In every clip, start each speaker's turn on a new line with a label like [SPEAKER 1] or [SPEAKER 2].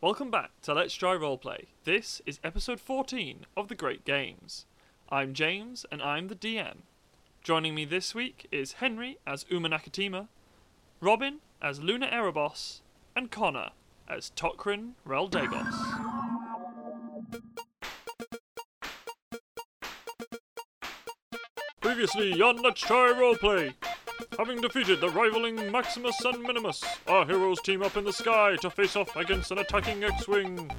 [SPEAKER 1] Welcome back to Let's Try Roleplay. This is episode 14 of The Great Games. I'm James and I'm the DM. Joining me this week is Henry as Uma Nakatima, Robin as Luna Erebos, and Connor as Tokrin Reldagos. Previously on Let's Try Roleplay, Having defeated the rivaling Maximus and Minimus, our heroes team up in the sky to face off against an attacking X Wing.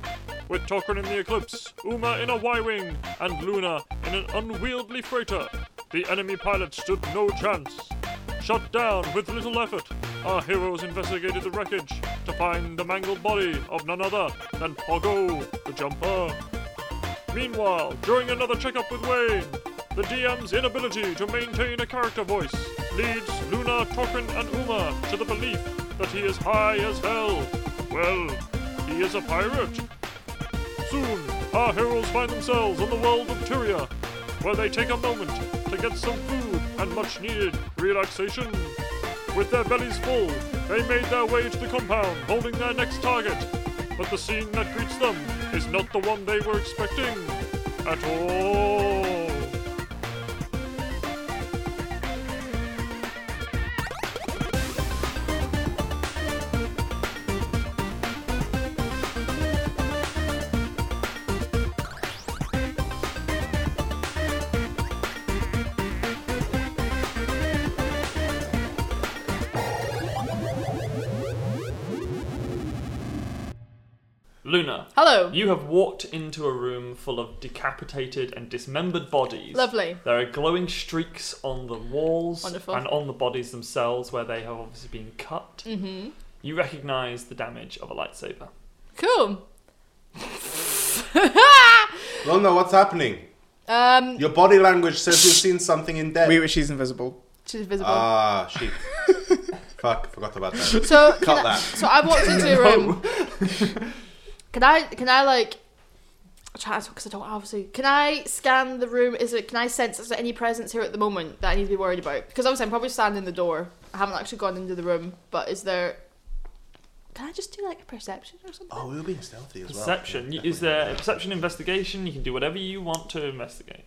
[SPEAKER 1] With Tokrin in the Eclipse, Uma in a Y Wing, and Luna in an unwieldy freighter, the enemy pilot stood no chance. Shut down with little effort, our heroes investigated the wreckage to find the mangled body of none other than Pogo the Jumper. Meanwhile, during another checkup with Wayne, the DM's inability to maintain a character voice leads Luna, Torquin, and Uma to the belief that he is high as hell. Well, he is a pirate. Soon, our heroes find themselves in the world of Tyria, where they take a moment to get some food and much needed relaxation. With their bellies full, they made their way to the compound holding their next target. But the scene that greets them is not the one they were expecting at all. Luna,
[SPEAKER 2] Hello.
[SPEAKER 1] You have walked into a room full of decapitated and dismembered bodies.
[SPEAKER 2] Lovely.
[SPEAKER 1] There are glowing streaks on the walls
[SPEAKER 2] Wonderful.
[SPEAKER 1] and on the bodies themselves where they have obviously been cut. Mm-hmm. You recognize the damage of a lightsaber.
[SPEAKER 2] Cool.
[SPEAKER 3] Lona, what's happening?
[SPEAKER 2] Um,
[SPEAKER 3] Your body language says you've seen something in death.
[SPEAKER 4] We, she's invisible.
[SPEAKER 2] she's visible.
[SPEAKER 3] ah, shit. Fuck, forgot about that.
[SPEAKER 2] so can
[SPEAKER 3] Cut
[SPEAKER 2] I-
[SPEAKER 3] that.
[SPEAKER 2] so I walked into a room. can I can I like try because I don't obviously can I scan the room? Is it can I sense is there any presence here at the moment that I need to be worried about? Because obviously I'm probably standing in the door. I haven't actually gone into the room, but is there? Can I just do like a perception or something?
[SPEAKER 3] Oh, we were being stealthy as well.
[SPEAKER 1] Perception. You- Is there a perception investigation? You can do whatever you want to investigate.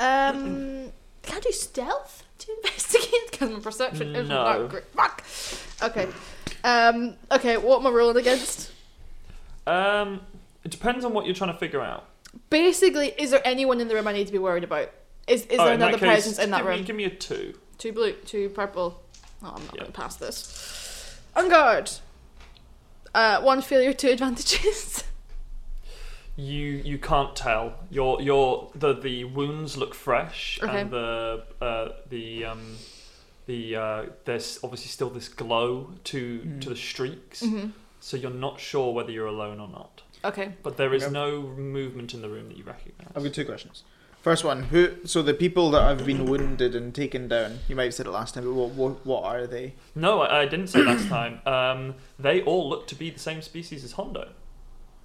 [SPEAKER 2] Um, can I do stealth to investigate? Because my perception is
[SPEAKER 1] No.
[SPEAKER 2] not great. Fuck. Okay. Um. Okay. What am I rolling against?
[SPEAKER 1] Um, it depends on what you're trying to figure out.
[SPEAKER 2] Basically, is there anyone in the room I need to be worried about? Is is
[SPEAKER 1] Oh,
[SPEAKER 2] there
[SPEAKER 1] in that
[SPEAKER 2] another
[SPEAKER 1] case,
[SPEAKER 2] presence in that
[SPEAKER 1] give me-
[SPEAKER 2] room?
[SPEAKER 1] give me a two.
[SPEAKER 2] Two blue, two purple. Oh, I'm not
[SPEAKER 1] Yeah.
[SPEAKER 2] going past this. On guard. Uh, one failure, two advantages.
[SPEAKER 1] You you can't tell. Your your the the wounds look fresh,
[SPEAKER 2] Okay.
[SPEAKER 1] and the uh, the um the uh, there's obviously still this glow to
[SPEAKER 2] Mm.
[SPEAKER 1] to the streaks.
[SPEAKER 2] Mm-hmm.
[SPEAKER 1] So you're not sure whether you're alone or not.
[SPEAKER 2] okay.
[SPEAKER 1] But there is
[SPEAKER 4] Okay.
[SPEAKER 1] no movement in the room that you recognize.
[SPEAKER 4] I've got two questions. First one, who? So the people that have been wounded and taken down. You might have said it last time, but what? What, what are they?
[SPEAKER 1] No, I, I didn't say last time. Um, they all look to be the same species as Hondo.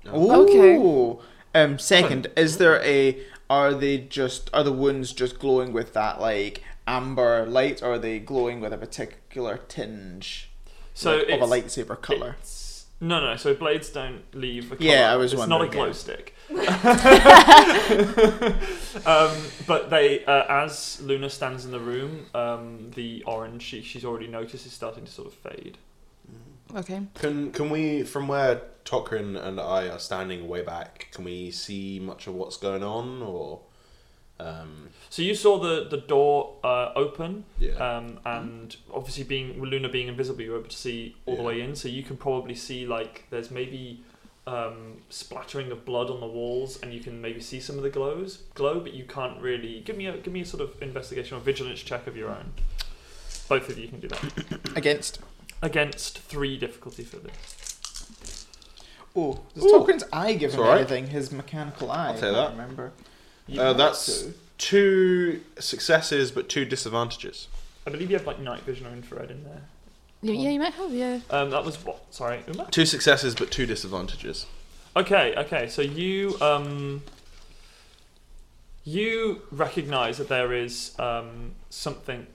[SPEAKER 2] Okay.
[SPEAKER 4] Ooh. Um. Second, is there a? Are they just? Are the wounds just glowing with that like amber light, or are they glowing with a particular tinge?
[SPEAKER 1] So
[SPEAKER 4] like, of a
[SPEAKER 1] it's-
[SPEAKER 4] lightsaber color.
[SPEAKER 1] It's- No, no. So blades don't leave a color.
[SPEAKER 4] Yeah, I was
[SPEAKER 1] It's not a
[SPEAKER 4] wondering,
[SPEAKER 1] glow
[SPEAKER 4] yeah.
[SPEAKER 1] stick. um, but they, uh, as Luna stands in the room, um, the orange she, she's already noticed is starting to sort of fade.
[SPEAKER 2] Okay.
[SPEAKER 3] Can, can we, from where Tokrin and I are standing way back, can we see much of what's going on? Or. Um,
[SPEAKER 1] So you saw the the door uh, open,
[SPEAKER 3] Yeah.
[SPEAKER 1] um, and obviously being with Luna being invisible, you were able to see all the
[SPEAKER 3] Yeah.
[SPEAKER 1] way in. So you can probably see like there's maybe um, splattering of blood on the walls, and you can maybe see some of the glows glow, but you can't really give me a give me a sort of investigation or vigilance check of your own. Both of you can do that
[SPEAKER 4] Against.
[SPEAKER 1] against three difficulty for this.
[SPEAKER 4] Oh, does
[SPEAKER 3] Ooh.
[SPEAKER 4] Tolkien's eye give
[SPEAKER 3] It's
[SPEAKER 4] him
[SPEAKER 3] alright.
[SPEAKER 4] anything? His mechanical eye.
[SPEAKER 3] I'll take
[SPEAKER 4] I
[SPEAKER 3] that.
[SPEAKER 4] Remember.
[SPEAKER 3] uh, that's two successes, but two disadvantages.
[SPEAKER 1] I believe you have like night vision or infrared in there.
[SPEAKER 2] yeah, you might have. Yeah.
[SPEAKER 1] Um, that was what? Sorry, Uma.
[SPEAKER 3] Two successes, but two disadvantages.
[SPEAKER 1] Okay, okay. So you um you recognize that there is um something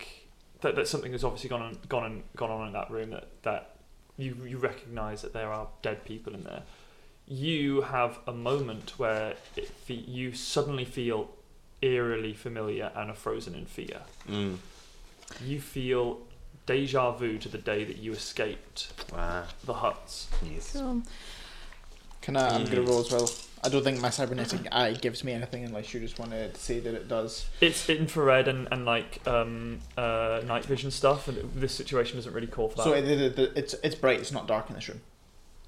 [SPEAKER 1] that, that something has obviously gone on gone on gone on in that room that that
[SPEAKER 5] you you recognise that there are dead people in there. You have a moment where it fe- you suddenly feel eerily familiar and are frozen in fear.
[SPEAKER 3] Mm.
[SPEAKER 5] You feel deja vu to the day that you escaped
[SPEAKER 3] Wow.
[SPEAKER 5] the huts.
[SPEAKER 3] Yes.
[SPEAKER 4] Can I? I'm gonna
[SPEAKER 3] Yes.
[SPEAKER 4] roll as well. I don't think my cybernetic eye gives me anything unless you just want to say that it does.
[SPEAKER 5] It's infrared and, and like um, uh, night vision stuff, and it- this situation doesn't really call for that.
[SPEAKER 4] So it, it, it- it's it's bright. It's not dark in this room.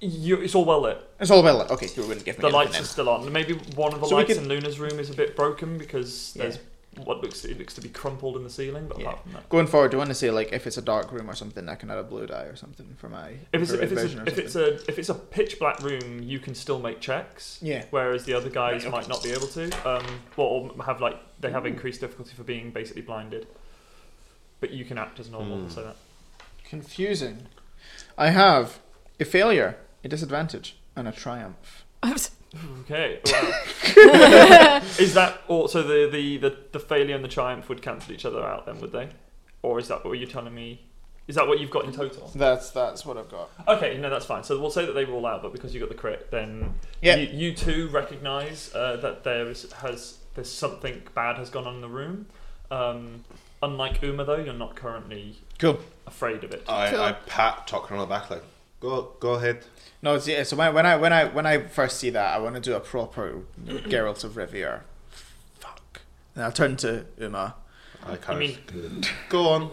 [SPEAKER 5] you, it's all well lit.
[SPEAKER 4] It's all about light. Okay, so it wouldn't give me
[SPEAKER 5] The
[SPEAKER 4] anything
[SPEAKER 5] lights
[SPEAKER 4] then.
[SPEAKER 5] are still on. Maybe one of the
[SPEAKER 4] So we
[SPEAKER 5] lights
[SPEAKER 4] could-
[SPEAKER 5] in Luna's room is a bit broken because
[SPEAKER 4] Yeah.
[SPEAKER 5] there's what looks it looks to be crumpled in the ceiling. But
[SPEAKER 4] Yeah.
[SPEAKER 5] apart from that,
[SPEAKER 4] Going forward, do you want to say like if it's a dark room or something, I can add a blue dye or something for my
[SPEAKER 5] if it's if
[SPEAKER 4] infrared
[SPEAKER 5] it's
[SPEAKER 4] vision
[SPEAKER 5] a,
[SPEAKER 4] or
[SPEAKER 5] if it's
[SPEAKER 4] something?
[SPEAKER 5] a if it's a pitch black room, you can still make checks.
[SPEAKER 4] yeah.
[SPEAKER 5] Whereas the other guys
[SPEAKER 4] Right, okay.
[SPEAKER 5] might not be able to, um, well, or have like they have increased difficulty for being basically blinded. But you can act as normal,
[SPEAKER 3] Hmm.
[SPEAKER 5] so that
[SPEAKER 4] Confusing. I have a failure, a disadvantage, and a triumph.
[SPEAKER 2] um,
[SPEAKER 5] Okay. Wow. is that also the, the, the, the failure and the triumph would cancel each other out then, would they? Or is that what you're telling me? Is that what you've got in total?
[SPEAKER 4] That's that's what I've got.
[SPEAKER 5] Okay, no, that's fine. So we'll say that they roll out, but because you got the crit, then
[SPEAKER 4] Yeah.
[SPEAKER 5] you, you too recognise uh, that there is has there's something bad has gone on in the room. Um, unlike Uma, though, you're not currently
[SPEAKER 4] Cool.
[SPEAKER 5] afraid of it.
[SPEAKER 3] I,
[SPEAKER 2] Cool.
[SPEAKER 3] I pat Tokrin on the back like, go go ahead.
[SPEAKER 4] No, it's, yeah. So when, when I when I when I first see that, I want to do a proper Geralt of Rivia. Fuck. And I'll turn to Uma.
[SPEAKER 3] I kind
[SPEAKER 5] You
[SPEAKER 3] of go on.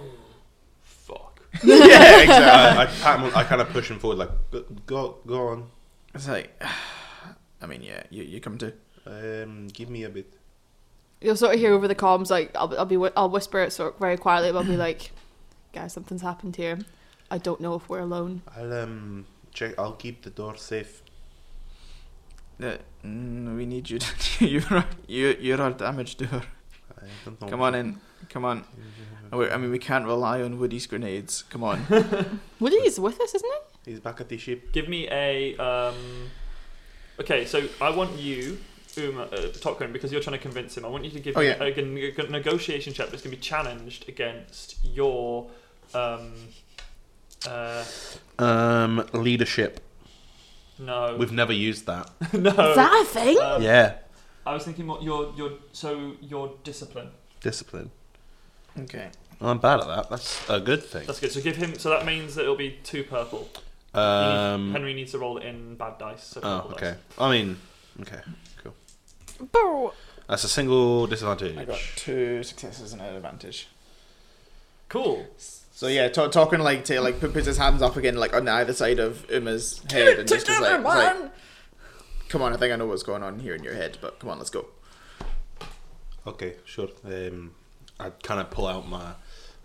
[SPEAKER 5] Fuck.
[SPEAKER 4] yeah, exactly.
[SPEAKER 3] I, I pat him. on- I kind of push him forward like, "Go- go go on.
[SPEAKER 4] It's like, I mean, yeah, you, you come to.
[SPEAKER 3] Um, give me a bit.
[SPEAKER 2] You'll sort of hear over the comms, like I'll, I'll be, whi- I'll whisper it sort of very quietly, but I'll be like, "Guys, something's happened here. I don't know if we're alone."
[SPEAKER 3] I'll um check. I'll keep the door safe.
[SPEAKER 4] Uh, mm, we need you. To, you're our- you you're our damage doer.
[SPEAKER 3] I don't know.
[SPEAKER 4] Come on in. Come on. We- I mean, we can't rely on Woody's grenades. Come on.
[SPEAKER 2] Woody's with us, isn't
[SPEAKER 3] He's back at the ship.
[SPEAKER 5] Give me a. Um, okay, so I want you, Uma, uh, Tokrin, because you're trying to convince him. I want you to give
[SPEAKER 4] Oh,
[SPEAKER 5] me
[SPEAKER 4] yeah.
[SPEAKER 5] a, g- g- negotiation check that's going to be challenged against your. Um, uh,
[SPEAKER 3] Um, leadership.
[SPEAKER 5] no.
[SPEAKER 3] We've never used that.
[SPEAKER 5] no.
[SPEAKER 2] he? Is that a thing?
[SPEAKER 5] Um,
[SPEAKER 3] Yeah,
[SPEAKER 5] I was thinking what your your so your discipline.
[SPEAKER 3] discipline.
[SPEAKER 4] okay.
[SPEAKER 3] I'm bad at that. That's a good thing.
[SPEAKER 5] That's good. So give him. So that means that it'll be two purple. You need-
[SPEAKER 3] Um.
[SPEAKER 5] Henry needs to roll it in bad dice. So
[SPEAKER 3] Oh,
[SPEAKER 5] purple
[SPEAKER 3] okay.
[SPEAKER 5] dice.
[SPEAKER 3] I mean, okay.
[SPEAKER 2] Bro.
[SPEAKER 3] That's a single disadvantage.
[SPEAKER 4] I got two successes and an advantage.
[SPEAKER 5] Cool.
[SPEAKER 4] So yeah, to- talking like to like put, puts his hands up again, like on either side of Uma's head, and just, is like, is like, come on, I think I know what's going on here in your head, but come on, let's go.
[SPEAKER 3] Okay, sure. Um, I kind of pull out my.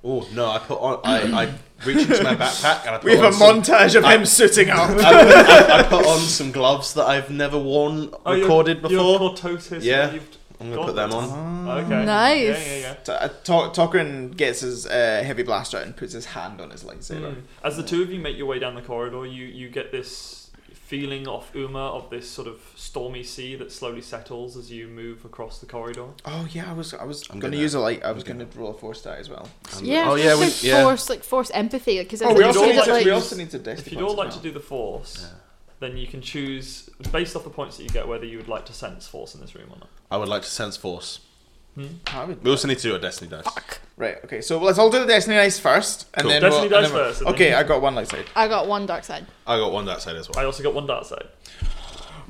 [SPEAKER 3] Oh no! I put on. I, I reach into my backpack and I put
[SPEAKER 4] We have
[SPEAKER 3] on
[SPEAKER 4] a
[SPEAKER 3] some,
[SPEAKER 4] montage of
[SPEAKER 3] I-
[SPEAKER 4] him suiting up.
[SPEAKER 3] I, I put on some gloves that I've never worn
[SPEAKER 5] Oh, your-
[SPEAKER 3] recorded
[SPEAKER 5] your
[SPEAKER 3] before.
[SPEAKER 5] cortosis
[SPEAKER 3] Yeah.
[SPEAKER 5] relieved-
[SPEAKER 3] I'm gonna put them on.
[SPEAKER 5] Okay.
[SPEAKER 2] Nice.
[SPEAKER 5] Yeah, yeah, yeah.
[SPEAKER 4] So, uh, Tok- Tokrin gets his uh, heavy blaster out and puts his hand on his lightsaber.
[SPEAKER 5] Mm. As the two of you make your way down the corridor, you, you get this feeling off Uma of this sort of stormy sea that slowly settles as you move across the corridor.
[SPEAKER 4] Oh yeah, I was I was
[SPEAKER 3] I'm
[SPEAKER 4] gonna,
[SPEAKER 3] gonna-
[SPEAKER 4] use a light. I was
[SPEAKER 3] I'm
[SPEAKER 4] gonna roll a four star as well.
[SPEAKER 2] Yeah.
[SPEAKER 3] Oh yeah. We,
[SPEAKER 2] like
[SPEAKER 3] yeah.
[SPEAKER 2] Force like force empathy, because
[SPEAKER 4] Oh, we
[SPEAKER 5] you'd
[SPEAKER 4] also,
[SPEAKER 5] all
[SPEAKER 4] need
[SPEAKER 5] like
[SPEAKER 4] to,
[SPEAKER 5] to
[SPEAKER 4] we
[SPEAKER 5] use-
[SPEAKER 4] also need to
[SPEAKER 5] If you'd all like to
[SPEAKER 4] do.
[SPEAKER 5] do the force,
[SPEAKER 3] Yeah.
[SPEAKER 5] then you can choose based off the points that you get whether you would like to sense force in this room or not.
[SPEAKER 3] I would like to sense force.
[SPEAKER 5] Hmm?
[SPEAKER 3] We also need to do a destiny dice.
[SPEAKER 4] Right. Okay. So let's all do the destiny dice first, and
[SPEAKER 3] Cool.
[SPEAKER 4] then
[SPEAKER 5] Destiny
[SPEAKER 4] we'll, and
[SPEAKER 5] dice
[SPEAKER 4] then we'll-
[SPEAKER 5] first, and
[SPEAKER 4] okay,
[SPEAKER 5] then-
[SPEAKER 4] I got one light side.
[SPEAKER 2] I got one dark side.
[SPEAKER 3] I got one that side as well.
[SPEAKER 5] I also got one dark side.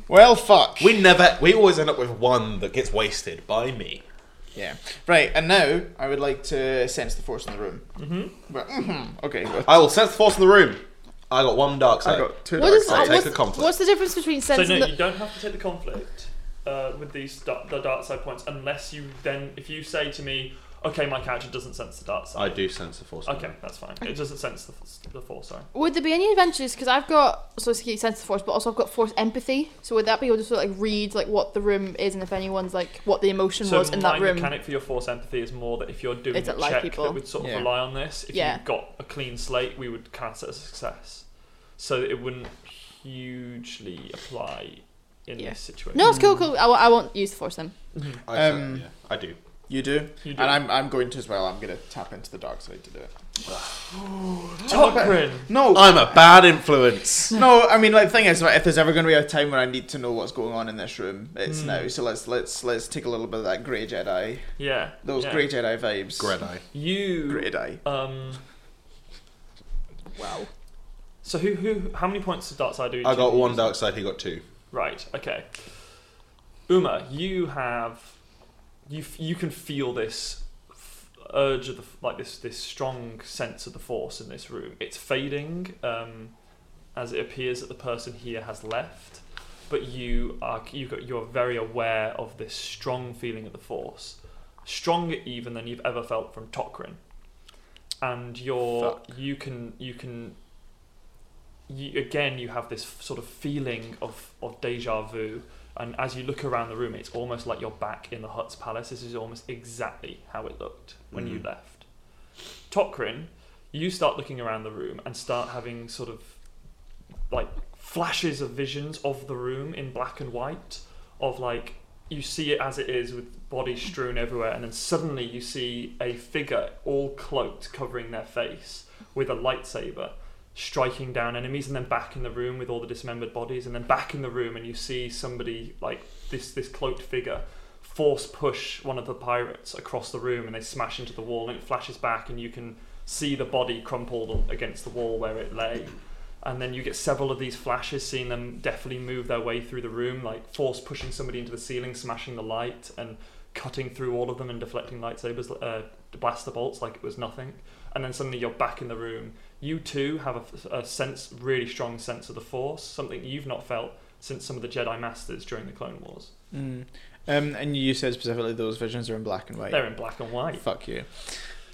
[SPEAKER 4] Well, fuck.
[SPEAKER 3] We never. We always end up with one that gets wasted by me.
[SPEAKER 4] Yeah. Right. And now I would like to sense the force in the room. Mm-hmm. okay. well,
[SPEAKER 3] I will sense the force in the room. I got one dark
[SPEAKER 4] I
[SPEAKER 3] side.
[SPEAKER 4] got two.
[SPEAKER 2] What
[SPEAKER 4] dark
[SPEAKER 2] is
[SPEAKER 3] I'll
[SPEAKER 4] sides.
[SPEAKER 3] take
[SPEAKER 2] what's,
[SPEAKER 3] the conflict.
[SPEAKER 2] what's the difference between
[SPEAKER 5] So
[SPEAKER 2] sense
[SPEAKER 5] no,
[SPEAKER 2] and
[SPEAKER 5] you
[SPEAKER 2] the
[SPEAKER 5] don't have to take the conflict uh, with these da- the dark side points unless you then if you say to me, okay, my character doesn't sense the dark
[SPEAKER 3] I
[SPEAKER 5] side.
[SPEAKER 3] do sense the force. in the
[SPEAKER 5] Okay,
[SPEAKER 3] room.
[SPEAKER 5] that's fine. It doesn't sense the, f- the force. Sorry.
[SPEAKER 2] Would there be any adventures? Because I've got so it's key sense of force, but also I've got force empathy. So would that be able to sort of like read like what the room is and if anyone's like what the emotion
[SPEAKER 5] so
[SPEAKER 2] was in
[SPEAKER 5] my
[SPEAKER 2] that room?
[SPEAKER 5] mechanic for your force empathy is more that if you're doing
[SPEAKER 2] It's
[SPEAKER 5] a
[SPEAKER 2] at live
[SPEAKER 5] check
[SPEAKER 2] people.
[SPEAKER 5] that would sort of
[SPEAKER 4] Yeah.
[SPEAKER 5] rely on this. If
[SPEAKER 2] Yeah.
[SPEAKER 5] you got a clean slate, we would class it as success, so that it wouldn't hugely apply in
[SPEAKER 2] Yeah.
[SPEAKER 5] this situation.
[SPEAKER 2] No, it's cool, cool. I, w- I won't use force then.
[SPEAKER 3] I,
[SPEAKER 4] Um,
[SPEAKER 3] yeah, I do.
[SPEAKER 4] You do?
[SPEAKER 5] You do.
[SPEAKER 4] And I'm, I'm going to as well. I'm going to tap into the dark side to do it.
[SPEAKER 5] Tokrin.
[SPEAKER 4] No,
[SPEAKER 3] I'm a bad influence.
[SPEAKER 4] no. I mean, like the thing is, like, if there's ever going to be a time when I need to know what's going on in this room, it's
[SPEAKER 5] Mm.
[SPEAKER 4] now. So let's let's let's take a little bit of that grey Jedi,
[SPEAKER 5] Yeah.
[SPEAKER 4] those
[SPEAKER 5] yeah.
[SPEAKER 4] grey Jedi vibes.
[SPEAKER 3] Great eye.
[SPEAKER 5] You.
[SPEAKER 4] Grey Jedi.
[SPEAKER 5] Um. Wow. So who who? How many points of dark side do each
[SPEAKER 3] I
[SPEAKER 5] of
[SPEAKER 3] got
[SPEAKER 5] you
[SPEAKER 3] one
[SPEAKER 5] use?
[SPEAKER 3] dark side. He got two.
[SPEAKER 5] Right. Okay. Uma, you have, you f- you can feel this f- urge of the f- like this this strong sense of the force in this room. It's fading um, as it appears that the person here has left, but you are you got you're very aware of this strong feeling of the force, stronger even than you've ever felt from Tokrin. And you're you can you can you, again you have this f- sort of feeling of, of deja vu and as you look around the room it's almost like you're back in the hut's palace this is almost exactly how it looked when you
[SPEAKER 3] Mhm.
[SPEAKER 5] left tokrin you start looking around the room and start having sort of like flashes of visions of the room in black and white of like you see it as it is with bodies strewn everywhere and then suddenly you see a figure all cloaked covering their face with a lightsaber striking down enemies and then back in the room with all the dismembered bodies and then back in the room and you see somebody like this this cloaked figure force push one of the pirates across the room and they smash into the wall and it flashes back and you can see the body crumpled on- against the wall where it lay and then you get several of these flashes seeing them definitely move their way through the room like force pushing somebody into the ceiling smashing the light and cutting through all of them and deflecting lightsabers uh, blaster bolts like it was nothing and then suddenly you're back in the room you too have a, a sense really strong sense of the force something you've not felt since some of the jedi masters during the clone wars
[SPEAKER 4] Mm. Um, and you said specifically those visions are in black and white.
[SPEAKER 5] they're in black and white
[SPEAKER 4] Fuck you.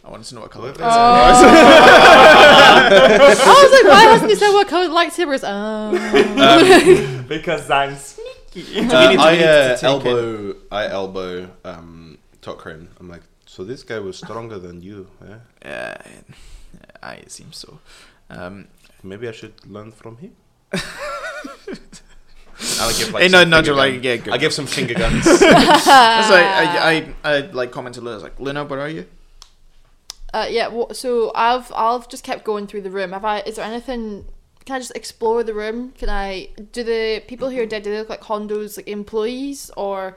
[SPEAKER 4] I wanted to know what
[SPEAKER 3] Oh.
[SPEAKER 4] colour. they
[SPEAKER 5] Oh.
[SPEAKER 2] I was like, why hasn't he said what colour the lightsaber is? Oh.
[SPEAKER 5] because i'm sneaky
[SPEAKER 3] Uh,
[SPEAKER 4] Do we need to- we
[SPEAKER 3] I
[SPEAKER 4] need to
[SPEAKER 3] uh,
[SPEAKER 4] take
[SPEAKER 3] elbow, I elbow um, Tokrin. I'm like, so this guy was stronger than you. Eh?
[SPEAKER 4] Uh, I it seems so. Um,
[SPEAKER 3] Maybe I should learn from him. I give
[SPEAKER 4] hey,
[SPEAKER 3] like
[SPEAKER 4] no,
[SPEAKER 3] some
[SPEAKER 4] no,
[SPEAKER 3] finger
[SPEAKER 4] you're like,
[SPEAKER 3] gun.
[SPEAKER 4] yeah, good.
[SPEAKER 3] I give some finger guns.
[SPEAKER 4] so
[SPEAKER 5] Uh.
[SPEAKER 4] I, I, I, I like comment to Luna. I was like, Luna, where are you?
[SPEAKER 2] Uh, yeah. wha- So I've I've just kept going through the room. Have I? Is there anything? Can I just explore the room? Can I? Do the people here dead? Do they look like Hondo's like employees or?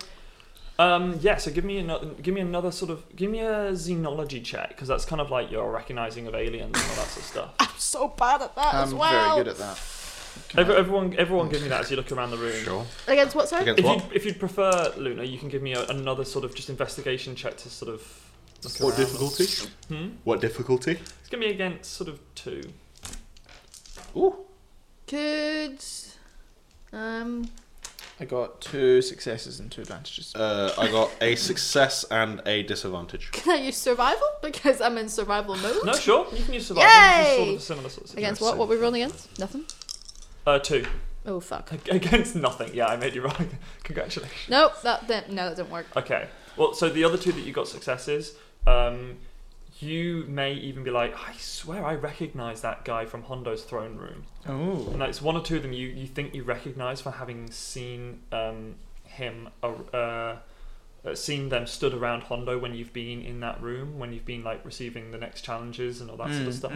[SPEAKER 5] um yeah so give me another give me another sort of give me a xenology check because that's kind of like your recognizing of aliens and all that sort of stuff
[SPEAKER 2] I'm so bad at that
[SPEAKER 4] I'm
[SPEAKER 2] as well.
[SPEAKER 4] very good at that. Can
[SPEAKER 5] Every,
[SPEAKER 4] I-
[SPEAKER 5] everyone everyone give me that as you look around the room
[SPEAKER 3] sure.
[SPEAKER 2] Against what? Sorry.
[SPEAKER 3] Against
[SPEAKER 5] if
[SPEAKER 3] what?
[SPEAKER 5] you'd, if you'd prefer luna you can give me a, another sort of just investigation check to sort of look around.
[SPEAKER 3] What difficulty?
[SPEAKER 5] hmm?
[SPEAKER 3] What difficulty?
[SPEAKER 5] it's gonna be against sort of two
[SPEAKER 3] Ooh.
[SPEAKER 2] Could. Um.
[SPEAKER 4] I got two successes and two advantages.
[SPEAKER 3] Uh, I got a success and a disadvantage.
[SPEAKER 2] Can I use survival because I'm in survival mode?
[SPEAKER 5] no sure you can use survival This
[SPEAKER 2] Yay!
[SPEAKER 5] is sort of a similar sort of situation.
[SPEAKER 2] Against what? What were we rolling against? Nothing.
[SPEAKER 5] Uh, two.
[SPEAKER 2] Oh fuck.
[SPEAKER 5] Ag- Against nothing. Yeah, I made you wrong. Congratulations.
[SPEAKER 2] Nope. That didn't. No, that didn't work.
[SPEAKER 5] Okay. Well, so the other two that you got successes, um, you may even be like, I swear I recognise that guy from Hondo's throne room.
[SPEAKER 3] Uh,
[SPEAKER 4] Oh.
[SPEAKER 5] And it's one or two of them you, you think you recognise for having seen um, him, uh, uh, seen them stood around Hondo when you've been in that room, when you've been like receiving the next challenges and all that
[SPEAKER 4] Mm.
[SPEAKER 5] sort of stuff.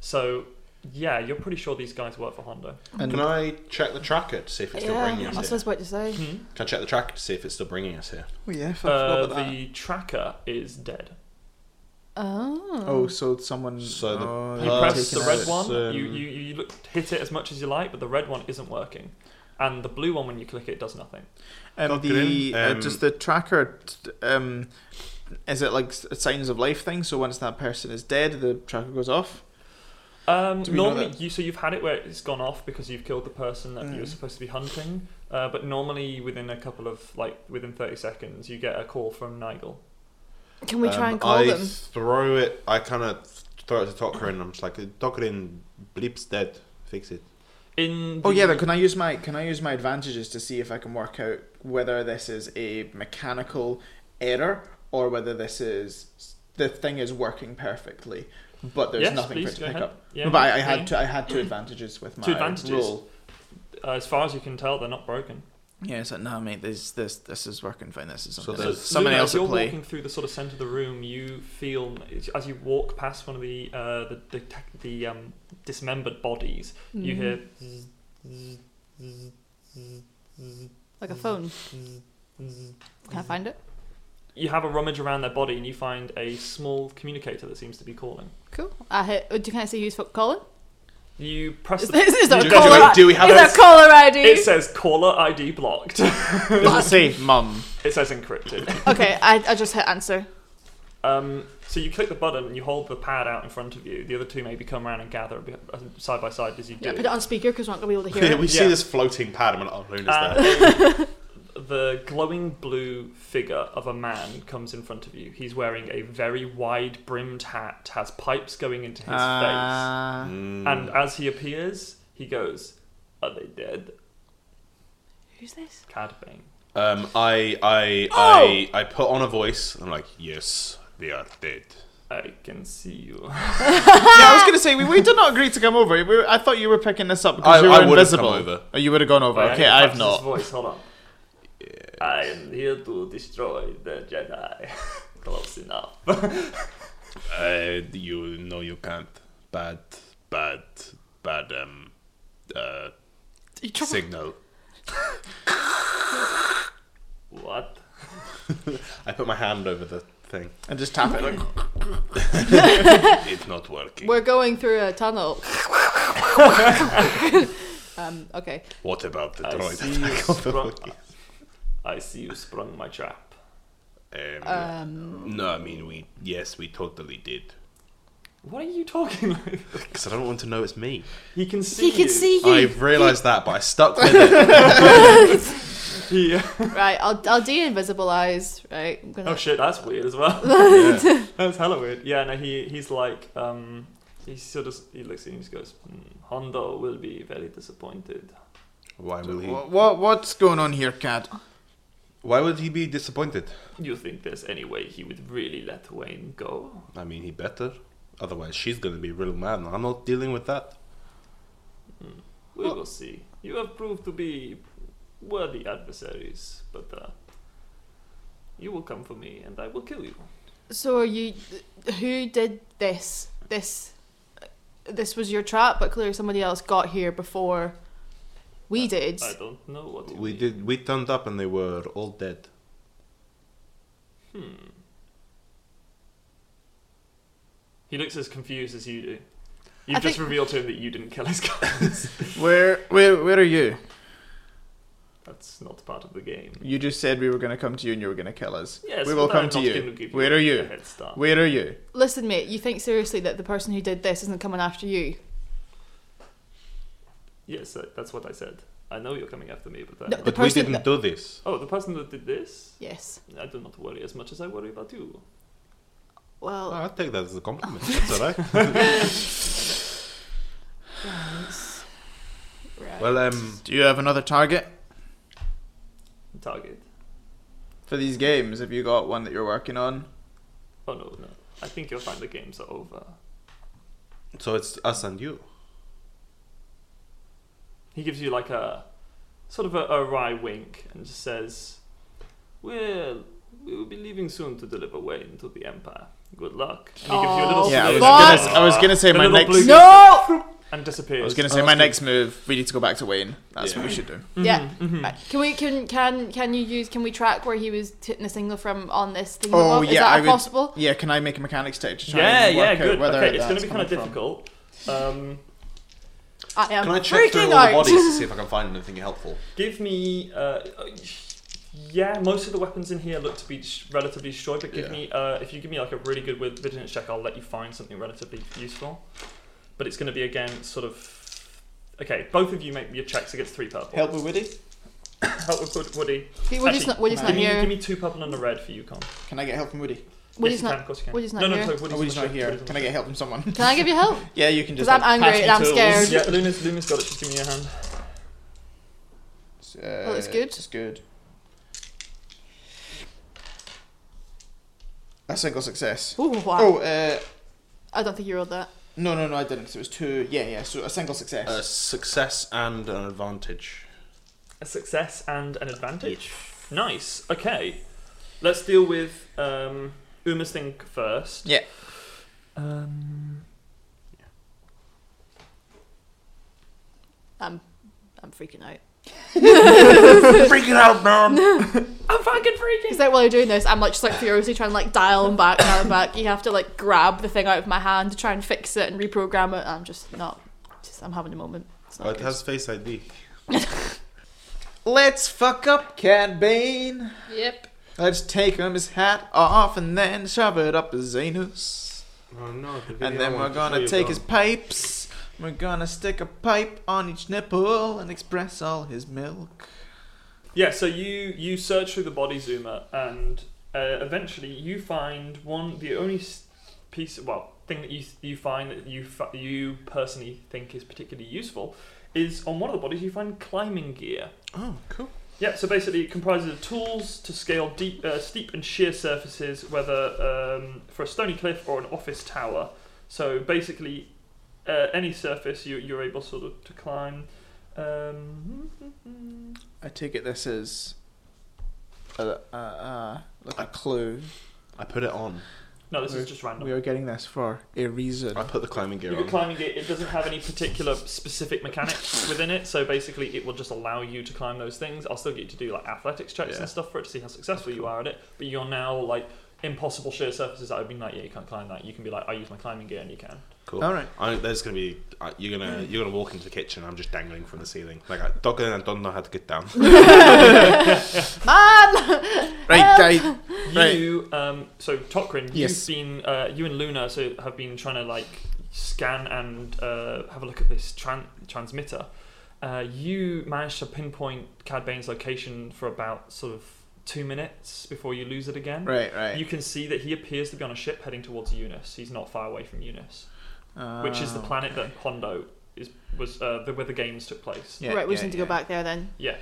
[SPEAKER 5] So, yeah, you're pretty sure these guys work for Hondo.
[SPEAKER 3] Can I check the tracker to see if it's still bringing
[SPEAKER 2] Yeah.
[SPEAKER 3] us
[SPEAKER 2] That's what I
[SPEAKER 3] here?
[SPEAKER 2] was about to say.
[SPEAKER 5] Hmm?
[SPEAKER 3] Can I check the tracker to see if it's still bringing us here?
[SPEAKER 4] Oh, yeah, fuck, Mm-hmm. forgot
[SPEAKER 5] Uh,
[SPEAKER 4] about that.
[SPEAKER 5] the tracker is dead.
[SPEAKER 2] Oh.
[SPEAKER 4] Oh, so someone.
[SPEAKER 3] So the
[SPEAKER 4] oh,
[SPEAKER 5] You
[SPEAKER 3] Uh,
[SPEAKER 4] they've
[SPEAKER 5] press the
[SPEAKER 4] taken
[SPEAKER 3] taking
[SPEAKER 5] red
[SPEAKER 4] out-
[SPEAKER 3] out
[SPEAKER 5] one.
[SPEAKER 3] its,
[SPEAKER 5] You,
[SPEAKER 3] um,
[SPEAKER 5] you, you look, hit it as much as you like, but the red one isn't working. And the blue one, when you click it, does nothing.
[SPEAKER 4] Um,
[SPEAKER 3] Got
[SPEAKER 4] the
[SPEAKER 3] green,
[SPEAKER 4] uh,
[SPEAKER 3] um,
[SPEAKER 4] just the tracker. t- Um, is it like s- signs of life thing? So once that person is dead, the tracker goes off.
[SPEAKER 5] Um,
[SPEAKER 4] Do we know
[SPEAKER 5] normally,
[SPEAKER 4] that?
[SPEAKER 5] you so you've had it where it's gone off because you've killed the person that you were
[SPEAKER 4] Mm.
[SPEAKER 5] supposed to be hunting. Uh, but normally, within a couple of like within thirty seconds, you get a call from Nigel.
[SPEAKER 2] Can we try
[SPEAKER 3] Um,
[SPEAKER 2] and call
[SPEAKER 3] I
[SPEAKER 2] them?
[SPEAKER 3] throw it. I kind of throw it to Tokrin. I'm just like, Tokrin, bleeps dead. Fix it.
[SPEAKER 5] In
[SPEAKER 4] Oh yeah,
[SPEAKER 5] the-
[SPEAKER 4] but can I use my can I use my advantages to see if I can work out whether this is a mechanical error or whether this is the thing is working perfectly, but there's
[SPEAKER 5] Yes,
[SPEAKER 4] nothing for it
[SPEAKER 5] please
[SPEAKER 4] to
[SPEAKER 5] go
[SPEAKER 4] pick
[SPEAKER 5] ahead.
[SPEAKER 4] up.
[SPEAKER 5] Yeah,
[SPEAKER 4] No, but I, I
[SPEAKER 5] yeah.
[SPEAKER 4] had two, I had two advantages with my
[SPEAKER 5] Two advantages.
[SPEAKER 4] roll.
[SPEAKER 5] uh, as far as you can tell, they're not broken.
[SPEAKER 4] Yeah, it's like, no, mate, this this this is working fine. This is
[SPEAKER 3] So
[SPEAKER 4] something.
[SPEAKER 3] there's-
[SPEAKER 4] someone
[SPEAKER 5] Luna,
[SPEAKER 4] else
[SPEAKER 5] As
[SPEAKER 4] will
[SPEAKER 5] you're
[SPEAKER 4] play.
[SPEAKER 5] walking through the sort of center of the room, you feel as you walk past one of the uh, the the, tech- the um, dismembered bodies,
[SPEAKER 2] Hmm.
[SPEAKER 5] you hear zzz, zzz, zzz, zzz, zzz,
[SPEAKER 2] like a phone.
[SPEAKER 5] zzz, zzz.
[SPEAKER 2] Can I find it?
[SPEAKER 5] You have a rummage around their body and you find a small communicator that seems to be calling.
[SPEAKER 2] Cool. I hit. oh, Do can I see who's calling?
[SPEAKER 5] You press
[SPEAKER 2] Is,
[SPEAKER 5] the.
[SPEAKER 2] is, is that
[SPEAKER 3] Do-
[SPEAKER 2] a
[SPEAKER 3] do
[SPEAKER 2] caller?
[SPEAKER 3] we-
[SPEAKER 2] I-
[SPEAKER 3] do we have
[SPEAKER 2] is that
[SPEAKER 3] a-
[SPEAKER 2] a caller ID?
[SPEAKER 5] It says caller ID blocked.
[SPEAKER 4] Does it say mum?
[SPEAKER 5] it says encrypted.
[SPEAKER 2] okay, I, I just hit answer.
[SPEAKER 5] Um, so you click the button and you hold the pad out in front of you. The other two maybe come around and gather be- side by side as you do.
[SPEAKER 2] Yeah, put it on speaker because we're not gonna be able to hear
[SPEAKER 3] Yeah,
[SPEAKER 2] it.
[SPEAKER 3] we see
[SPEAKER 5] Yeah.
[SPEAKER 3] this floating pad. I'm like, oh, Luna's there.
[SPEAKER 5] And the glowing blue figure of a man comes in front of you. He's wearing a very wide brimmed hat, has pipes going into his
[SPEAKER 4] Ah.
[SPEAKER 5] face. And as he appears, he goes, Are they dead?
[SPEAKER 2] Who's this?
[SPEAKER 5] Cad Bane.
[SPEAKER 3] Um, I, I,
[SPEAKER 2] Oh!
[SPEAKER 3] I, I put on a voice. I'm like, yes, they are dead.
[SPEAKER 5] I can see you.
[SPEAKER 4] yeah, I was gonna say we, we did not agree to come over. We, I thought you were picking this up because
[SPEAKER 3] I-
[SPEAKER 4] you were
[SPEAKER 3] I would've
[SPEAKER 4] invisible.
[SPEAKER 3] come over.
[SPEAKER 4] Oh, you would have gone over.
[SPEAKER 5] Right,
[SPEAKER 4] okay,
[SPEAKER 5] I
[SPEAKER 4] I've
[SPEAKER 5] practice
[SPEAKER 4] not.
[SPEAKER 5] His voice. Hold on. I am here to destroy the Jedi. Close enough.
[SPEAKER 3] Uh, you know you can't. Bad, bad, bad. Um, uh,
[SPEAKER 2] You tr-
[SPEAKER 3] signal.
[SPEAKER 5] what?
[SPEAKER 3] I put my hand over the thing.
[SPEAKER 4] And just tap it. Like,
[SPEAKER 3] It's not working.
[SPEAKER 2] We're going through a tunnel. um. Okay.
[SPEAKER 3] What about the
[SPEAKER 5] I
[SPEAKER 3] droid
[SPEAKER 5] see you
[SPEAKER 3] attack on the
[SPEAKER 5] sprung.
[SPEAKER 3] Wookiees?
[SPEAKER 5] I see you sprung my trap.
[SPEAKER 3] Um,
[SPEAKER 2] Um.
[SPEAKER 3] no, I mean we. Yes, we totally did.
[SPEAKER 5] What are you talking about?
[SPEAKER 3] Because I don't want to know it's me.
[SPEAKER 5] He can see
[SPEAKER 2] He can
[SPEAKER 5] you.
[SPEAKER 2] see you.
[SPEAKER 3] I've realised that, but I stuck with it.
[SPEAKER 5] He-
[SPEAKER 2] Right. I'll I'll de-invisibilize. Right. I'm gonna.
[SPEAKER 5] Oh shit, that's weird as well.
[SPEAKER 3] Yeah.
[SPEAKER 5] that's hella weird. Yeah, no, he he's like um he sort of he looks at you and just goes, mm, Hondo will be very disappointed.
[SPEAKER 3] Why will he?
[SPEAKER 4] what, what what's going on here, Cad?
[SPEAKER 3] Why would he be disappointed?
[SPEAKER 5] You think there's any way he would really let Wayne go?
[SPEAKER 3] I mean, he better. Otherwise, she's gonna be real mad, and I'm not dealing with that.
[SPEAKER 5] We
[SPEAKER 2] Well-
[SPEAKER 5] will see. You have proved to be worthy adversaries, but uh, you will come for me and I will kill you.
[SPEAKER 2] So are you? Who did this? This. This was your trap, but clearly somebody else got here before we did.
[SPEAKER 5] I don't know what you
[SPEAKER 3] We
[SPEAKER 5] mean.
[SPEAKER 3] did. We turned up, and they were all dead.
[SPEAKER 5] Hmm. He looks as confused as you do. You've
[SPEAKER 2] I
[SPEAKER 5] just
[SPEAKER 2] think-
[SPEAKER 5] revealed to him that you didn't kill his guys.
[SPEAKER 4] Where where where are you?
[SPEAKER 5] That's not part of the game.
[SPEAKER 4] You just said we were gonna come to you and you were gonna kill us.
[SPEAKER 5] Yes,
[SPEAKER 4] we will
[SPEAKER 5] but
[SPEAKER 4] come
[SPEAKER 5] I'm
[SPEAKER 4] to
[SPEAKER 5] not
[SPEAKER 4] you.
[SPEAKER 5] gonna give
[SPEAKER 4] Where are
[SPEAKER 5] a
[SPEAKER 4] you?
[SPEAKER 5] head start.
[SPEAKER 4] Where are you?
[SPEAKER 2] Listen, mate. You think seriously that the person who did this isn't coming after you?
[SPEAKER 5] Yes, uh, that's what I said. I know you're coming after me, but. I...
[SPEAKER 2] No. The
[SPEAKER 3] But we
[SPEAKER 2] person
[SPEAKER 3] didn't
[SPEAKER 2] that-
[SPEAKER 3] do this.
[SPEAKER 5] Oh, the person that did this?
[SPEAKER 2] Yes.
[SPEAKER 5] I do not worry as much as I worry about you.
[SPEAKER 2] Well.
[SPEAKER 3] I take that as a compliment. It's alright.
[SPEAKER 2] Thanks. Right.
[SPEAKER 3] well, um,
[SPEAKER 4] Do you have another target
[SPEAKER 5] Target.
[SPEAKER 4] for these games? Have you got one that you're working on?
[SPEAKER 5] Oh, no, no. I think you'll find the games are over.
[SPEAKER 3] so it's us and you.
[SPEAKER 5] He gives you like a sort of a, a wry wink and just says, Well, we will be leaving soon to deliver Wayne to the Empire. Good luck. And he gives you a little
[SPEAKER 2] Oh,
[SPEAKER 4] yeah, I was
[SPEAKER 2] What?
[SPEAKER 4] gonna, I was gonna say
[SPEAKER 5] The
[SPEAKER 4] my
[SPEAKER 5] little blue-
[SPEAKER 4] next.
[SPEAKER 2] No.
[SPEAKER 5] and disappears.
[SPEAKER 4] I was gonna say my next move. We need to go back to Wayne. That's
[SPEAKER 3] Yeah.
[SPEAKER 4] what we should do.
[SPEAKER 2] Yeah.
[SPEAKER 5] Mm-hmm,
[SPEAKER 2] Right. Can we can can can you use can we track where he was hitting the signal from on this thing?
[SPEAKER 4] Oh,
[SPEAKER 2] is
[SPEAKER 4] yeah,
[SPEAKER 2] that
[SPEAKER 4] I would-
[SPEAKER 2] possible?
[SPEAKER 4] Yeah, can I make a mechanics check to try
[SPEAKER 5] Yeah,
[SPEAKER 4] and work
[SPEAKER 5] yeah,
[SPEAKER 4] out
[SPEAKER 5] good.
[SPEAKER 4] whether
[SPEAKER 5] Okay, it's
[SPEAKER 4] going to
[SPEAKER 5] be kind of difficult. Um,
[SPEAKER 2] I am
[SPEAKER 3] Can I check through
[SPEAKER 2] freaking
[SPEAKER 3] all
[SPEAKER 2] out.
[SPEAKER 3] the bodies to see if I can find anything helpful?
[SPEAKER 5] give me. Uh, yeah, most of the weapons in here look to be sh- relatively destroyed, but give
[SPEAKER 3] Yeah.
[SPEAKER 5] me uh, if you give me like a really good wi- vigilance check, I'll let you find something relatively useful. But it's going to be again sort of. Okay, both of you make your checks against three purple.
[SPEAKER 4] Help with Woody.
[SPEAKER 5] Help with Wood- Woody.
[SPEAKER 2] See, Woody's
[SPEAKER 5] Actually,
[SPEAKER 2] not, Woody's
[SPEAKER 5] Give
[SPEAKER 2] not
[SPEAKER 5] me, give
[SPEAKER 2] here.
[SPEAKER 5] me two purple and a red for you, Con.
[SPEAKER 4] Can I get help from Woody?
[SPEAKER 2] Woody's
[SPEAKER 5] yes, you can,
[SPEAKER 2] not.
[SPEAKER 5] of course you can.
[SPEAKER 2] Woody's not
[SPEAKER 5] no, no,
[SPEAKER 2] here.
[SPEAKER 5] sorry,
[SPEAKER 4] Oh, Woody's not here.
[SPEAKER 5] Woody's
[SPEAKER 4] Can I get help from someone?
[SPEAKER 2] Can I give you help?
[SPEAKER 4] Yeah, you can just.
[SPEAKER 2] 'Cause I'm
[SPEAKER 4] like,
[SPEAKER 2] angry
[SPEAKER 4] pass me
[SPEAKER 2] and I'm
[SPEAKER 4] tools.
[SPEAKER 2] scared.
[SPEAKER 5] Yeah, Luna's, Luna's got it. Just give me um, your hand.
[SPEAKER 4] Uh,
[SPEAKER 2] Well, it's Oh, good.
[SPEAKER 4] It's good. A single success.
[SPEAKER 2] Oh wow!
[SPEAKER 4] Oh, uh,
[SPEAKER 2] I don't think you rolled that.
[SPEAKER 4] no, no, no,
[SPEAKER 3] Uh,
[SPEAKER 4] I didn't. So it was two. Yeah, yeah. So a single success.
[SPEAKER 3] A success and an advantage.
[SPEAKER 5] a success and an advantage. Nice. Okay. Let's deal with um, Uma's thing first.
[SPEAKER 6] Yeah.
[SPEAKER 5] Um,
[SPEAKER 2] I'm, I'm freaking out.
[SPEAKER 3] Freaking out, man.
[SPEAKER 5] I'm fucking freaking.
[SPEAKER 2] Because like while you're doing this, I'm like just like furiously trying to like dial and back, dial and back. You have to like grab the thing out of my hand to try and fix it and reprogram it. I'm just not. Just I'm having a moment. It's not
[SPEAKER 3] Oh, it
[SPEAKER 2] good.
[SPEAKER 3] has Face ID.
[SPEAKER 4] Let's fuck up Cad Bane.
[SPEAKER 2] Yep.
[SPEAKER 4] Let's take him his hat off and then shove it up his anus.
[SPEAKER 3] Oh no.
[SPEAKER 4] And then we're gonna take his pipes. We're gonna stick a pipe on each nipple and express all his milk.
[SPEAKER 5] Yeah. So you you search through the body, Zuma, and uh, eventually you find one the only s- piece well thing that you you find that you fa- you personally think is particularly useful is on one of the bodies you find climbing gear.
[SPEAKER 4] Oh, cool.
[SPEAKER 5] Yeah, so basically it comprises of tools to scale deep, uh, steep and sheer surfaces, whether um, for a stony cliff or an office tower. So basically, uh, any surface you, you're able sort of to climb. Um,
[SPEAKER 4] I take it this is a, a, a, like a clue.
[SPEAKER 3] I put it on.
[SPEAKER 5] no, this is just random.
[SPEAKER 4] We are getting this for a reason.
[SPEAKER 3] I put the climbing gear
[SPEAKER 5] You can
[SPEAKER 3] on.
[SPEAKER 5] climbing it. It doesn't have any particular specific mechanics within it, so basically it will just allow you to climb those things. I'll still get you to do like athletics checks
[SPEAKER 3] Yeah.
[SPEAKER 5] and stuff for it to see how successful you are at it. But you're now like impossible sheer surfaces that have been like, yeah, you can't climb that. You can be like, I use my climbing gear and you can.
[SPEAKER 3] cool.
[SPEAKER 4] All right.
[SPEAKER 3] I, there's gonna be uh, you're gonna you're gonna walk into the kitchen. I'm just dangling from the ceiling. Like I dug in and don't know how to get down.
[SPEAKER 4] Right, guy. Right.
[SPEAKER 5] You, um, so Tokrin,
[SPEAKER 4] Yes.
[SPEAKER 5] you've been, uh, you and Luna, so have been trying to like scan and uh, have a look at this tran- transmitter. Uh, you managed to pinpoint Cad Bane's location for about sort of two minutes before you lose it again.
[SPEAKER 4] Right, right.
[SPEAKER 5] You can see that he appears to be on a ship heading towards Eunice. He's not far away from Eunice,
[SPEAKER 4] Uh,
[SPEAKER 5] which is the
[SPEAKER 2] Ah.
[SPEAKER 5] planet that Hondo is was uh, the, where the games took place.
[SPEAKER 4] yeah,
[SPEAKER 2] right, we just
[SPEAKER 4] yeah,
[SPEAKER 2] need to
[SPEAKER 4] yeah.
[SPEAKER 2] go back there then.
[SPEAKER 5] Yeah.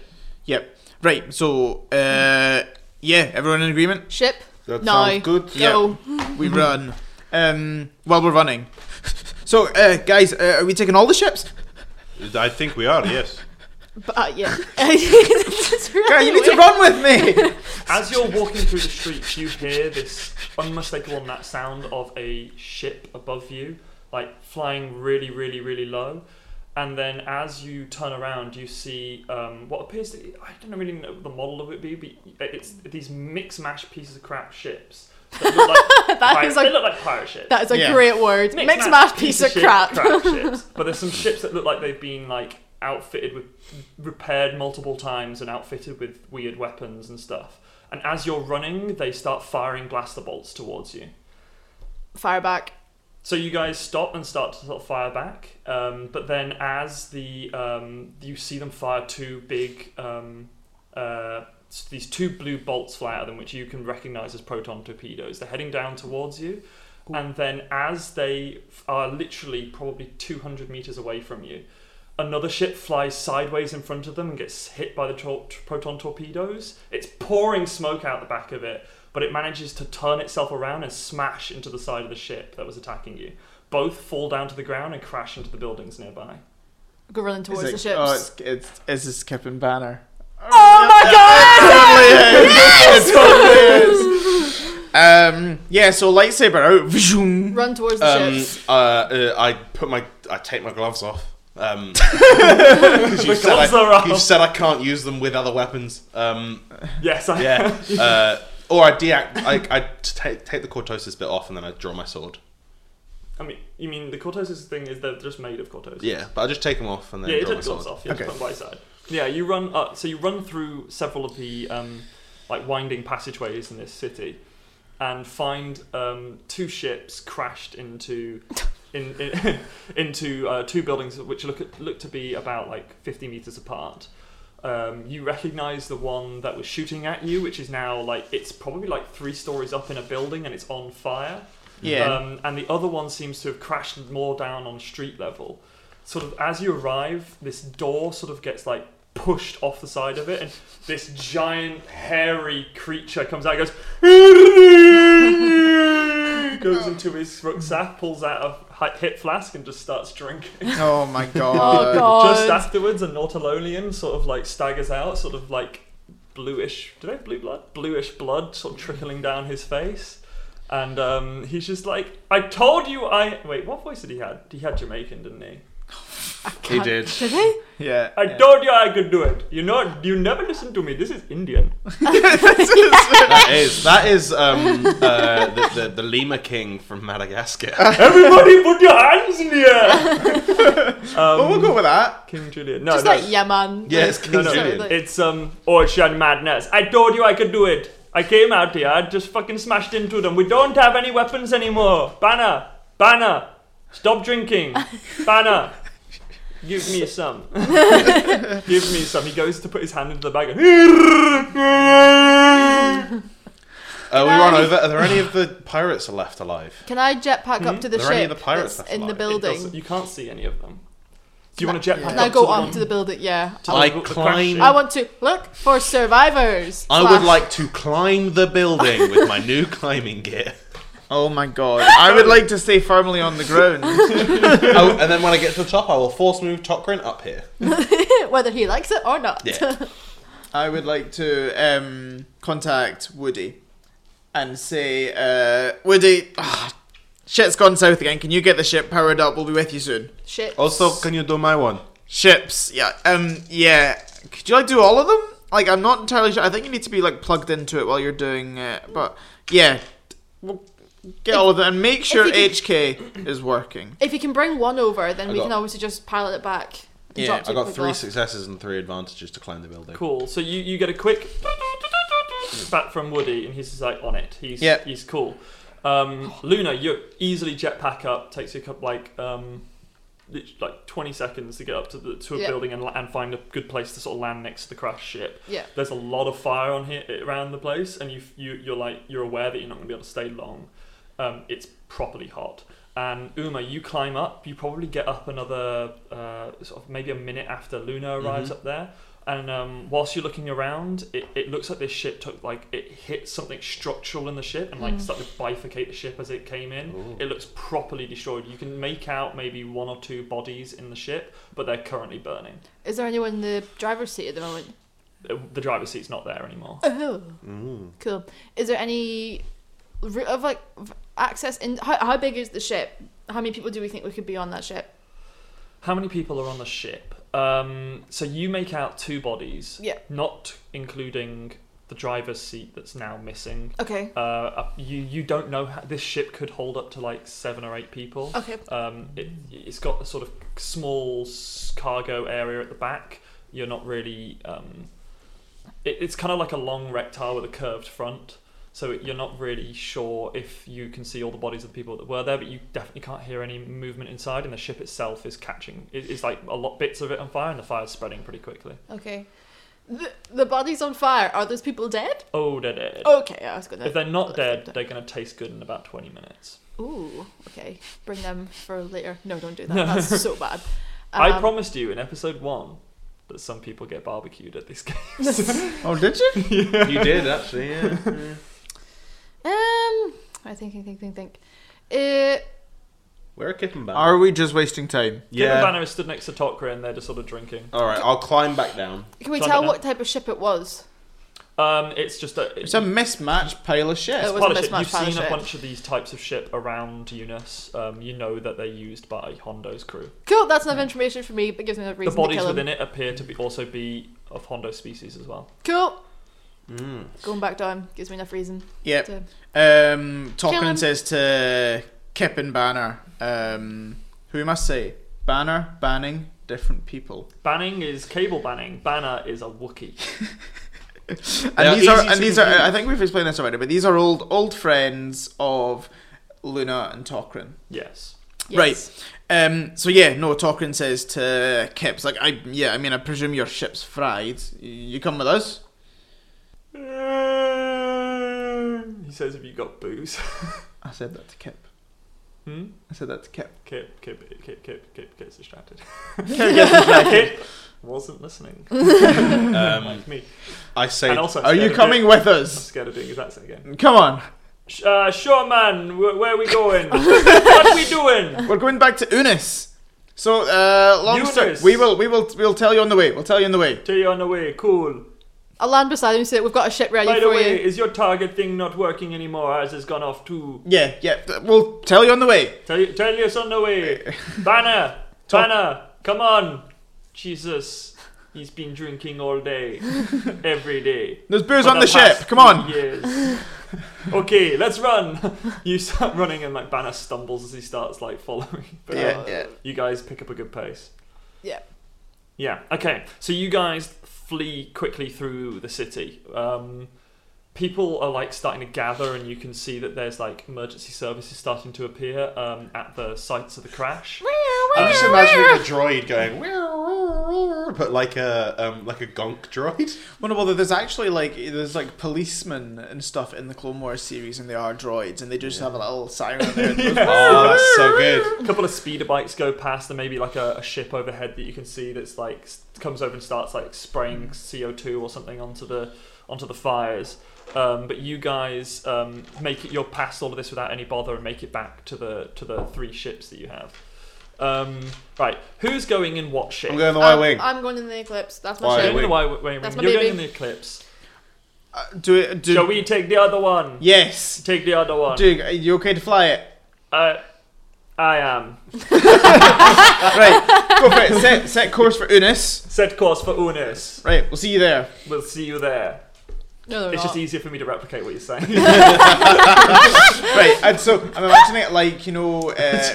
[SPEAKER 4] Yep. Right. So, uh, yeah, everyone in agreement?
[SPEAKER 2] Ship.
[SPEAKER 3] That
[SPEAKER 2] No.
[SPEAKER 3] sounds good.
[SPEAKER 2] Go.
[SPEAKER 4] We run. Um, while we're running. So, uh, guys, uh, are we taking all the ships?
[SPEAKER 3] I think we are. Yes.
[SPEAKER 2] But uh, yeah. It's really
[SPEAKER 4] Guy, you need to
[SPEAKER 2] weird.
[SPEAKER 4] run with me.
[SPEAKER 5] As you're walking through the streets, you hear this unmistakable na- sound of a ship above you, like flying really, really, really low. And then as you turn around, you see um, what appears to I don't really know what the model of it be, but it's these mix mash pieces of crap ships. That look like
[SPEAKER 2] That
[SPEAKER 5] pirate-
[SPEAKER 2] is like-
[SPEAKER 5] they look like pirate ships.
[SPEAKER 2] That is a
[SPEAKER 4] Yeah.
[SPEAKER 2] great word. Mix, mash piece of
[SPEAKER 5] shit
[SPEAKER 2] crap.
[SPEAKER 5] ships. But there's some ships that look like they've been like outfitted with repaired multiple times and outfitted with weird weapons and stuff. And as you're running, they start firing blaster bolts towards you.
[SPEAKER 2] Fire back.
[SPEAKER 5] So you guys stop and start to sort of fire back, um, but then as the um, you see them fire two big um, uh, s- these two blue bolts fly out of them, which you can recognize as proton torpedoes. They're heading down towards you, and then as they f- are literally probably two hundred meters away from you, another ship flies sideways in front of them and gets hit by the tor- proton torpedoes. It's pouring smoke out the back of it, but it manages to turn itself around and smash into the side of the ship that was attacking you. Both fall down to the ground and crash into the buildings nearby.
[SPEAKER 2] Go running towards the
[SPEAKER 4] It's like,
[SPEAKER 2] ships.
[SPEAKER 4] oh, it's, it's, it's his skip and banner.
[SPEAKER 2] oh my god!
[SPEAKER 4] It totally is. Um, yeah, so lightsaber oh, out. Vroom.
[SPEAKER 2] Run towards the
[SPEAKER 3] Um,
[SPEAKER 2] ships.
[SPEAKER 3] uh, uh, I put my I take my gloves off. Um, 'cause you said
[SPEAKER 5] gloves
[SPEAKER 3] I-
[SPEAKER 5] are off.
[SPEAKER 3] You've said I can't use them with other weapons. Um,
[SPEAKER 5] Yes, I
[SPEAKER 3] yeah. uh, or I deact. I, I t- take take the cortosis bit off and then I draw my sword.
[SPEAKER 5] I mean, you mean the cortosis thing is they're just made of cortosis.
[SPEAKER 3] Yeah, but I just take them off and then
[SPEAKER 5] Yeah, you
[SPEAKER 3] draw
[SPEAKER 5] took
[SPEAKER 3] my
[SPEAKER 5] the gloves
[SPEAKER 3] sword.
[SPEAKER 5] off. Yeah,
[SPEAKER 4] Okay.
[SPEAKER 5] okay. by side. Yeah, you run. Uh, so you run through several of the um, like winding passageways in this city, and find um, two ships crashed into in, in into uh, two buildings which look at, look to be about like fifty meters apart. Um, you recognise the one that was shooting at you, which is now like it's probably like three stories up in a building and it's on fire.
[SPEAKER 4] Yeah.
[SPEAKER 5] Um, and the other one seems to have crashed more down on street level. Sort of as you arrive, this door sort of gets like pushed off the side of it, and this giant hairy creature comes out and goes, goes into his rucksack, pulls out a hi- hip flask, and just starts drinking.
[SPEAKER 4] Oh my god.
[SPEAKER 2] Oh god.
[SPEAKER 5] Just afterwards, a Nautilonian sort of like staggers out, sort of like bluish. Do they have blue blood? Bluish blood sort of trickling down his face. And um, he's just like, I told you I. Wait, what voice did he had? He had Jamaican, didn't he?
[SPEAKER 3] He did.
[SPEAKER 2] Did he?
[SPEAKER 4] Yeah.
[SPEAKER 5] I
[SPEAKER 4] yeah.
[SPEAKER 5] told you I could do it. You know, you never listen to me. This is Indian.
[SPEAKER 3] That is that is um, uh, the, the the Lima King from Madagascar.
[SPEAKER 5] Everybody put your hands in the air.
[SPEAKER 4] Well, we'll go with that.
[SPEAKER 5] King Julian. No,
[SPEAKER 2] Just
[SPEAKER 5] no.
[SPEAKER 2] like yeah, man.
[SPEAKER 3] yeah, it's King
[SPEAKER 5] No, no,
[SPEAKER 3] Julian.
[SPEAKER 2] Sorry, like-
[SPEAKER 5] It's um ocean madness. I told you I could do it. I came out here, I just fucking smashed into them. We don't have any weapons anymore. Banner, banner, stop drinking. Banner, give me some. give me some. He goes to put his hand into the bag. And
[SPEAKER 3] Uh, we run over. Are there any of the pirates are left alive?
[SPEAKER 2] Can I jetpack up to the
[SPEAKER 3] There Hmm? are any
[SPEAKER 2] ship
[SPEAKER 3] of the pirates
[SPEAKER 2] that's in
[SPEAKER 3] left
[SPEAKER 2] the
[SPEAKER 3] alive? It
[SPEAKER 2] building?
[SPEAKER 5] you can't see any of them. Do you want to jetpack?
[SPEAKER 2] Can I
[SPEAKER 5] up
[SPEAKER 2] go
[SPEAKER 5] to
[SPEAKER 2] up
[SPEAKER 5] the,
[SPEAKER 2] to the building? Yeah.
[SPEAKER 5] to the-
[SPEAKER 3] I
[SPEAKER 5] the crash
[SPEAKER 3] climb-
[SPEAKER 5] ship?
[SPEAKER 2] I want to look for survivors.
[SPEAKER 3] I would
[SPEAKER 2] Slash-
[SPEAKER 3] like to climb the building with my new climbing gear.
[SPEAKER 4] Oh my god. I would like to stay firmly on the ground.
[SPEAKER 3] Oh, and then when I get to the top, I will force move Tokrin up here.
[SPEAKER 2] whether he likes it or not.
[SPEAKER 3] Yeah.
[SPEAKER 4] I would like to um, contact Woody and say, uh, Woody, ah, shit's gone south again. Can you get the ship powered up? We'll be with you soon.
[SPEAKER 2] Shit.
[SPEAKER 3] Also, can you do my one?
[SPEAKER 4] Ships, yeah, um, yeah. Could you like do all of them? Like, I'm not entirely sure. I think you need to be like plugged into it while you're doing it. But yeah, we'll get all of them and make sure
[SPEAKER 2] you could-
[SPEAKER 4] HK is working.
[SPEAKER 2] if you can bring one over, then
[SPEAKER 3] I
[SPEAKER 2] we
[SPEAKER 3] got-
[SPEAKER 2] can obviously just pilot it back. and
[SPEAKER 4] Yeah,
[SPEAKER 2] drop
[SPEAKER 3] I
[SPEAKER 2] it
[SPEAKER 3] got
[SPEAKER 2] quick
[SPEAKER 3] three
[SPEAKER 2] off.
[SPEAKER 3] successes and three advantages to climb the building.
[SPEAKER 5] Cool. So you, you get a quick back from Woody, and he's just like on it. He's
[SPEAKER 4] Yep.
[SPEAKER 5] he's cool. Um, Luna, you easily jetpack up. Takes you a couple like um, lit- like twenty seconds to get up to the to a
[SPEAKER 2] Yeah.
[SPEAKER 5] building and la- and find a good place to sort of land next to the crash ship.
[SPEAKER 2] Yeah.
[SPEAKER 5] There's a lot of fire on here eh, around the place, and you f- you you're like you're aware that you're not going to be able to stay long. Um, it's properly hot. And Uma, you climb up. You probably get up another uh, sort of maybe a minute after Luna arrives up there. And um, whilst you're looking around, it, it looks like this ship took like it hit something structural in the ship and like started to bifurcate the ship as it came in. It looks properly destroyed. You can make out maybe one or two bodies in the ship, but they're currently burning.
[SPEAKER 2] Is there anyone in the driver's seat at the moment?
[SPEAKER 5] Uh, The driver's seat's not there anymore.
[SPEAKER 2] Oh, cool. Is there any r- of like v- access in? How, how big is the ship? How many people do we think we could be on that ship?
[SPEAKER 5] How many people are on the ship? Um, so you make out two bodies,
[SPEAKER 2] Yeah.
[SPEAKER 5] not including the driver's seat that's now missing.
[SPEAKER 2] Okay.
[SPEAKER 5] Uh, up- you you don't know how this ship could hold up to like seven or eight people.
[SPEAKER 2] Okay.
[SPEAKER 5] Um, it, it's got a sort of small s- cargo area at the back. You're not really. Um, it, it's kind of like a long rectile with a curved front, so it, you're not really sure if you can see all the bodies of the people that were there, but you definitely can't hear any movement inside, and the ship itself is catching. It, it's like a lot bits of it on fire, and the fire's spreading pretty quickly.
[SPEAKER 2] Okay. The, the body's on fire. Are those people dead?
[SPEAKER 5] Oh, they're dead.
[SPEAKER 2] Okay, I was gonna.
[SPEAKER 5] if they're not
[SPEAKER 2] let's
[SPEAKER 5] dead,
[SPEAKER 2] leave
[SPEAKER 5] they're going to taste good in about 20 minutes.
[SPEAKER 2] Ooh. Okay. Bring them for later. No, don't do that. That's so bad.
[SPEAKER 5] I
[SPEAKER 2] Um,
[SPEAKER 5] promised you in episode one that some people get barbecued at this game.
[SPEAKER 4] Oh, did you?
[SPEAKER 3] You did actually. Yeah.
[SPEAKER 2] Um, I think, think, think, think, think. Uh,
[SPEAKER 3] We're a kitten banner.
[SPEAKER 4] Are we just wasting time?
[SPEAKER 5] Yeah. Given
[SPEAKER 3] yeah.
[SPEAKER 5] Banner is stood next to Tokra and they're just sort of drinking.
[SPEAKER 3] All right, I'll climb back down.
[SPEAKER 2] can we
[SPEAKER 5] Try
[SPEAKER 2] tell
[SPEAKER 5] that
[SPEAKER 2] what type of ship it was?
[SPEAKER 5] Um, it's just a.
[SPEAKER 4] It's a mismatched pile of shit.
[SPEAKER 2] It was-
[SPEAKER 5] pilot
[SPEAKER 2] a
[SPEAKER 5] ship.
[SPEAKER 2] mismatched
[SPEAKER 5] You've
[SPEAKER 2] pilot
[SPEAKER 5] seen a
[SPEAKER 2] ship.
[SPEAKER 5] bunch of these types of ship around Eunice. Um, you know that they're used by Hondo's crew.
[SPEAKER 2] Cool. That's enough information for me, but gives me a reason
[SPEAKER 5] the
[SPEAKER 2] to
[SPEAKER 5] bodies
[SPEAKER 2] kill him.
[SPEAKER 5] within it appear to be also be of Hondo species as well.
[SPEAKER 2] Cool.
[SPEAKER 3] Mm.
[SPEAKER 2] Going back down gives me enough reason
[SPEAKER 4] Yep.
[SPEAKER 2] to.
[SPEAKER 4] Um,
[SPEAKER 2] Kill him.
[SPEAKER 4] Tolkien says to Kip and Banner, um, who we must say, Banner banning different people.
[SPEAKER 5] Banning is cable banning. Banner is a Wookiee.
[SPEAKER 4] And
[SPEAKER 3] are
[SPEAKER 4] these are
[SPEAKER 3] easy to
[SPEAKER 4] and these are
[SPEAKER 3] confuse.
[SPEAKER 4] I think we've explained this already, but these are old old friends of Luna and Tokrin.
[SPEAKER 5] Yes.
[SPEAKER 2] Yes.
[SPEAKER 4] Right. Um so yeah, no, Tokrin says to Kip's like I yeah, I mean I presume your ship's fried. You come with us?
[SPEAKER 5] He says, "Have you got booze?"
[SPEAKER 4] I said that to Kip.
[SPEAKER 5] hmm?
[SPEAKER 4] I said that to Kip.
[SPEAKER 5] Kip, Kip, Kip, Kip, Kip gets distracted.
[SPEAKER 4] Kip gets distracted.
[SPEAKER 5] Kip wasn't listening.
[SPEAKER 3] Um,
[SPEAKER 5] like me.
[SPEAKER 3] I say,
[SPEAKER 5] And also, I'm
[SPEAKER 4] Are
[SPEAKER 5] scared
[SPEAKER 4] you
[SPEAKER 5] of
[SPEAKER 4] coming
[SPEAKER 5] Doing,
[SPEAKER 4] with
[SPEAKER 5] I'm
[SPEAKER 4] us?
[SPEAKER 5] scared of doing his accent again.
[SPEAKER 4] Come on.
[SPEAKER 5] Sh- Uh, sure, man. Wh- where are we going? what are we doing?
[SPEAKER 4] We're going back to Unis. So, uh, long story.
[SPEAKER 5] Eunice.
[SPEAKER 4] We will, we will, we'll tell you on the way. We'll tell you on the way.
[SPEAKER 5] Tell you on the way. Cool.
[SPEAKER 2] I'll land beside him and say, We've got a ship ready
[SPEAKER 5] By the
[SPEAKER 2] for
[SPEAKER 5] way,
[SPEAKER 2] you.
[SPEAKER 5] is your target thing not working anymore? Ours has gone off too.
[SPEAKER 4] Yeah, yeah. th- We'll tell you on the way.
[SPEAKER 5] Tell you, tell us on the way. Banner, Banner, come on. Jesus, he's been drinking all day, every day.
[SPEAKER 4] There's booze
[SPEAKER 5] for
[SPEAKER 4] on the,
[SPEAKER 5] the past
[SPEAKER 4] ship. Come on.
[SPEAKER 5] Years. okay, let's run. You start running, and like Banner stumbles as he starts like following. But
[SPEAKER 4] Yeah,
[SPEAKER 5] uh,
[SPEAKER 4] yeah.
[SPEAKER 5] you guys pick up a good pace.
[SPEAKER 2] Yeah.
[SPEAKER 5] Yeah. Okay. So you guys flee quickly through the city. Um, people are like starting to gather, and you can see that there's like emergency services starting to appear um, at the sites of the crash.
[SPEAKER 3] I'm just imagining a droid going, "Wah, wah, wah," but like a um, like a gonk droid.
[SPEAKER 4] Well, no, well, there's actually like there's like policemen and stuff in the Clone Wars series, and they are droids, and they just have a little siren on there.
[SPEAKER 3] Oh, that's so good.
[SPEAKER 5] A couple of speeder bikes go past, and maybe like a, a ship overhead that you can see that's like s- comes over and starts like spraying CO two or something onto the onto the fires. Um, but you guys um, make it your past all of this without any bother and make it back to the to the three ships that you have. Um, right, who's going in what ship?
[SPEAKER 3] I'm going the Y
[SPEAKER 2] I'm,
[SPEAKER 3] wing.
[SPEAKER 2] I'm going in the eclipse. That's
[SPEAKER 3] Y
[SPEAKER 2] my
[SPEAKER 5] You're
[SPEAKER 2] ship.
[SPEAKER 5] going in the Y
[SPEAKER 3] wing.
[SPEAKER 5] wing.
[SPEAKER 2] That's my
[SPEAKER 5] You're going
[SPEAKER 2] baby.
[SPEAKER 5] in the Eclipse.
[SPEAKER 4] Uh, do it. Do
[SPEAKER 5] Shall we take the other one?
[SPEAKER 4] Yes.
[SPEAKER 5] Take the other one.
[SPEAKER 4] Dude, are you okay to fly it?
[SPEAKER 5] Uh, I am.
[SPEAKER 4] Right, go for it. Set, set course for Unis.
[SPEAKER 5] Set course for Unis.
[SPEAKER 4] Right, we'll see you there.
[SPEAKER 5] We'll see you there.
[SPEAKER 2] No, they're
[SPEAKER 5] It's just
[SPEAKER 2] not.
[SPEAKER 5] easier for me to replicate what you're saying.
[SPEAKER 4] Right, and so I'm imagining it like you know. Uh,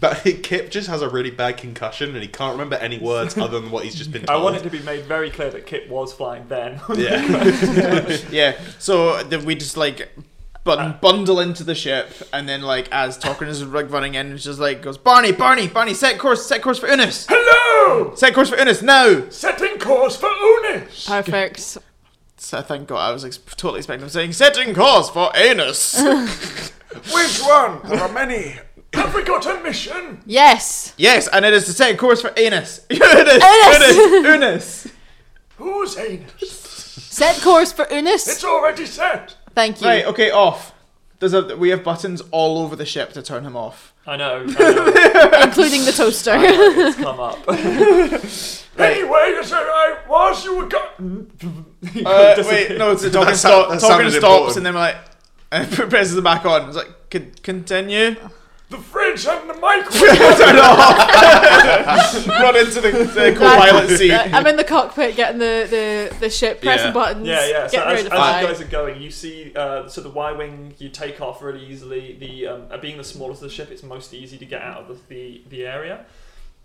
[SPEAKER 3] But Kip just has a really bad concussion and he can't remember any words other than what he's just been
[SPEAKER 5] I
[SPEAKER 3] told.
[SPEAKER 5] want it to be made very clear that Kip was flying then.
[SPEAKER 3] Yeah.
[SPEAKER 4] yeah, so that we just like
[SPEAKER 5] Uh.
[SPEAKER 4] bun- bundle into the ship, and then like as Talkin is like running in, it's just like goes Barney, Barney, Barney, set course, set course for Unis,
[SPEAKER 5] Hello!
[SPEAKER 4] set course for Unis now.
[SPEAKER 5] Setting course for Unis!
[SPEAKER 2] Perfect.
[SPEAKER 4] So thank God I was ex- totally expecting him saying setting course for Anus.
[SPEAKER 5] Which one? There are many. Have we got a mission?
[SPEAKER 2] Yes.
[SPEAKER 4] yes, and it is to set course for Anus. Unis,
[SPEAKER 2] Unis.
[SPEAKER 4] Unis, Unis.
[SPEAKER 5] Who's Anus?
[SPEAKER 2] Set course for Unis.
[SPEAKER 5] already set!
[SPEAKER 2] Thank you.
[SPEAKER 4] Right, okay, off. There's a we have buttons all over the ship to turn him off.
[SPEAKER 5] I know, I know
[SPEAKER 2] Including the toaster.
[SPEAKER 5] it's come up. Anyway, you said I was, you were got.
[SPEAKER 4] Uh, wait, no,
[SPEAKER 3] That sou-
[SPEAKER 4] it's Talking, stop,
[SPEAKER 3] that
[SPEAKER 4] Talkin
[SPEAKER 3] sounded
[SPEAKER 4] stops,
[SPEAKER 3] important.
[SPEAKER 4] and then we're like, and presses it back on. It's like, "Con- continue.
[SPEAKER 5] The fridge and the microwave!
[SPEAKER 4] Turn it off. Run into the, the co-pilot seat.
[SPEAKER 2] Yeah, I'm in the cockpit getting the, the, the ship, pressing
[SPEAKER 3] Yeah.
[SPEAKER 2] buttons,
[SPEAKER 5] Yeah, yeah. So
[SPEAKER 2] getting ready
[SPEAKER 5] as, as you
[SPEAKER 2] to fly.
[SPEAKER 5] guys are going, you see, uh, so the Y wing, you take off really easily. The um, uh, being the smallest of the ship, it's most easy to get out of the the, the area.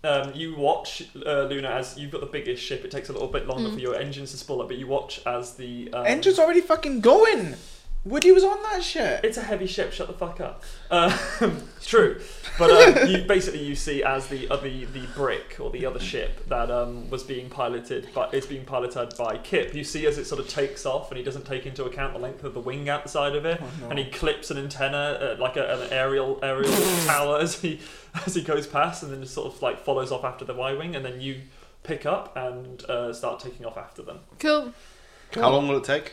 [SPEAKER 5] Um, you watch uh, Luna as you've got the biggest ship. It takes a little bit longer for your engines to spool up, but you watch as the um,
[SPEAKER 4] Engine's already fucking going. Woody was on that shit.
[SPEAKER 5] It's a heavy ship. Shut the fuck up. Uh, it's true, but um, you, basically you see as the other the brick or the other ship that um, was being piloted, but it's being piloted by Kip. You see as it sort of takes off, and he doesn't take into account the length of the wing out the side of it, and he clips an antenna uh, like a, an aerial aerial tower as he as he goes past, and then just sort of like follows off after the Y wing, and then you pick up and uh, start taking off after them
[SPEAKER 2] Cool.
[SPEAKER 3] How long will it take?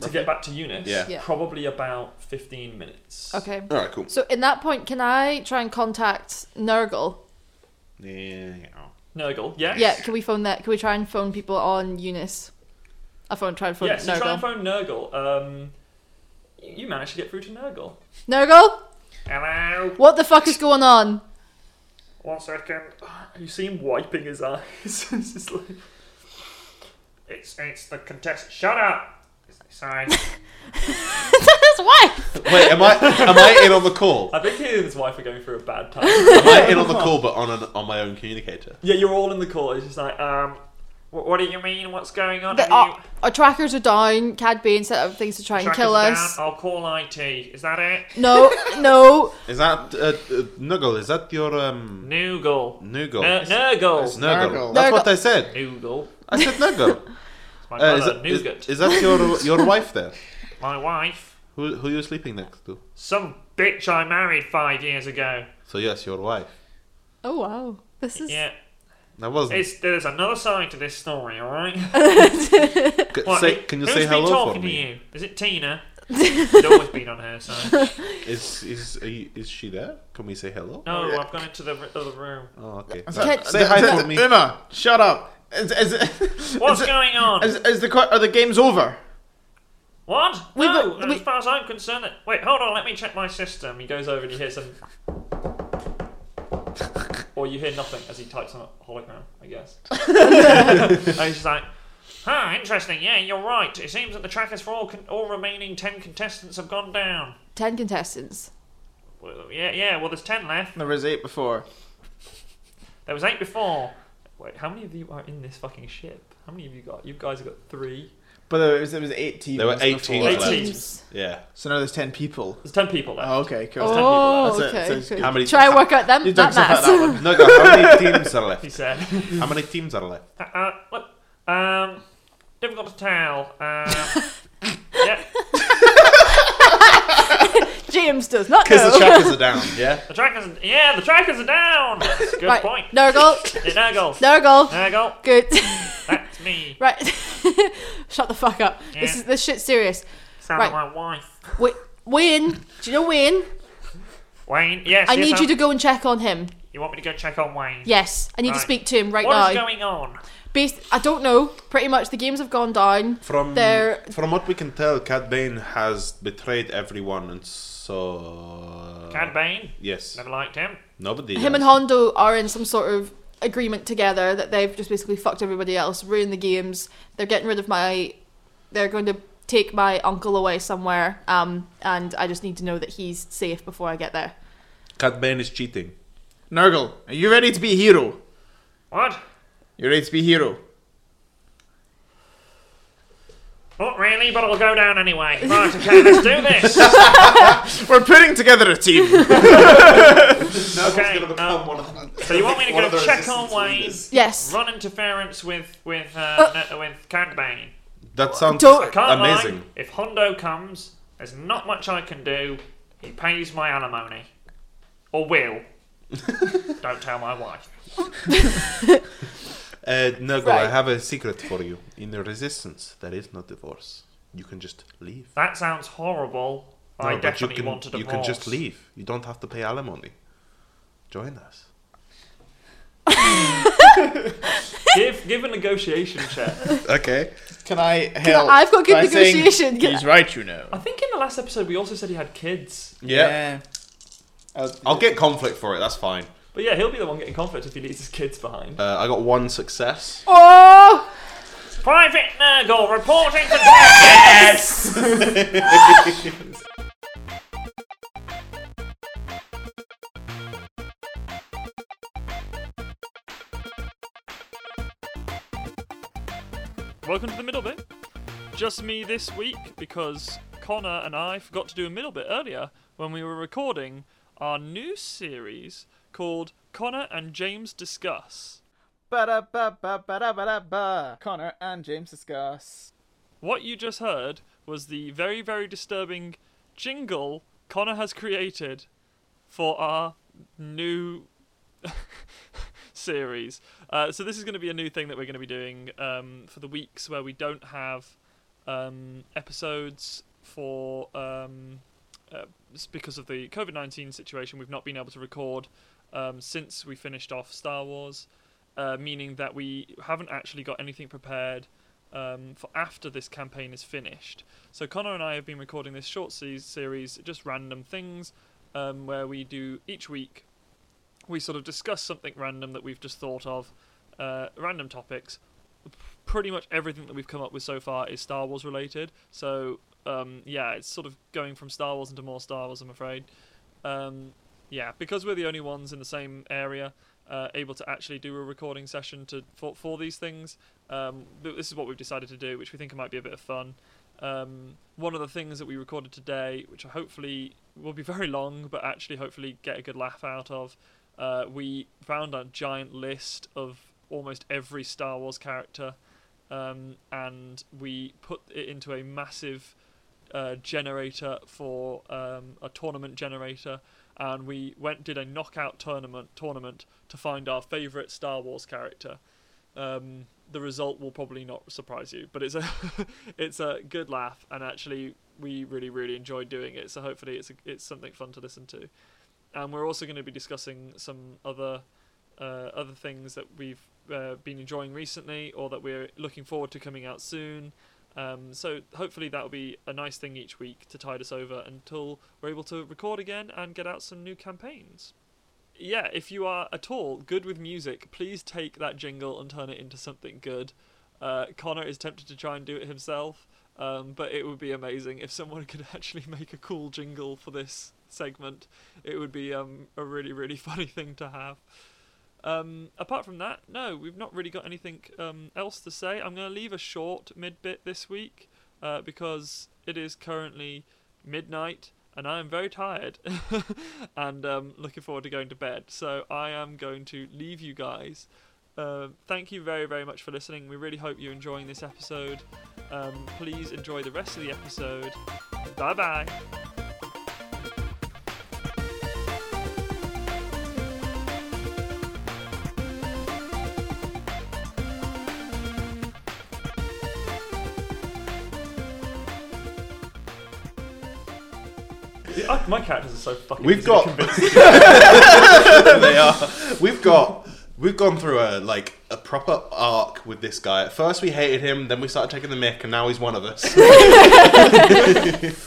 [SPEAKER 5] to get back to Eunice.
[SPEAKER 3] Yeah.
[SPEAKER 2] Yeah.
[SPEAKER 5] probably about fifteen minutes.
[SPEAKER 2] Okay.
[SPEAKER 3] All right, cool.
[SPEAKER 2] So in that point, can I try and contact Nurgle?
[SPEAKER 3] Yeah.
[SPEAKER 5] Nurgle, yes.
[SPEAKER 2] Yeah, can we phone that? Can we try and phone people on Eunice? I phone, try and phone
[SPEAKER 5] yeah, so try
[SPEAKER 2] Nurgle.
[SPEAKER 5] and phone Nurgle. Um, you managed to get through to Nurgle.
[SPEAKER 2] Nurgle,
[SPEAKER 5] Hello.
[SPEAKER 2] what the fuck is going on?
[SPEAKER 5] One second. You see him wiping his eyes. it's just like it's it's the contest. Shut up. Sign.
[SPEAKER 2] That's why.
[SPEAKER 3] Wait, am I am I in on the call?
[SPEAKER 5] I think he and his wife are going through a bad time.
[SPEAKER 3] Am I in on the call, but on an, on my own communicator?
[SPEAKER 5] yeah, you're all in the call. It's just like um, what, what do you mean? What's going on?
[SPEAKER 2] The-
[SPEAKER 5] Have you-
[SPEAKER 2] our, our trackers are down. Cad Bane set up things to try and
[SPEAKER 5] trackers
[SPEAKER 2] kill
[SPEAKER 5] down? Oh.
[SPEAKER 2] us.
[SPEAKER 5] I'll call IT. Is that it?
[SPEAKER 2] No, no.
[SPEAKER 3] Is that uh, uh, Nuggle? Is that your um
[SPEAKER 5] Noogle.
[SPEAKER 3] Nuggle?
[SPEAKER 5] N- Nurgle.
[SPEAKER 4] It's
[SPEAKER 3] Nuggle.
[SPEAKER 4] Nurgle.
[SPEAKER 3] That's what
[SPEAKER 2] Nurgle.
[SPEAKER 3] I said.
[SPEAKER 5] Noogle.
[SPEAKER 3] I said Nuggle.
[SPEAKER 5] It's my
[SPEAKER 3] Uh, is,
[SPEAKER 5] brother,
[SPEAKER 3] that, is-
[SPEAKER 5] Nougat.
[SPEAKER 3] is that your your wife there?
[SPEAKER 5] My wife.
[SPEAKER 3] Who who are you sleeping next to?
[SPEAKER 5] Some bitch I married five years ago.
[SPEAKER 3] So yes, your wife.
[SPEAKER 2] Oh wow, this is.
[SPEAKER 5] Yeah,
[SPEAKER 3] That wasn't.
[SPEAKER 5] it's there's another side to this story, all right?
[SPEAKER 3] C-
[SPEAKER 5] What,
[SPEAKER 3] say, can you
[SPEAKER 5] who's
[SPEAKER 3] say
[SPEAKER 5] been
[SPEAKER 3] hello
[SPEAKER 5] talking
[SPEAKER 3] for
[SPEAKER 5] to
[SPEAKER 3] me?
[SPEAKER 5] you? Is it Tina? no one's been on her side.
[SPEAKER 3] Is is are you- is she there? Can we say hello?
[SPEAKER 5] No,
[SPEAKER 4] Yeah.
[SPEAKER 5] I've gone into the r- other room.
[SPEAKER 3] Oh, okay.
[SPEAKER 4] Is
[SPEAKER 3] Say-
[SPEAKER 2] that-
[SPEAKER 3] Say hi for me.
[SPEAKER 4] Uma, shut up. Is, is, is,
[SPEAKER 5] What's
[SPEAKER 4] is,
[SPEAKER 5] going on?
[SPEAKER 4] is, is the que- are the games over?
[SPEAKER 5] What?
[SPEAKER 2] We-
[SPEAKER 5] no,
[SPEAKER 2] but-
[SPEAKER 5] and
[SPEAKER 2] we-
[SPEAKER 5] as far as I'm concerned, that- wait, hold on, let me check my system. He goes over and he hears some. or you hear nothing as he types on a hologram, I guess. and he's just like, huh, interesting, yeah, you're right. It seems that the trackers for all, con- all remaining 10 contestants have gone down.
[SPEAKER 2] Ten contestants.
[SPEAKER 5] Well, yeah, yeah, well, there's 10 left.
[SPEAKER 4] There was eight before.
[SPEAKER 5] There was 8 before. Wait, how many of you are in this fucking ship? How many of you got? You guys have got 3.
[SPEAKER 4] But there was, there was eight teams.
[SPEAKER 3] There were eight
[SPEAKER 4] before.
[SPEAKER 3] teams.
[SPEAKER 5] Eight
[SPEAKER 3] left.
[SPEAKER 2] teams.
[SPEAKER 3] Yeah.
[SPEAKER 4] So now there's ten people.
[SPEAKER 5] There's 10 people left.
[SPEAKER 4] Oh, okay, cool.
[SPEAKER 5] ten people
[SPEAKER 2] Oh,
[SPEAKER 4] left. That's it.
[SPEAKER 2] okay.
[SPEAKER 4] So
[SPEAKER 2] good.
[SPEAKER 3] how many-
[SPEAKER 2] Try and work out them
[SPEAKER 4] You
[SPEAKER 2] that
[SPEAKER 4] don't
[SPEAKER 2] math.
[SPEAKER 4] that one.
[SPEAKER 3] No, go, how many teams are
[SPEAKER 5] He
[SPEAKER 3] left?
[SPEAKER 5] said.
[SPEAKER 3] How many teams are left?
[SPEAKER 5] Uh, what? Um, difficult to tell. Um, yeah,
[SPEAKER 2] James does not
[SPEAKER 3] Because the
[SPEAKER 2] know.
[SPEAKER 3] trackers are down. Yeah.
[SPEAKER 5] the trackers. Yeah, the trackers are down. That's a good
[SPEAKER 2] right.
[SPEAKER 5] point.
[SPEAKER 2] Nurgle.
[SPEAKER 5] Yeah, Nurgle.
[SPEAKER 2] Nurgle.
[SPEAKER 5] Nurgle.
[SPEAKER 2] Good.
[SPEAKER 5] That's me.
[SPEAKER 2] right. Shut the fuck up. This
[SPEAKER 5] Yeah.
[SPEAKER 2] is this shit's serious.
[SPEAKER 5] Sound
[SPEAKER 2] Right.
[SPEAKER 5] like my wife.
[SPEAKER 2] Wait, Wayne. Do you know Wayne?
[SPEAKER 5] Wayne. Yes.
[SPEAKER 2] I
[SPEAKER 5] yes,
[SPEAKER 2] need
[SPEAKER 5] I'm-
[SPEAKER 2] you to go and check on him.
[SPEAKER 5] You want me to go check on Wayne?
[SPEAKER 2] Yes, I need to
[SPEAKER 5] Right.
[SPEAKER 2] speak to him right
[SPEAKER 5] What is
[SPEAKER 2] now.
[SPEAKER 5] going on?
[SPEAKER 2] Based, I don't know. Pretty much, the games have gone down.
[SPEAKER 3] From
[SPEAKER 2] They're-
[SPEAKER 3] from what we can tell, Cad Bane has betrayed everyone, and so
[SPEAKER 5] Cad Bane.
[SPEAKER 3] Yes.
[SPEAKER 5] Never liked him.
[SPEAKER 3] Nobody.
[SPEAKER 2] Him
[SPEAKER 3] does.
[SPEAKER 2] and Hondo are in some sort of agreement together that they've just basically fucked everybody else, ruined the games. They're getting rid of my. They're going to take my uncle away somewhere, um, and I just need to know that he's safe before I get there.
[SPEAKER 3] Cad Bane is cheating.
[SPEAKER 4] Nurgle, are you ready to be hero?
[SPEAKER 5] What?
[SPEAKER 4] You ready to be hero?
[SPEAKER 5] Not really, but I'll go down anyway. Right. Okay. let's do this.
[SPEAKER 4] We're putting together a team.
[SPEAKER 5] Okay, gonna become um, So you want me to go check on Wayne?
[SPEAKER 2] Yes.
[SPEAKER 5] Run interference with with uh, n- with Cad Bane.
[SPEAKER 3] That sounds
[SPEAKER 2] Don't- I
[SPEAKER 5] Can't
[SPEAKER 3] amazing.
[SPEAKER 5] Lie. If Hondo comes, there's not much I can do. He pays my alimony. Or will. Don't tell my wife.
[SPEAKER 3] Uh, Nurgle, I
[SPEAKER 2] Right.
[SPEAKER 3] have a secret for you. In the resistance, there is no divorce. You can just leave.
[SPEAKER 5] That sounds horrible. I
[SPEAKER 3] No, but
[SPEAKER 5] definitely
[SPEAKER 3] you can,
[SPEAKER 5] want to
[SPEAKER 3] You
[SPEAKER 5] divorce.
[SPEAKER 3] can just leave. You don't have to pay alimony. Join us.
[SPEAKER 5] Give give a negotiation check.
[SPEAKER 3] Okay.
[SPEAKER 4] Can I help?
[SPEAKER 2] I've got good
[SPEAKER 4] by saying,
[SPEAKER 2] negotiation. Can-
[SPEAKER 4] He's right, you know.
[SPEAKER 5] I think in the last episode we also said he had kids.
[SPEAKER 3] Yeah.
[SPEAKER 4] I'll,
[SPEAKER 3] I'll get conflict for it. That's fine.
[SPEAKER 5] But yeah, he'll be the one getting conflict if he leaves his kids behind.
[SPEAKER 3] Uh, I got one success.
[SPEAKER 2] Oh!
[SPEAKER 5] Private Nurgle reporting to Yes!
[SPEAKER 1] Welcome to the middle bit. Just me this week because Connor and I forgot to do a middle bit earlier when we were recording our new series called Connor and James Discuss.
[SPEAKER 4] Ba-da-ba-ba-ba-da-ba-da-ba. Connor and James discuss.
[SPEAKER 1] What you just heard was the very, very disturbing jingle Connor has created for our new series. Uh, so, this is going to be a new thing that we're going to be doing um, for the weeks where we don't have um, episodes for. Um, uh, s- because of the COVID 19 situation, we've not been able to record um, since we finished off Star Wars, uh, meaning that we haven't actually got anything prepared um, for after this campaign is finished. So Connor and I have been recording this short se- series, just random things, um, where we do each week. We sort of discuss something random that we've just thought of, uh, random topics. Pretty much everything that we've come up with so far is Star Wars related. So um, yeah, it's sort of going from Star Wars into more Star Wars, I'm afraid. Um, yeah, because we're the only ones in the same area uh, able to actually do a recording session to for, for these things, um, th- this is what we've decided to do, which we think might be a bit of fun. Um, one of the things that we recorded today, which hopefully will be very long, but actually hopefully get a good laugh out of, uh, we found a giant list of almost every Star Wars character, um, and we put it into a massive uh, generator for um, a tournament generator, and we went did a knockout tournament tournament to find our favorite Star Wars character. Um,
[SPEAKER 5] the result will probably not surprise you, but it's a it's a good laugh, and actually we really really enjoyed doing it. So hopefully it's a, it's something fun to listen to, and we're also going to be discussing some other uh, other things that we've uh, been enjoying recently, or that we're looking forward to coming out soon. Um, so hopefully that'll be a nice thing each week to tide us over until we're able to record again and get out some new campaigns yeah, if you are at all good with music, please take that jingle and turn it into something good. Uh, Connor is tempted to try and do it himself, um, but it would be amazing if someone could actually make a cool jingle for this segment. It would be um, a really, really funny thing to have. Um, apart from that, no, we've not really got anything um, else to say. I'm going to leave a short mid bit this week uh, because it is currently midnight and I am very tired and um, looking forward to going to bed. So I am going to leave you guys. Uh, thank you very, very much for listening. We really hope you're enjoying this episode. Um, please enjoy the rest of the episode. Bye bye. My characters are so fucking.
[SPEAKER 3] We've
[SPEAKER 5] easy to
[SPEAKER 3] got-
[SPEAKER 5] convince.
[SPEAKER 3] they are. We've got we've gone through a like a proper arc with this guy. At first we hated him, then we started taking the mick, and now he's one of us.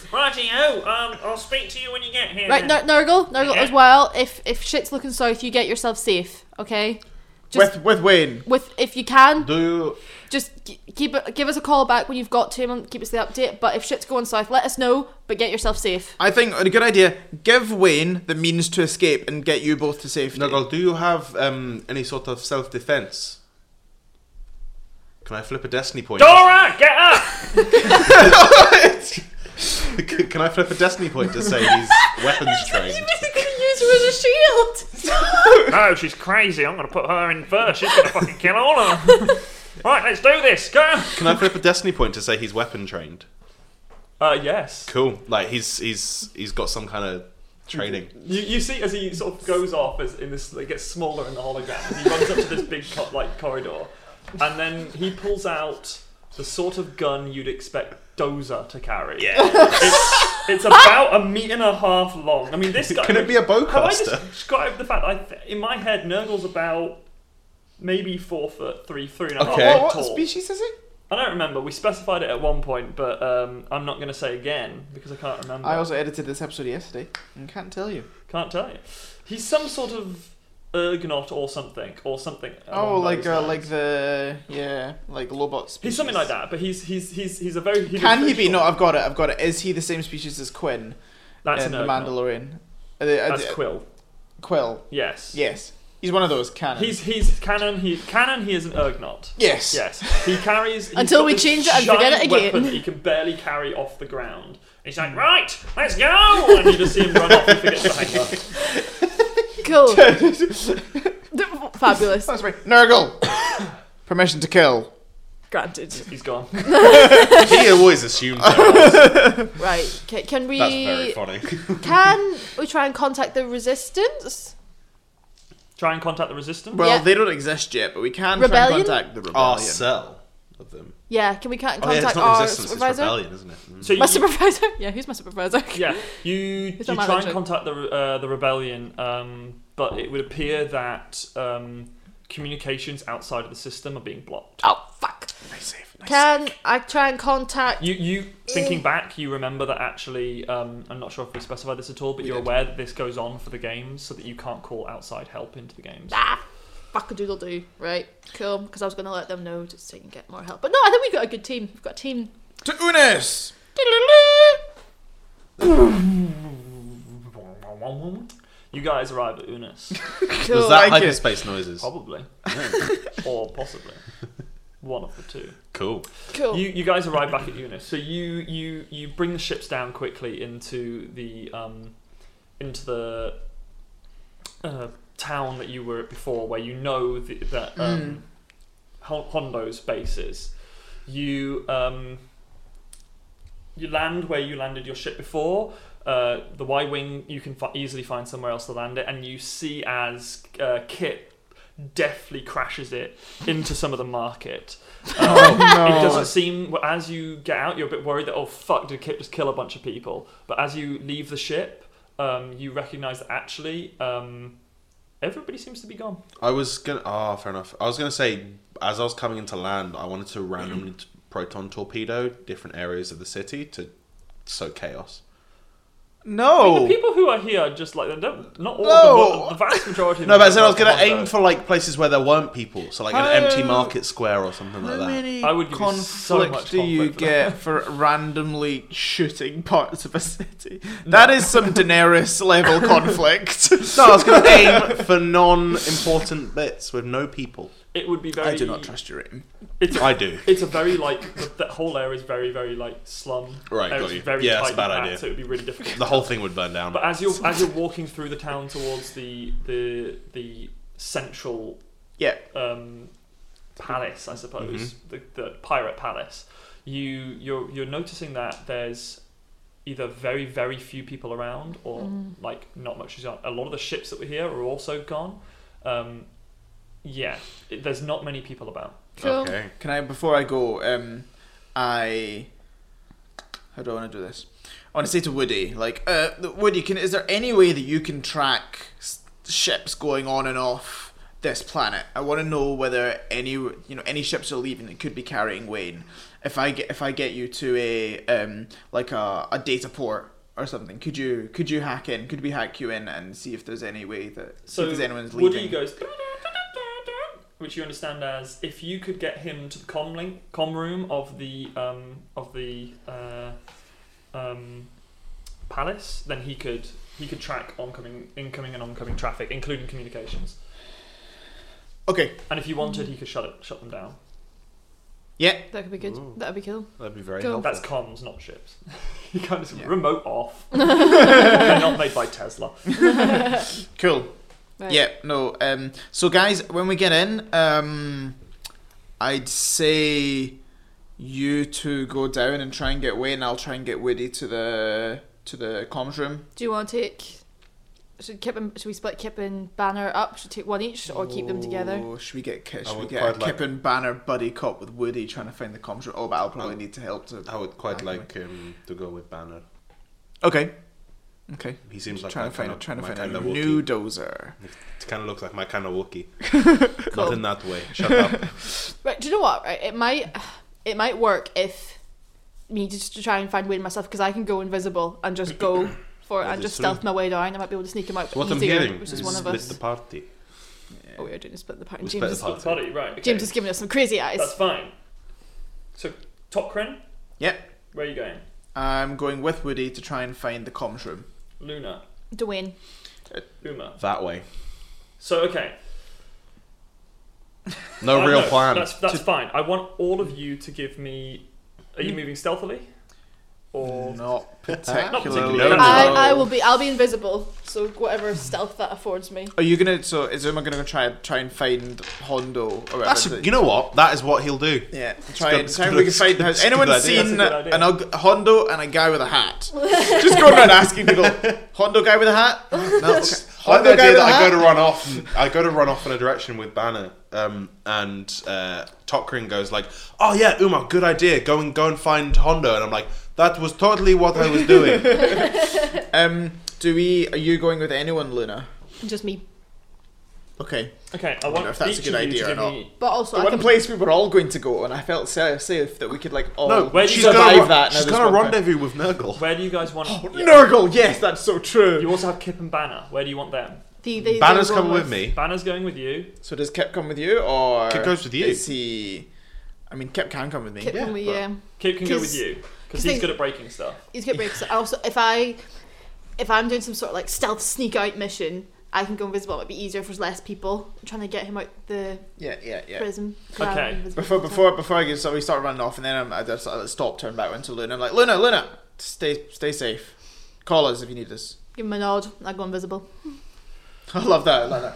[SPEAKER 6] Rightio, um, I'll speak to you when you get here.
[SPEAKER 2] Right, Nur- Nurgle, Nurgle
[SPEAKER 6] Yeah.
[SPEAKER 2] as well. If if shit's looking south, you get yourself safe, okay? Just
[SPEAKER 4] with with Wayne.
[SPEAKER 2] with if you can,
[SPEAKER 3] Do you,
[SPEAKER 2] just g- keep it, give us a call back when you've got to and keep us the update. But if shit's going south, let us know. But get yourself safe.
[SPEAKER 4] I think a good idea. Give Wayne the means to escape and get you both to safety.
[SPEAKER 3] Nurgle, do you have um, any sort of self defense? Can I flip a destiny point?
[SPEAKER 6] Dora, get up!
[SPEAKER 3] Can I flip a destiny point to say he's weapons trained?
[SPEAKER 2] basically use her as a shield.
[SPEAKER 6] No, she's crazy. I'm gonna put her in first. She's gonna fucking kill all of them. right, let's do this. Go.
[SPEAKER 3] Can I flip a destiny point to say he's weapon trained?
[SPEAKER 5] Uh, yes.
[SPEAKER 3] Cool. Like he's he's he's got some kind of training.
[SPEAKER 5] You, you see as he sort of goes off as in this it gets smaller in the hologram as he runs up to this big co- like corridor, and then he pulls out the sort of gun you'd expect Dozer to carry. Yeah. It's, it's about a meter and a half long. I mean, this guy.
[SPEAKER 3] Can it be a
[SPEAKER 5] Have I just
[SPEAKER 3] bowcaster?
[SPEAKER 5] described the fact? I th- in my head, Nurgle's about maybe four foot three, three and a half
[SPEAKER 3] Okay.
[SPEAKER 5] feet
[SPEAKER 4] What,
[SPEAKER 5] tall.
[SPEAKER 4] what species is it?
[SPEAKER 5] I don't remember. We specified it at one point, but um, I'm not going to say again because I can't remember.
[SPEAKER 4] I also edited this episode yesterday and can't tell you.
[SPEAKER 5] Can't tell you. He's some sort of ergonaut or something, or something.
[SPEAKER 4] Oh,
[SPEAKER 5] along
[SPEAKER 4] like
[SPEAKER 5] those
[SPEAKER 4] uh,
[SPEAKER 5] lines.
[SPEAKER 4] like the yeah, like lobot species.
[SPEAKER 5] he's something like that. But he's he's he's he's a very he's a
[SPEAKER 4] Can he
[SPEAKER 5] very
[SPEAKER 4] be?
[SPEAKER 5] short-
[SPEAKER 4] No, I've got it. I've got it. Is he the same species as Quinn
[SPEAKER 5] That's
[SPEAKER 4] in
[SPEAKER 5] an
[SPEAKER 4] the
[SPEAKER 5] ergonaut.
[SPEAKER 4] Mandalorian? Uh, Are they- are
[SPEAKER 5] That's
[SPEAKER 4] they-
[SPEAKER 5] Quill.
[SPEAKER 4] Quill.
[SPEAKER 5] Yes.
[SPEAKER 4] Yes, he's one of those canon.
[SPEAKER 5] He's he's canon. He canon. He is an ergonaut.
[SPEAKER 4] yes.
[SPEAKER 5] Yes. He carries he's
[SPEAKER 2] Until
[SPEAKER 5] got
[SPEAKER 2] we
[SPEAKER 5] this
[SPEAKER 2] change it and forget
[SPEAKER 5] giant
[SPEAKER 2] it again.
[SPEAKER 5] Weapon that he can barely carry off the ground,
[SPEAKER 6] He's like, right, let's go.
[SPEAKER 5] and you just see him run off and forget the hanger.
[SPEAKER 2] Cool. D- Fabulous.
[SPEAKER 4] That's right. Nurgle. Permission to kill.
[SPEAKER 2] Granted.
[SPEAKER 5] He's gone.
[SPEAKER 3] he always assumes that.
[SPEAKER 2] Right. Can, can
[SPEAKER 3] That's very
[SPEAKER 2] we?
[SPEAKER 3] funny.
[SPEAKER 2] Can we try and contact the resistance?
[SPEAKER 5] Try and contact the resistance.
[SPEAKER 4] Well,
[SPEAKER 2] Yeah.
[SPEAKER 4] they don't exist yet, but we can
[SPEAKER 2] Rebellion?
[SPEAKER 4] try and contact the
[SPEAKER 3] Our
[SPEAKER 4] rebellion.
[SPEAKER 3] cell of them.
[SPEAKER 2] Yeah. Can we can
[SPEAKER 3] Oh yeah,
[SPEAKER 2] contact
[SPEAKER 3] it's not
[SPEAKER 2] our
[SPEAKER 3] resistance, it's
[SPEAKER 2] supervisor?
[SPEAKER 3] rebellion, isn't it? Mm.
[SPEAKER 5] So you,
[SPEAKER 2] my supervisor? Yeah. Who's my supervisor?
[SPEAKER 5] yeah, you you
[SPEAKER 2] not
[SPEAKER 5] try
[SPEAKER 2] my
[SPEAKER 5] and
[SPEAKER 2] logic.
[SPEAKER 5] contact the re- uh, the rebellion, um, but it would appear that um, communications outside of the system are being blocked.
[SPEAKER 2] Oh fuck.
[SPEAKER 4] Nice save, nice
[SPEAKER 2] Can I try and contact?
[SPEAKER 5] You you
[SPEAKER 2] Eh.
[SPEAKER 5] thinking back, you remember that actually. Um, I'm not sure if we specified this at all, but
[SPEAKER 4] We
[SPEAKER 5] you're
[SPEAKER 4] did.
[SPEAKER 5] aware that this goes on for the games, so that you can't call outside help into the games.
[SPEAKER 2] Ah, fuck a doodle do. Right. Cool. Because I was gonna let them know just so you can get more help. But no, I think we got a good team. We've got a team.
[SPEAKER 4] save. To Unis.
[SPEAKER 5] You guys arrive at Unis,
[SPEAKER 2] Cool.
[SPEAKER 3] Was that
[SPEAKER 4] like it.
[SPEAKER 3] hyperspace noises?
[SPEAKER 5] probably, or possibly one of the two.
[SPEAKER 3] Cool.
[SPEAKER 2] cool.
[SPEAKER 5] You, you guys arrive back at Eunice. So you, you you bring the ships down quickly into the um, into the uh, town that you were at before, where you know the, that um, Hon- Hondo's base is. You um, you land where you landed your ship before. Uh, the Y wing you can fi- easily find somewhere else to land it, and you see as uh, Kit deftly crashes it into some of the market. Um, It
[SPEAKER 4] Oh
[SPEAKER 5] doesn't seem well, as you get out, you're a bit worried that oh fuck, did Kip just kill a bunch of people? But as you leave the ship, um, you recognise that actually um, everybody seems to be gone.
[SPEAKER 3] I was gonna. Ah, fair enough. I was gonna say, as I was coming into land, I wanted to randomly t- proton torpedo different areas of the city to sow chaos.
[SPEAKER 4] no.
[SPEAKER 5] The
[SPEAKER 4] no.
[SPEAKER 5] people who are here are just like they don't, not all
[SPEAKER 3] No.
[SPEAKER 5] the, the vast majority. Of
[SPEAKER 3] No,
[SPEAKER 5] them
[SPEAKER 3] but I said I was gonna
[SPEAKER 5] are
[SPEAKER 3] aim
[SPEAKER 5] gone,
[SPEAKER 3] for like places where there weren't people, so like an empty
[SPEAKER 4] How-
[SPEAKER 3] market square or something like
[SPEAKER 4] How
[SPEAKER 3] that.
[SPEAKER 4] many
[SPEAKER 5] I would give you so
[SPEAKER 4] conflict
[SPEAKER 5] much
[SPEAKER 4] do you
[SPEAKER 5] conflict for
[SPEAKER 4] get for randomly shooting parts of a city? That is some Daenerys level conflict.
[SPEAKER 3] No, I was gonna aim for non-important bits with no people.
[SPEAKER 5] though. It would be very.
[SPEAKER 4] I do not trust your aim.
[SPEAKER 5] It's
[SPEAKER 3] I do.
[SPEAKER 5] It's a very like the, that whole area is very very like slum.
[SPEAKER 3] Right,
[SPEAKER 5] It's
[SPEAKER 3] got you.
[SPEAKER 5] Very
[SPEAKER 3] Yeah,
[SPEAKER 5] tight
[SPEAKER 3] it's a bad
[SPEAKER 5] packed,
[SPEAKER 3] idea.
[SPEAKER 5] So it would be really difficult.
[SPEAKER 3] The whole thing would burn down.
[SPEAKER 5] But as you're as you're walking through the town towards the the the central
[SPEAKER 4] Yeah.
[SPEAKER 5] um, palace, I suppose, the, the pirate palace, you you're you're noticing that there's either very very few people around or
[SPEAKER 2] Mm.
[SPEAKER 5] like not much is on. A lot of the ships that were here are also gone. Um, yeah, it, there's not many people about.
[SPEAKER 2] Cool.
[SPEAKER 3] Okay.
[SPEAKER 4] Can I before I go? Um, I how do I want to do this? I want to say to Woody, like, uh, Woody, can is there any way that you can track s- ships going on and off this planet? I want to know whether any you know any ships are leaving that could be carrying Wayne. If I get if I get you to a um like a, a data port or something, could you could you hack in? Could we hack you in and see if there's any way that see if
[SPEAKER 5] So
[SPEAKER 4] there's anyone's
[SPEAKER 5] Woody
[SPEAKER 4] leaving?
[SPEAKER 5] goes, which you understand as if you could get him to the com link, com room of the um, of the uh, um, palace, then he could he could track oncoming, incoming and oncoming traffic, including communications.
[SPEAKER 4] okay,
[SPEAKER 5] And if you wanted, he could shut it, shut them down.
[SPEAKER 4] yeah,
[SPEAKER 2] That could be good.
[SPEAKER 3] Ooh.
[SPEAKER 2] That'd be cool.
[SPEAKER 3] That'd be very
[SPEAKER 2] Cool.
[SPEAKER 3] helpful.
[SPEAKER 5] That's comms, not ships. you can't just
[SPEAKER 4] Yeah.
[SPEAKER 5] remote off. They're not made by Tesla.
[SPEAKER 4] cool.
[SPEAKER 2] Right.
[SPEAKER 4] Yeah, no. Um, so, guys, when we get in, um, I'd say you two go down and try and get Wayne. I'll try and get Woody to the to the comms room.
[SPEAKER 2] Do you want to take? Should Kip and should we split Kip and Banner up? Should we take one each or keep them together?
[SPEAKER 4] Oh, should we get Ki- Should we
[SPEAKER 3] would
[SPEAKER 4] get a
[SPEAKER 3] quite like-
[SPEAKER 4] Kip and Banner buddy cop with Woody trying to find the comms room? Oh, but I'll
[SPEAKER 3] Um,
[SPEAKER 4] probably need to help to.
[SPEAKER 3] I would quite like um, to go with Banner.
[SPEAKER 4] Okay. Okay.
[SPEAKER 3] He seems like
[SPEAKER 4] trying
[SPEAKER 3] my
[SPEAKER 4] to find
[SPEAKER 3] kind of,
[SPEAKER 4] trying to
[SPEAKER 3] my
[SPEAKER 4] find
[SPEAKER 3] kind
[SPEAKER 4] a
[SPEAKER 3] of
[SPEAKER 4] new
[SPEAKER 3] Wookiee.
[SPEAKER 4] dozer.
[SPEAKER 3] It kind of looks like my kind of Wookiee. Not in that way. Shut up.
[SPEAKER 2] Right. Do you know what? Right. It might. It might work if me just to try and find Wayne myself because I can go invisible and just go for it
[SPEAKER 3] That
[SPEAKER 2] and
[SPEAKER 3] is
[SPEAKER 2] just
[SPEAKER 3] true.
[SPEAKER 2] stealth my way down. I might be able to sneak him out.
[SPEAKER 3] What I'm
[SPEAKER 2] easier,
[SPEAKER 3] hearing
[SPEAKER 2] which
[SPEAKER 3] is
[SPEAKER 2] is one of
[SPEAKER 3] split
[SPEAKER 2] us.
[SPEAKER 3] the party.
[SPEAKER 2] Oh, we are doing a split the party.
[SPEAKER 3] We
[SPEAKER 2] James,
[SPEAKER 3] split
[SPEAKER 2] is,
[SPEAKER 3] the party.
[SPEAKER 5] Sorry, right. okay.
[SPEAKER 2] James is giving us some crazy eyes.
[SPEAKER 5] That's fine. So, Tokren,
[SPEAKER 4] Yep.
[SPEAKER 5] where are you going?
[SPEAKER 4] I'm going with Woody to try and find the comms room.
[SPEAKER 5] Luna,
[SPEAKER 2] Dwayne.
[SPEAKER 5] Uma.
[SPEAKER 3] That way.
[SPEAKER 5] So okay,
[SPEAKER 3] No
[SPEAKER 5] I
[SPEAKER 3] real
[SPEAKER 5] know.
[SPEAKER 3] plan.
[SPEAKER 5] That's that's fine. I want all of you to give me. Are
[SPEAKER 4] Mm.
[SPEAKER 5] you moving stealthily? Or
[SPEAKER 4] Not
[SPEAKER 5] Not
[SPEAKER 4] particularly.
[SPEAKER 5] particularly.
[SPEAKER 3] No, no.
[SPEAKER 2] I, I will be. I'll be invisible. So whatever stealth that affords me.
[SPEAKER 4] Are you gonna? So is Uma gonna go try try and find Hondo or whatever?
[SPEAKER 3] That's
[SPEAKER 4] to-
[SPEAKER 3] you know what? That is what he'll do.
[SPEAKER 4] yeah, try
[SPEAKER 3] good-
[SPEAKER 4] and
[SPEAKER 3] it's
[SPEAKER 4] try and
[SPEAKER 3] good-
[SPEAKER 4] we can find.
[SPEAKER 3] it's
[SPEAKER 4] Has
[SPEAKER 3] good
[SPEAKER 4] anyone
[SPEAKER 3] idea.
[SPEAKER 4] seen
[SPEAKER 5] That's a good
[SPEAKER 4] an ug- Hondo and a guy with a hat? Just going around asking people, Hondo guy with a hat. No, okay.
[SPEAKER 3] I
[SPEAKER 4] Hondo
[SPEAKER 3] the
[SPEAKER 4] guy
[SPEAKER 3] idea
[SPEAKER 4] with a
[SPEAKER 3] that I
[SPEAKER 4] hat.
[SPEAKER 3] go to run off. and- I go to run off in a direction with Banner, um, and uh, Tokrin goes like, "Oh yeah, Uma, good idea. Go and go and find Hondo." And I'm like, "That was totally what I was doing."
[SPEAKER 4] Um, do we? Are you going with anyone, Luna?
[SPEAKER 2] Just me.
[SPEAKER 4] Okay.
[SPEAKER 5] okay, I
[SPEAKER 4] don't
[SPEAKER 5] want
[SPEAKER 4] know if that's a
[SPEAKER 5] each
[SPEAKER 4] good
[SPEAKER 5] of you
[SPEAKER 4] idea
[SPEAKER 5] to
[SPEAKER 4] or
[SPEAKER 5] give
[SPEAKER 4] not.
[SPEAKER 5] me.
[SPEAKER 2] But also,
[SPEAKER 4] The
[SPEAKER 2] I
[SPEAKER 4] one
[SPEAKER 2] can-
[SPEAKER 4] place we were all going to go, and I felt sa- safe that we could like all
[SPEAKER 3] no,
[SPEAKER 5] where do
[SPEAKER 3] she's
[SPEAKER 5] you
[SPEAKER 4] survive
[SPEAKER 5] go-
[SPEAKER 3] gonna, ru-
[SPEAKER 4] that. now
[SPEAKER 3] She's
[SPEAKER 4] this
[SPEAKER 3] gonna
[SPEAKER 4] one time.
[SPEAKER 3] rendezvous with Nurgle.
[SPEAKER 5] Where do you guys want? yeah.
[SPEAKER 4] Nurgle, yes, that's so
[SPEAKER 5] You
[SPEAKER 4] true.
[SPEAKER 5] also have Kip and Banner. Where do you want them?
[SPEAKER 2] the, the,
[SPEAKER 3] Banner's
[SPEAKER 2] the one
[SPEAKER 3] coming with me.
[SPEAKER 5] Banner's going with you.
[SPEAKER 4] So does Kip come with you, or
[SPEAKER 3] Kip goes with you.
[SPEAKER 4] Is he? I mean, Kip can come with me.
[SPEAKER 2] Kip
[SPEAKER 3] Yeah,
[SPEAKER 2] when we, um,
[SPEAKER 3] but-
[SPEAKER 2] yeah.
[SPEAKER 5] Kip can go with
[SPEAKER 2] 'Cause-
[SPEAKER 5] you because
[SPEAKER 2] 'cause
[SPEAKER 5] he's
[SPEAKER 2] they-
[SPEAKER 5] good at breaking stuff.
[SPEAKER 2] He's get breaks. Also, if I if I'm doing some sort of like stealth sneak out mission, I can go invisible. It might be easier if there's less people I'm trying to get him out the
[SPEAKER 4] Yeah, yeah, yeah.
[SPEAKER 2] prison.
[SPEAKER 5] Okay.
[SPEAKER 4] Before before before I get so we start running off and then I'm, I just I stop, turn back into Luna. I'm like Luna, Luna, stay stay safe. Call us if you need us.
[SPEAKER 2] give him a nod. and I go invisible.
[SPEAKER 4] I love that, Luna.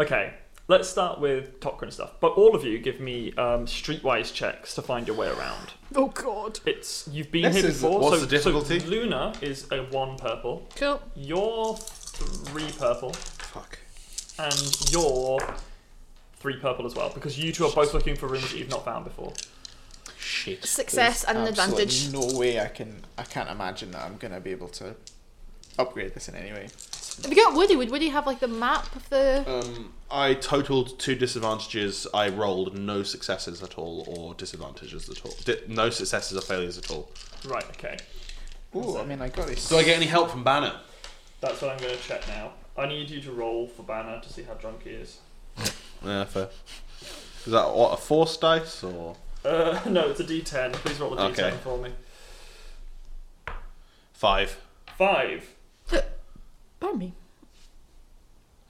[SPEAKER 5] Okay, let's start with Tokren stuff. But all of you give me um, streetwise checks to find your way around.
[SPEAKER 2] Oh God.
[SPEAKER 5] It's you've been
[SPEAKER 4] This
[SPEAKER 5] here
[SPEAKER 4] is-
[SPEAKER 5] before.
[SPEAKER 3] what's
[SPEAKER 5] so,
[SPEAKER 3] the difficulty?
[SPEAKER 5] So Luna is a one purple.
[SPEAKER 2] Cool.
[SPEAKER 5] You're three purple. and you're three purple as well because you two are both looking for rooms that you've not found before.
[SPEAKER 3] Shit.
[SPEAKER 2] Success and an
[SPEAKER 4] absolutely
[SPEAKER 2] advantage.
[SPEAKER 4] No way I can. I can't imagine that I'm gonna be able to upgrade this in any way.
[SPEAKER 2] If you got Woody, would Woody have like the map of the?
[SPEAKER 3] Um, I totaled two disadvantages. I rolled no successes at all, or disadvantages at all. Di- no successes or failures at all.
[SPEAKER 5] Right. Okay.
[SPEAKER 4] Ooh, I mean, I got this.
[SPEAKER 3] Do I get any help from Banner?
[SPEAKER 5] That's what I'm going to check now. I need you to roll for Banner to see how drunk he is.
[SPEAKER 3] Yeah, fair. Is that what a force dice or
[SPEAKER 5] Uh, no, it's a D10. Please roll a D10
[SPEAKER 3] Okay.
[SPEAKER 5] for me.
[SPEAKER 3] five?
[SPEAKER 5] Five.
[SPEAKER 2] Pardon me.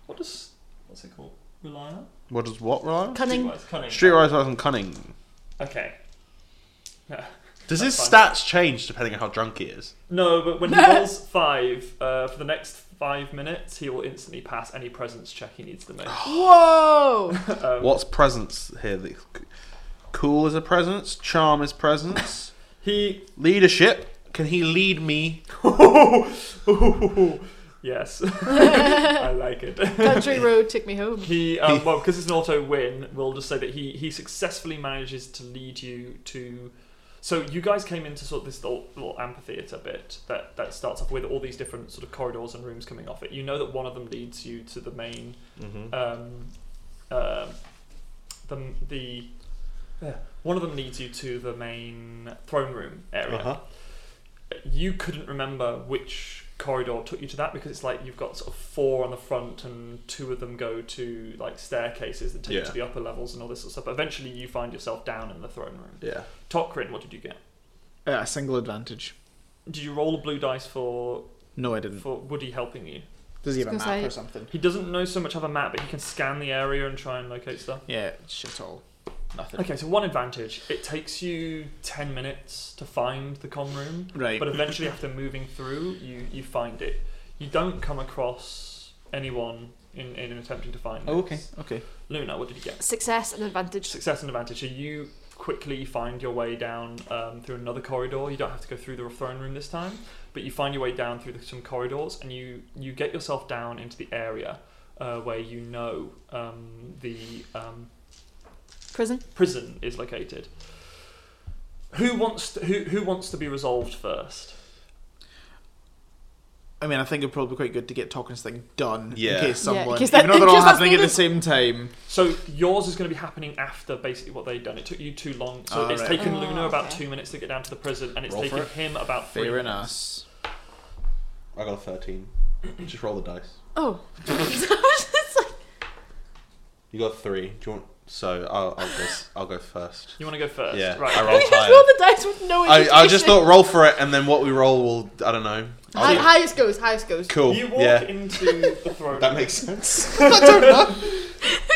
[SPEAKER 5] What does what's it called? Rely on?
[SPEAKER 3] What does what roll?
[SPEAKER 2] Cunning.
[SPEAKER 5] Streetwise, cunning.
[SPEAKER 3] Streetwise rather than cunning.
[SPEAKER 5] Okay. Yeah.
[SPEAKER 3] Does his
[SPEAKER 5] That's
[SPEAKER 3] stats change depending on how drunk he is?
[SPEAKER 5] No, but when he rolls five, uh, for the next five minutes, he will instantly pass any presence check he needs to make.
[SPEAKER 2] Whoa!
[SPEAKER 3] What's presence here? The- Cool is a presence. Charm is presence.
[SPEAKER 5] He,
[SPEAKER 3] Leadership. Can he lead me?
[SPEAKER 5] yes, I like it.
[SPEAKER 2] Country road, take me home.
[SPEAKER 5] He, um, well, because it's an auto win, we'll just say that he he successfully manages to lead you to. So you guys came into sort of this little, little amphitheater bit that that starts off with all these different sort of corridors and rooms coming off it. You know that one of them leads you to the main
[SPEAKER 3] Mm-hmm.
[SPEAKER 5] um, um the the yeah, one of them leads you to the main throne room area.
[SPEAKER 3] Uh-huh.
[SPEAKER 5] You couldn't remember which corridor took you to that because it's like you've got sort of four on the front and two of them go to like staircases that take you
[SPEAKER 3] Yeah.
[SPEAKER 5] to the upper levels and all this sort of stuff. But eventually, you find yourself down in the throne room.
[SPEAKER 3] Yeah.
[SPEAKER 5] Tokrin, what did you get?
[SPEAKER 4] Uh, a single advantage.
[SPEAKER 5] Did you roll a blue dice for
[SPEAKER 4] No, I didn't.
[SPEAKER 5] for Woody helping you?
[SPEAKER 4] Does he have a
[SPEAKER 2] Because
[SPEAKER 4] map
[SPEAKER 2] I-
[SPEAKER 4] or something?
[SPEAKER 5] He doesn't know so much have a map, but he can scan the area and try and locate stuff.
[SPEAKER 4] Yeah, shit all. Nothing.
[SPEAKER 5] Okay, so one advantage. It takes you 10 minutes to find the con room,
[SPEAKER 4] Right.
[SPEAKER 5] but eventually, after moving through, you, you find it. You don't come across anyone in, in attempting to find
[SPEAKER 4] Oh,
[SPEAKER 5] it.
[SPEAKER 4] okay. Okay.
[SPEAKER 5] Luna, what did you get?
[SPEAKER 2] Success and advantage.
[SPEAKER 5] Success and advantage. So you quickly find your way down um, through another corridor. You don't have to go through the throne room this time, but you find your way down through the, some corridors and you, you get yourself down into the area uh, where you know um, the. Um,
[SPEAKER 2] Prison.
[SPEAKER 5] prison is located. Who wants to, who who wants to be resolved first?
[SPEAKER 4] I mean, I think it'd probably be quite good to get Tolkien's thing done
[SPEAKER 3] Yeah.
[SPEAKER 4] in case
[SPEAKER 2] Yeah, in
[SPEAKER 4] someone,
[SPEAKER 2] case that-
[SPEAKER 4] even though they're
[SPEAKER 2] in
[SPEAKER 4] all
[SPEAKER 2] case that's
[SPEAKER 4] happening at the
[SPEAKER 2] needed.
[SPEAKER 4] same time.
[SPEAKER 5] So yours is going to be happening after basically what they've done. It took you too long, so
[SPEAKER 4] Ah,
[SPEAKER 5] it's
[SPEAKER 4] right.
[SPEAKER 5] taken
[SPEAKER 2] Ah,
[SPEAKER 5] Luna about
[SPEAKER 2] okay.
[SPEAKER 5] two minutes to get down to the prison, and it's
[SPEAKER 3] Oh, Roll for
[SPEAKER 5] taken
[SPEAKER 3] it.
[SPEAKER 5] him about three.
[SPEAKER 4] Fair
[SPEAKER 5] minutes.
[SPEAKER 4] enough.
[SPEAKER 3] I got a thirteen. Just roll the dice.
[SPEAKER 2] Oh. It's like-
[SPEAKER 3] You got three. Do you want? So I'll, I'll go. s- I'll go first.
[SPEAKER 5] You want to go first,
[SPEAKER 3] Yeah,
[SPEAKER 5] right?
[SPEAKER 3] I
[SPEAKER 2] we
[SPEAKER 3] rolled
[SPEAKER 2] just
[SPEAKER 3] higher.
[SPEAKER 2] rolled the dice with no
[SPEAKER 3] I,
[SPEAKER 2] indication.
[SPEAKER 3] I just thought roll for it, and then what we roll will I don't know. I'll
[SPEAKER 2] Hi-
[SPEAKER 3] do-
[SPEAKER 2] highest goes. Highest goes.
[SPEAKER 3] cool.
[SPEAKER 5] You walk
[SPEAKER 3] yeah,
[SPEAKER 5] into the throne.
[SPEAKER 3] that makes sense.
[SPEAKER 2] I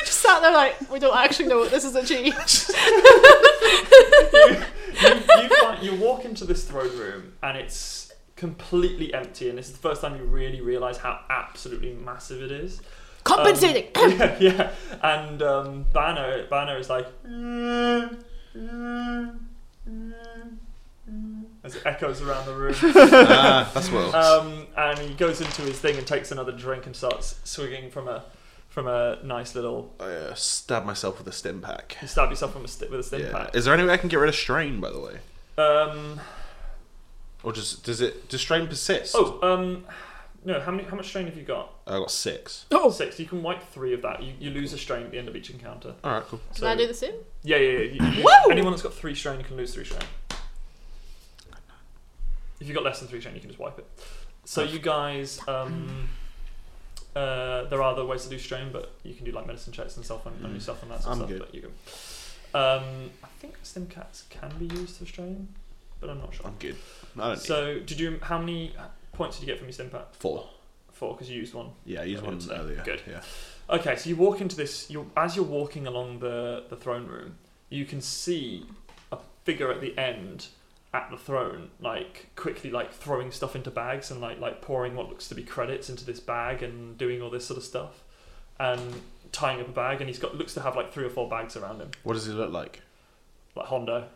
[SPEAKER 2] just sat there like we don't actually know what this is achieved.
[SPEAKER 5] you, you, find, you walk into this throne room and it's completely empty, and this is the first time you really realise how absolutely massive it is.
[SPEAKER 2] Compensating.
[SPEAKER 5] yeah, yeah. And um, Banner, Banner is like, as it echoes around the room.
[SPEAKER 3] ah, that's what.
[SPEAKER 5] Um, and he goes into his thing and takes another drink and starts swigging from a from a nice little.
[SPEAKER 3] I uh, stabbed myself with a stim pack.
[SPEAKER 5] You stab yourself from a sti- with a stim
[SPEAKER 3] Yeah.
[SPEAKER 5] pack.
[SPEAKER 3] Is there any way I can get rid of strain, by the way,
[SPEAKER 5] Um,
[SPEAKER 3] or just does it does strain persist?
[SPEAKER 5] oh, um, no. How many? How much strain have you got?
[SPEAKER 3] I got six.
[SPEAKER 2] Oh.
[SPEAKER 5] Six. You can wipe three of that. You, you lose a strain at the end of each encounter.
[SPEAKER 3] All right, cool.
[SPEAKER 2] Can I do the same?
[SPEAKER 5] Yeah, yeah, yeah. You- you-
[SPEAKER 2] Whoa!
[SPEAKER 5] anyone that's got three strain can lose three strain. If you've got less than three strain, you can just wipe it. So you guys, um, uh, there are other ways to do strain, but you can do like medicine checks and stuff on, on yourself and that sort of
[SPEAKER 3] Mm. I'm
[SPEAKER 5] stuff.
[SPEAKER 3] good.
[SPEAKER 5] But you can. Um, I think Stimcats can be used for strain, but I'm not sure.
[SPEAKER 3] I'm good. I don't need
[SPEAKER 5] So did you? How many points did you get from your Stimpat?
[SPEAKER 3] four.
[SPEAKER 5] Four, because you used one.
[SPEAKER 3] Yeah, I used
[SPEAKER 5] I
[SPEAKER 3] one
[SPEAKER 5] did say.
[SPEAKER 3] earlier.
[SPEAKER 5] Good.
[SPEAKER 3] Yeah.
[SPEAKER 5] Okay, so you walk into this. You're, as you're walking along the, the throne room, you can see a figure at the end at the throne, like quickly like throwing stuff into bags and like like pouring what looks to be credits into this bag and doing all this sort of stuff, and tying up a bag. And he's got looks to have like three or four bags around him,
[SPEAKER 3] What does he look like?
[SPEAKER 5] like Hondo.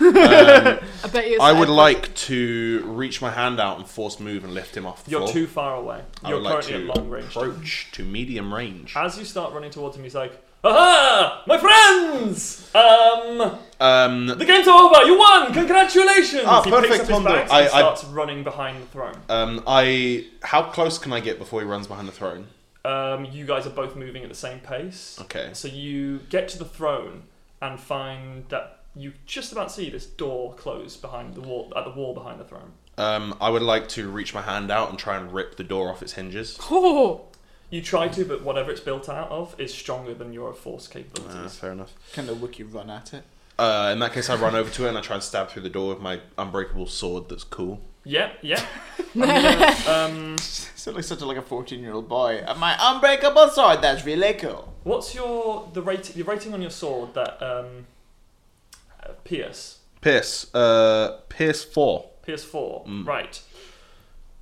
[SPEAKER 3] Um,
[SPEAKER 2] I bet you. it's
[SPEAKER 3] I would
[SPEAKER 2] like-
[SPEAKER 3] like to reach my hand out and force move and lift him off the
[SPEAKER 5] You're
[SPEAKER 3] floor.
[SPEAKER 5] too far away.
[SPEAKER 3] I
[SPEAKER 5] You're
[SPEAKER 3] would like
[SPEAKER 5] currently
[SPEAKER 3] to
[SPEAKER 5] at long range.
[SPEAKER 3] approach to medium range.
[SPEAKER 5] As you start running towards him, he's like, "Aha, my friends! Um,
[SPEAKER 3] Um,
[SPEAKER 5] the game's over. You won. Congratulations!"
[SPEAKER 3] Ah,
[SPEAKER 5] he
[SPEAKER 3] perfect,
[SPEAKER 5] picks up his
[SPEAKER 3] Hondo.
[SPEAKER 5] bags
[SPEAKER 3] I-
[SPEAKER 5] and
[SPEAKER 3] I-
[SPEAKER 5] starts running behind the throne.
[SPEAKER 3] um, I. How close can I get before he runs behind the throne?
[SPEAKER 5] Um, you guys are both moving at the same pace.
[SPEAKER 3] Okay.
[SPEAKER 5] So you get to the throne and find that you just about see this door close behind the wall at the wall behind the throne.
[SPEAKER 3] Um, I would like to reach my hand out and try and rip the door off its hinges.
[SPEAKER 2] Oh,
[SPEAKER 5] You try to, but whatever it's built out of is stronger than your force
[SPEAKER 3] Uh,
[SPEAKER 5] capabilities.
[SPEAKER 3] fair enough.
[SPEAKER 4] Kind of wiki run at it.
[SPEAKER 3] Uh, in that case, I run over to it and I try and stab through the door with my unbreakable sword. That's cool.
[SPEAKER 5] Yeah, yeah. I'm gonna, um,
[SPEAKER 4] Sound like such a, like a fourteen year old boy. Uh, My unbreakable sword. That's really cool.
[SPEAKER 5] what's your the rate? Your rating on your sword that um, uh, Pierce
[SPEAKER 3] Pierce. Uh, Pierce four.
[SPEAKER 5] PS4.
[SPEAKER 3] Mm.
[SPEAKER 5] Right.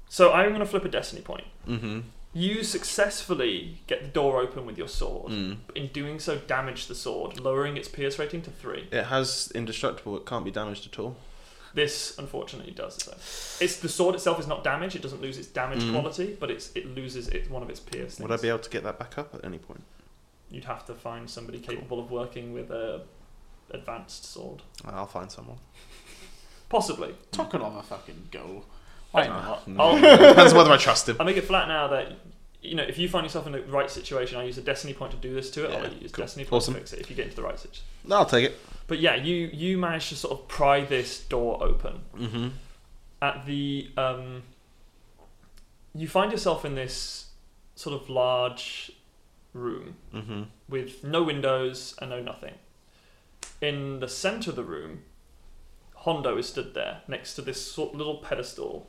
[SPEAKER 5] So I'm going to flip a destiny point.
[SPEAKER 3] Mm-hmm.
[SPEAKER 5] You successfully get the door open with your sword.
[SPEAKER 3] Mm.
[SPEAKER 5] but In doing so, damage the sword, lowering its PS rating to three.
[SPEAKER 3] It has indestructible. It can't be damaged at all.
[SPEAKER 5] This, unfortunately, does so. It's the sword itself is not damaged; it doesn't lose its damage quality, but it's it loses its one of its piercings.
[SPEAKER 3] Mm. Would I be able to get that back up at any point?
[SPEAKER 5] You'd have to find somebody capable of working with a advanced sword,
[SPEAKER 3] I'll find someone.
[SPEAKER 5] possibly.
[SPEAKER 4] Talking on a fucking go.
[SPEAKER 5] I
[SPEAKER 4] Why
[SPEAKER 5] don't
[SPEAKER 4] not?
[SPEAKER 5] know. I'll-
[SPEAKER 3] Depends whether I trust him.
[SPEAKER 5] I make it flat now that you know if you find yourself in the right situation, I use a destiny point to do this to it. I'll
[SPEAKER 3] Yeah,
[SPEAKER 5] let you use
[SPEAKER 3] cool.
[SPEAKER 5] destiny point
[SPEAKER 3] Awesome.
[SPEAKER 5] to fix it if you get into the right situation.
[SPEAKER 3] No, I'll take it.
[SPEAKER 5] But yeah, you you manage to sort of pry this door open
[SPEAKER 3] Mm-hmm.
[SPEAKER 5] at the um. You find yourself in this sort of large room
[SPEAKER 3] Mm-hmm.
[SPEAKER 5] with no windows and no nothing. In the center of the room, Hondo is stood there next to this sort little pedestal.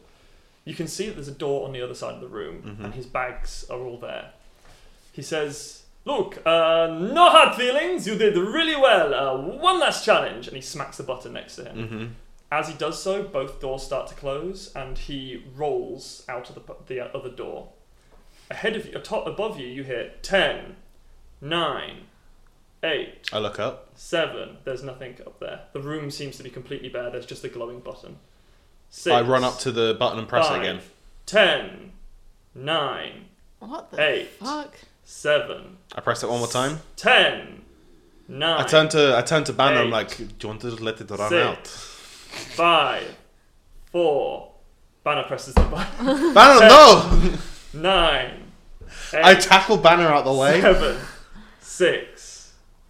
[SPEAKER 5] You can see that there's a door on the other side of the room,
[SPEAKER 3] Mhm.
[SPEAKER 5] and his bags are all there. He says, "Look, uh, no hard feelings. You did really well. Uh, one last challenge." And he smacks the button next to him.
[SPEAKER 3] Mm-hmm.
[SPEAKER 5] As he does so, both doors start to close, and he rolls out of the, pu- the uh, other door. Ahead of you, atop, above you, you hear 10, 9, 8,
[SPEAKER 3] I look up.
[SPEAKER 5] 7. There's nothing up there. The room seems to be completely bare. There's just a glowing button. Six,
[SPEAKER 3] I run up to the button and press
[SPEAKER 5] five,
[SPEAKER 3] it again.
[SPEAKER 5] 10, 9,
[SPEAKER 2] what the
[SPEAKER 5] 8,
[SPEAKER 2] fuck?
[SPEAKER 5] 7,
[SPEAKER 3] I press it one more time.
[SPEAKER 5] 10,
[SPEAKER 3] I
[SPEAKER 5] 9,
[SPEAKER 3] turn to I turn to Banner. I'm
[SPEAKER 5] Eight.
[SPEAKER 3] like, do you want to just let it run
[SPEAKER 5] Six. 5, 4. Banner presses the button.
[SPEAKER 3] out? Banner, no!
[SPEAKER 5] 9,
[SPEAKER 3] I
[SPEAKER 5] eight,
[SPEAKER 3] tackle Banner out the way.
[SPEAKER 5] Seven, six,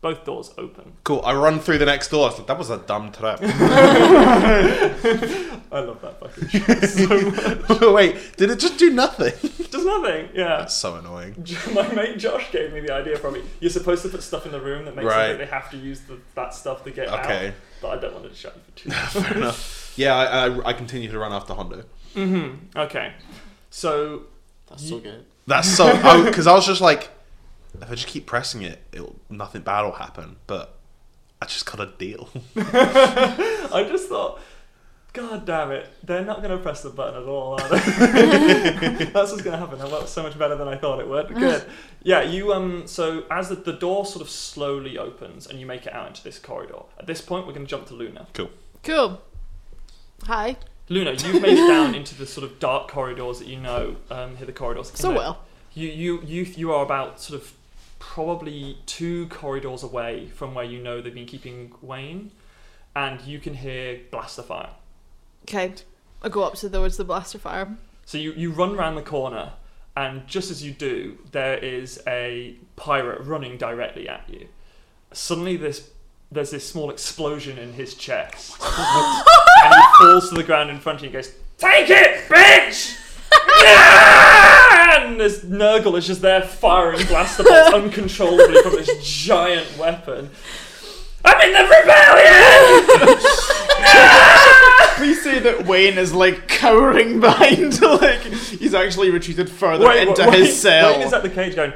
[SPEAKER 5] Both doors open.
[SPEAKER 3] Cool. I run through the next door. I was like, that was a dumb trap.
[SPEAKER 5] I love that fucking shot so much.
[SPEAKER 3] Wait, did it just do nothing?
[SPEAKER 5] Does nothing. Yeah.
[SPEAKER 3] That's so annoying.
[SPEAKER 5] My mate Josh gave me the idea from it. You're supposed to put stuff in the room that makes
[SPEAKER 3] Right.
[SPEAKER 5] it that they have to use the, that stuff to get
[SPEAKER 3] Okay.
[SPEAKER 5] out. But I don't want to shut you for too long.
[SPEAKER 3] Fair enough. Yeah, I, I, I continue to run after Hondo.
[SPEAKER 5] mm-hmm. Okay. So
[SPEAKER 4] That's so good.
[SPEAKER 3] That's so because I, was just like, if I just keep pressing it, it'll nothing bad will happen. But I just got a deal.
[SPEAKER 5] I just thought, God damn it, they're not going to press the button at all, are they? That's what's going to happen. That worked so much better than I thought it would. Good. Yeah, you um. So as the, the door sort of slowly opens and you make it out into this corridor. At this point, we're going to jump to Luna.
[SPEAKER 2] Cool. Hi.
[SPEAKER 5] Luna, you've made it down into the sort of dark corridors that you know. Um, here the corridors. that you
[SPEAKER 2] So
[SPEAKER 5] know.
[SPEAKER 2] well.
[SPEAKER 5] You you you you are about sort of probably two corridors away from where you know they've been keeping Wayne, and you can hear blaster fire.
[SPEAKER 2] Okay. I go up to towards the blaster fire.
[SPEAKER 5] So you, you run round the corner, and just as you do, there is a pirate running directly at you. Suddenly, this there's this small explosion in his chest, and he falls to the ground in front of you. and Goes, take it, bitch! Yeah! and this Nurgle is just there firing blaster bolts uncontrollably from this giant weapon. I'm in the rebellion!
[SPEAKER 4] We say that Wayne is like cowering behind, like he's actually retreated further into
[SPEAKER 5] Wayne-
[SPEAKER 4] his cell.
[SPEAKER 5] Wayne is at the cage going,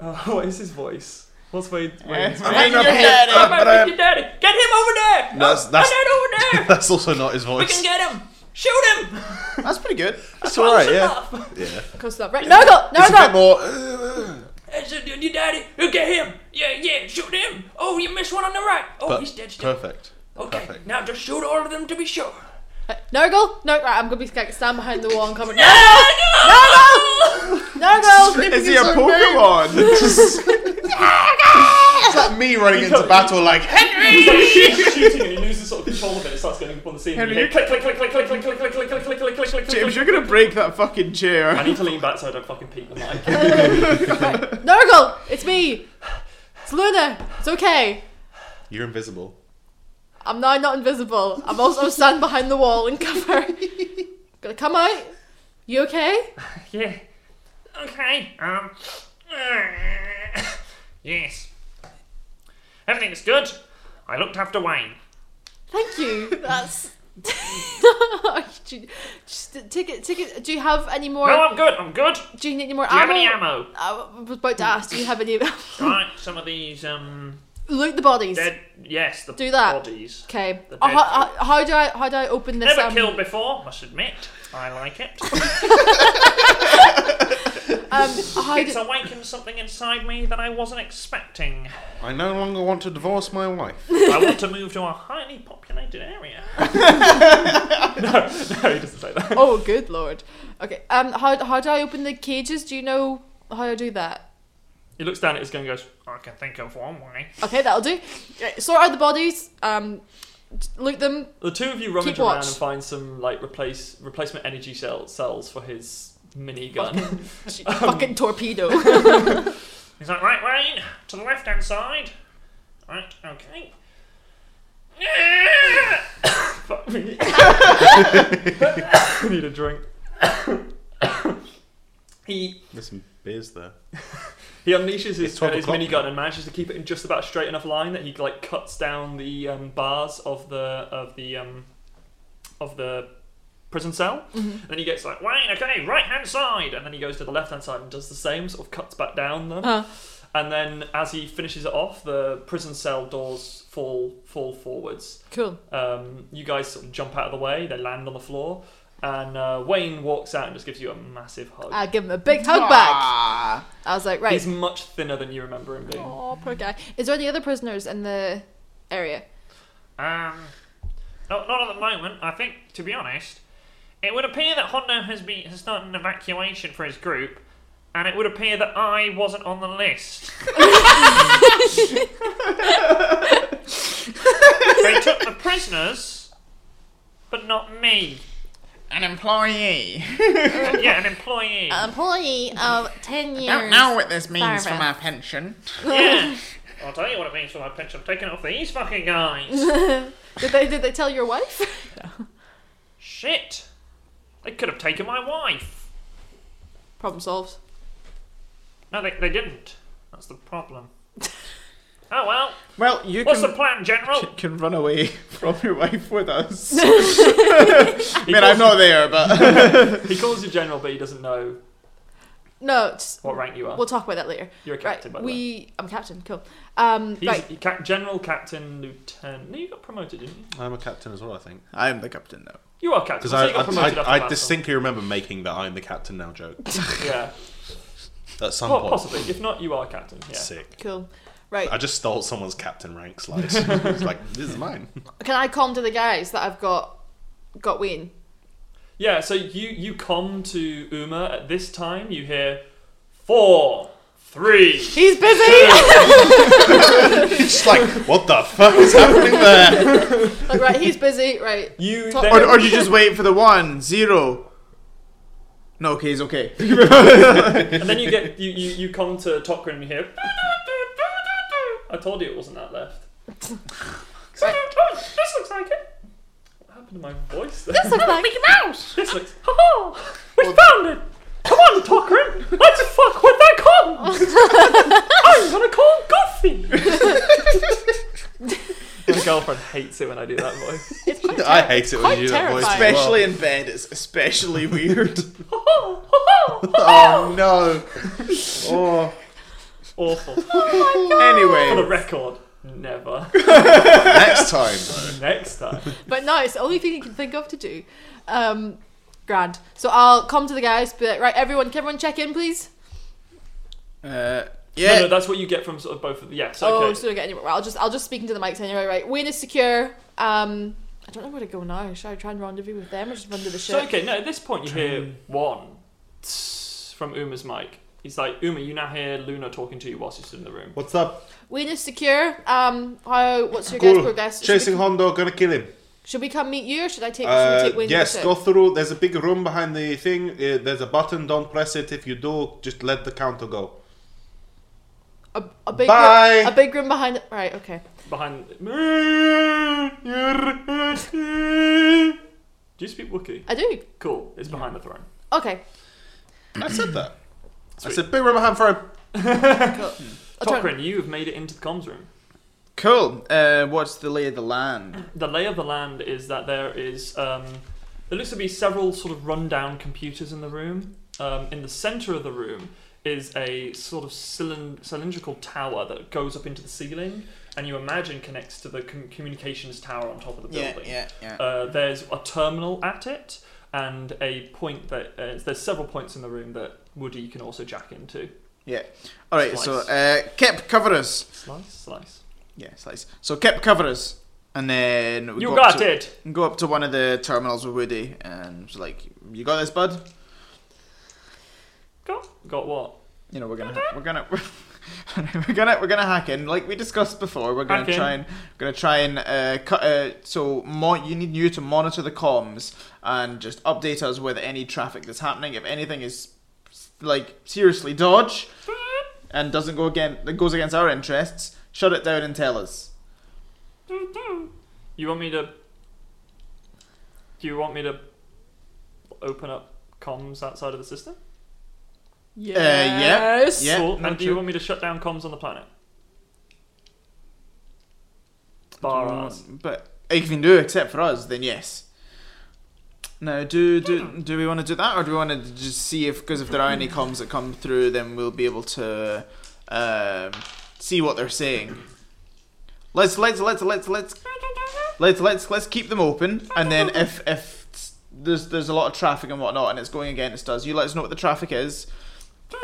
[SPEAKER 5] oh, what is his voice? What's Wayne? Wayne's
[SPEAKER 4] Eh,
[SPEAKER 5] voice?
[SPEAKER 4] Wayne, you're
[SPEAKER 3] daddy.
[SPEAKER 4] dead.
[SPEAKER 5] Come on, Ricky Daddy! Get him over there!
[SPEAKER 3] That's-
[SPEAKER 5] Oh,
[SPEAKER 3] that's-
[SPEAKER 5] get it over there!
[SPEAKER 3] That's also not his
[SPEAKER 5] we
[SPEAKER 3] voice.
[SPEAKER 5] can get him!
[SPEAKER 6] Shoot him!
[SPEAKER 4] That's pretty good.
[SPEAKER 3] That's all right. Yeah. Yeah.
[SPEAKER 2] Close enough. Right. Nurgle!
[SPEAKER 3] It's a bit
[SPEAKER 2] Nurgle!
[SPEAKER 3] more. uh,
[SPEAKER 5] That's it, your daddy. Look at him. Yeah, yeah, shoot him. Oh, you missed one on the right. Oh,
[SPEAKER 3] but
[SPEAKER 5] he's dead still.
[SPEAKER 3] perfect.
[SPEAKER 5] okay,
[SPEAKER 3] perfect.
[SPEAKER 5] now just shoot all of them to be sure.
[SPEAKER 2] Uh, Nurgle! No, right, I'm gonna be scared. Stand behind the wall and cover. No! Nurgle!
[SPEAKER 4] Is he a Pokemon?
[SPEAKER 3] It's like me running into battle like
[SPEAKER 6] He's like shooting, shooting and he loses sort of control of it. It starts getting up on the scene. and you
[SPEAKER 4] Henry,
[SPEAKER 6] hear click, click, click, click, click, click, click, click, click, click, click, click, click, click,
[SPEAKER 4] James,
[SPEAKER 6] click.
[SPEAKER 4] you're gonna break that fucking
[SPEAKER 6] I
[SPEAKER 4] chair.
[SPEAKER 6] need to lean back so I don't fucking peek the mic.
[SPEAKER 2] Nurgle! It's me! It's Luna! It's okay.
[SPEAKER 3] you're invisible.
[SPEAKER 2] I'm now not invisible. I'm also stand behind the wall and cover. Gonna come out. You okay?
[SPEAKER 5] Yeah. Okay. Um. yes. Everything's good. I looked after Wayne.
[SPEAKER 2] Thank you. That's. Just take it. Take it. Do you have any more?
[SPEAKER 5] No, I'm good. I'm good.
[SPEAKER 2] Do you need any more
[SPEAKER 5] Do you have
[SPEAKER 2] ammo?
[SPEAKER 5] any ammo?
[SPEAKER 2] I was about to ask. Do you have any?
[SPEAKER 5] Right. Some of these um
[SPEAKER 2] Loot the bodies.
[SPEAKER 5] dead. Yes, the
[SPEAKER 2] Do that.
[SPEAKER 5] bodies.
[SPEAKER 2] Okay.
[SPEAKER 5] The
[SPEAKER 2] Uh,
[SPEAKER 5] dead
[SPEAKER 2] how, how- how do I? How do I open this?
[SPEAKER 5] Never
[SPEAKER 2] um,
[SPEAKER 5] killed before, must admit. I like it.
[SPEAKER 2] um, how
[SPEAKER 5] It's
[SPEAKER 2] do,
[SPEAKER 5] awakened something inside me that I wasn't expecting.
[SPEAKER 3] I no longer want to divorce my wife.
[SPEAKER 5] I want to move to a highly populated area.
[SPEAKER 6] no, he doesn't say that.
[SPEAKER 2] oh, good lord. Okay. Um. How how do I open the cages? Do you know how I do that?
[SPEAKER 6] He looks down at his gun and goes,
[SPEAKER 5] I can think of one way.
[SPEAKER 2] Okay, that'll do. Right, Sort out the bodies. Um. Loot them.
[SPEAKER 6] The two of you rummage
[SPEAKER 2] Keep watch.
[SPEAKER 6] around and find some like replace replacement energy cell, cells for his minigun.
[SPEAKER 2] fucking torpedo.
[SPEAKER 5] He's like, right, Wayne, to the left hand side. Right, okay.
[SPEAKER 6] Fuck me. I need a drink. he
[SPEAKER 3] There's some beers there.
[SPEAKER 6] he unleashes his, uh,
[SPEAKER 3] 12
[SPEAKER 6] his
[SPEAKER 3] o'clock
[SPEAKER 6] minigun and manages to keep it in just about a straight enough line that he like cuts down the um, bars of the of the um, of the prison cell. And then he gets like, Wayne, okay, right hand side, and then he goes to the left hand side and does the same, sort of cuts back down them.
[SPEAKER 2] Uh.
[SPEAKER 6] And then as he finishes it off, the prison cell doors fall fall forwards.
[SPEAKER 2] cool.
[SPEAKER 6] Um, you guys sort of jump out of the way. They land on the floor, and uh, Wayne walks out and just gives you a massive hug.
[SPEAKER 2] I give him a big hug back.
[SPEAKER 4] Ah.
[SPEAKER 2] I was like, right.
[SPEAKER 6] He's much thinner than you remember him being.
[SPEAKER 2] Oh, poor guy. Is there any other prisoners in the area?
[SPEAKER 5] Um, not, not at the moment. I think, to be honest, it would appear that Hondo has been has started an evacuation for his group, and it would appear that I wasn't on the list. they took the prisoners, but not me.
[SPEAKER 4] An employee.
[SPEAKER 5] Yeah, an employee.
[SPEAKER 2] Employee of 10 years.
[SPEAKER 4] Don't know what this means for
[SPEAKER 2] Barbara.
[SPEAKER 4] my pension.
[SPEAKER 5] Yeah. I'll tell you what it means for my pension. I'm taking it off these fucking guys.
[SPEAKER 2] Did they, did they tell your wife?
[SPEAKER 5] Shit. They could have taken my wife.
[SPEAKER 2] Problem solved.
[SPEAKER 5] No, they, they didn't. That's the problem. Oh well.
[SPEAKER 4] Well, you
[SPEAKER 5] What's the
[SPEAKER 4] can,
[SPEAKER 5] plan, General?
[SPEAKER 4] can run away from your wife with us. I
[SPEAKER 6] He
[SPEAKER 4] mean,
[SPEAKER 6] calls,
[SPEAKER 4] I'm not there, but
[SPEAKER 6] you, he calls you general, but he doesn't know
[SPEAKER 2] No, just,
[SPEAKER 6] what rank you are.
[SPEAKER 2] we'll talk about that later.
[SPEAKER 6] You're a captain,
[SPEAKER 2] right,
[SPEAKER 6] by the way.
[SPEAKER 2] we. I'm captain, cool. Um,
[SPEAKER 6] He's
[SPEAKER 2] right,
[SPEAKER 6] he ca- general, captain, lieutenant. No, you got promoted, didn't you?
[SPEAKER 3] I'm a captain as well, I think.
[SPEAKER 4] I'm the captain now.
[SPEAKER 6] You are
[SPEAKER 3] Because
[SPEAKER 6] captain. So
[SPEAKER 3] I,
[SPEAKER 6] you got promoted after
[SPEAKER 3] I, I, I
[SPEAKER 6] battle.
[SPEAKER 3] distinctly remember making that I'm the captain now joke
[SPEAKER 6] Yeah,
[SPEAKER 3] at some
[SPEAKER 6] Po-
[SPEAKER 3] point.
[SPEAKER 6] possibly. If not, you are captain. Yeah.
[SPEAKER 3] Sick.
[SPEAKER 2] cool. Right,
[SPEAKER 3] I just stole someone's captain rank slide. it's like, this is mine.
[SPEAKER 2] can I calm to the guys that I've got got Wayne?
[SPEAKER 6] Yeah, so you you come to Uma at this time. You hear four, three.
[SPEAKER 2] He's busy!
[SPEAKER 3] It's like, what the fuck is happening there?
[SPEAKER 2] like, right, he's busy, right.
[SPEAKER 6] You
[SPEAKER 2] Top-
[SPEAKER 6] then,
[SPEAKER 4] Or, or you just wait for the one, zero. No, okay, he's okay.
[SPEAKER 6] and then you get you, you, you come to Tokrin and you hear. I told you it wasn't that left.
[SPEAKER 2] Right.
[SPEAKER 6] Oh, this looks like it. What happened to my voice? There?
[SPEAKER 2] This looks like Mickey Mouse!
[SPEAKER 6] This looks. Ha ha! We found it. Come on, Tokrin. Let's fuck with that con. I'm gonna call Goofy. My girlfriend hates it when I do that voice.
[SPEAKER 2] It's quite
[SPEAKER 3] I hate it when
[SPEAKER 2] Quite
[SPEAKER 3] you do that
[SPEAKER 2] terrifying.
[SPEAKER 3] voice. as well.
[SPEAKER 4] Especially in bed, it's especially weird.
[SPEAKER 6] Ha ha! Ha ha!
[SPEAKER 3] Oh no. Oh.
[SPEAKER 6] Awful.
[SPEAKER 4] anyway,
[SPEAKER 6] For the record,
[SPEAKER 5] Never.
[SPEAKER 3] Next time, though.
[SPEAKER 5] Next time.
[SPEAKER 2] But no, it's the only thing you can think of to do. Um, grand. So I'll come to the guys, but right, everyone, can everyone check in, please?
[SPEAKER 4] Uh,
[SPEAKER 5] No,
[SPEAKER 4] yeah.
[SPEAKER 5] no, that's what you get from sort of both of the. Yes,
[SPEAKER 2] Oh,
[SPEAKER 5] okay.
[SPEAKER 2] I'm just gonna get anywhere. I'll just I'll just speak into the mics anyway. Right, Wayne is secure. Um, I don't know where to go now. Should I try and rendezvous with them or just run to the ship?
[SPEAKER 5] So, okay, no, at this point you hear one tss from Uma's mic. He's like, Uma, you now hear Luna talking to you whilst you're in the room.
[SPEAKER 3] What's up?
[SPEAKER 2] Wayne is secure. Um, how? What's your guys'
[SPEAKER 3] Cool.
[SPEAKER 2] progress?
[SPEAKER 3] Chasing
[SPEAKER 2] Should we,
[SPEAKER 3] Hondo, gonna kill him.
[SPEAKER 2] should we come meet you, or should I take? should
[SPEAKER 3] Uh,
[SPEAKER 2] we take Wayne to
[SPEAKER 3] yes,
[SPEAKER 2] the
[SPEAKER 3] go
[SPEAKER 2] ship?
[SPEAKER 3] through. There's a big room behind the thing. Uh, there's a button. Don't press it. If you do, just let the counter go.
[SPEAKER 2] A, a big
[SPEAKER 3] Bye.
[SPEAKER 2] Room, a big room behind. Right. Okay.
[SPEAKER 5] Behind. Do you speak Wookiee?
[SPEAKER 2] I do.
[SPEAKER 5] Cool. It's behind the throne.
[SPEAKER 2] Okay.
[SPEAKER 3] I said that. I
[SPEAKER 5] Sweet.
[SPEAKER 3] said big room behind front.
[SPEAKER 2] I'll try-
[SPEAKER 5] Tokrin, you have made it into the comms room.
[SPEAKER 4] Cool. Uh, what's the lay of the land?
[SPEAKER 5] The lay of the land is that there is um, there looks to be several sort of rundown computers in the room. Um, in the center of the room is a sort of cylind- cylindrical tower that goes up into the ceiling, and you imagine connects to the com- communications tower on top of the
[SPEAKER 4] Yeah,
[SPEAKER 5] building.
[SPEAKER 4] yeah, yeah.
[SPEAKER 5] Uh, there's a terminal at it, and a point that uh, there's several points in the room that Woody can also jack into.
[SPEAKER 4] yeah. All right. So,
[SPEAKER 5] slice.
[SPEAKER 4] uh, Kip, cover us.
[SPEAKER 5] Slice, slice.
[SPEAKER 4] Yeah, slice. So, Kip, cover us, and then we
[SPEAKER 5] you
[SPEAKER 4] go up
[SPEAKER 5] got
[SPEAKER 4] to,
[SPEAKER 5] it.
[SPEAKER 4] Go up to one of the terminals with Woody, and was like, "You got this, bud."
[SPEAKER 5] Got got what?
[SPEAKER 4] you know we're gonna we're gonna we're gonna we're gonna hack in like we discussed before we're gonna
[SPEAKER 5] Hack in.
[SPEAKER 4] try and we're gonna try and uh, cut uh, so mo- you need you to monitor the comms and just update us with any traffic that's happening if anything is like seriously dodge and doesn't go again that goes against our interests shut it down and tell us
[SPEAKER 5] You want me to? Do you want me to open up comms outside of the system?
[SPEAKER 3] Uh,
[SPEAKER 4] yeah,
[SPEAKER 2] Yes.
[SPEAKER 4] yeah.
[SPEAKER 5] Cool.
[SPEAKER 4] no,
[SPEAKER 5] and do you
[SPEAKER 4] true.
[SPEAKER 5] want me to shut down comms on the planet? Bar ours.
[SPEAKER 4] but if you can do it except for us then yes now, do do do we want to do that, or do we want to just see if because if there are any comms that come through, then we'll be able to um, see what they're saying. Let's let's let's let's let's let's let's let's keep them open, and then if if there's there's a lot of traffic and whatnot, and it's going against us, you let us know what the traffic is,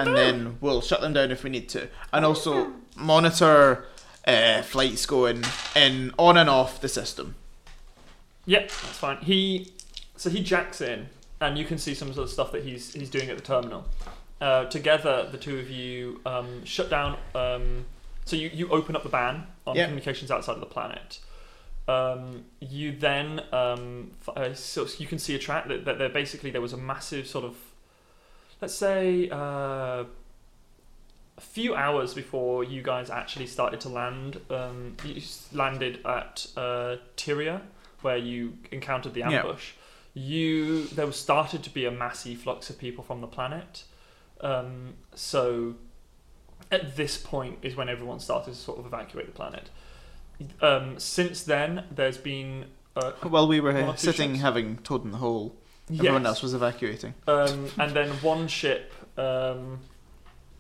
[SPEAKER 4] and then we'll shut them down if we need to, and also monitor uh, flights going in on and off the system.
[SPEAKER 5] Yep, that's fine. He so he jacks in, and you can see some sort of stuff that he's he's doing at the terminal. Uh, together, the two of you um, shut down. Um, so you, you open up the ban on
[SPEAKER 4] Yeah.
[SPEAKER 5] communications outside of the planet. Um, you then um, f- uh, so you can see a track that, that there basically there was a massive sort of let's say uh, a few hours before you guys actually started to land, um, you s- landed at uh, Tyria, where you encountered the
[SPEAKER 4] Yeah.
[SPEAKER 5] ambush. You there was started to be a mass efflux of people from the planet, um, so at this point is when everyone started to sort of evacuate the planet. Um, since then, there's been uh,
[SPEAKER 4] While we were
[SPEAKER 5] One or two
[SPEAKER 4] sitting,
[SPEAKER 5] ships.
[SPEAKER 4] having Toad in the hole. Everyone
[SPEAKER 5] yes.
[SPEAKER 4] else was evacuating.
[SPEAKER 5] Um, and then one ship um,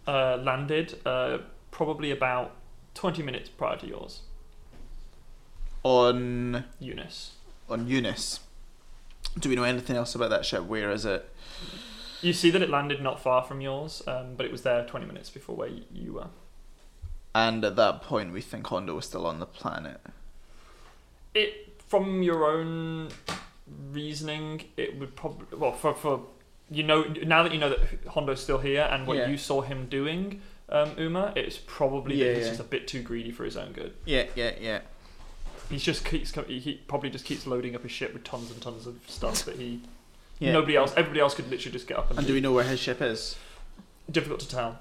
[SPEAKER 5] uh, landed uh, probably about 20 minutes prior to yours,
[SPEAKER 4] On
[SPEAKER 5] Eunice.
[SPEAKER 4] on Eunice. Do we know anything else about that ship? Where is it?
[SPEAKER 5] You see that it landed not far from yours, um, but it was there 20 minutes before where y- you were.
[SPEAKER 4] And at that point, we think Hondo was still on the planet.
[SPEAKER 5] It, from your own reasoning, it would probably, well, for, for you know, now that you know that Hondo's still here and what
[SPEAKER 4] Yeah.
[SPEAKER 5] you saw him doing, um, Uma, it's probably
[SPEAKER 4] Yeah,
[SPEAKER 5] that he's
[SPEAKER 4] yeah.
[SPEAKER 5] just a bit too greedy for his own good.
[SPEAKER 4] Yeah, yeah, yeah.
[SPEAKER 5] He's just keeps co- he- he probably just keeps loading up his ship with tons and tons of stuff that he
[SPEAKER 4] yeah.
[SPEAKER 5] Nobody else, everybody else could literally just get up and,
[SPEAKER 4] And do
[SPEAKER 5] do
[SPEAKER 4] we know where his ship is?
[SPEAKER 5] Difficult to tell.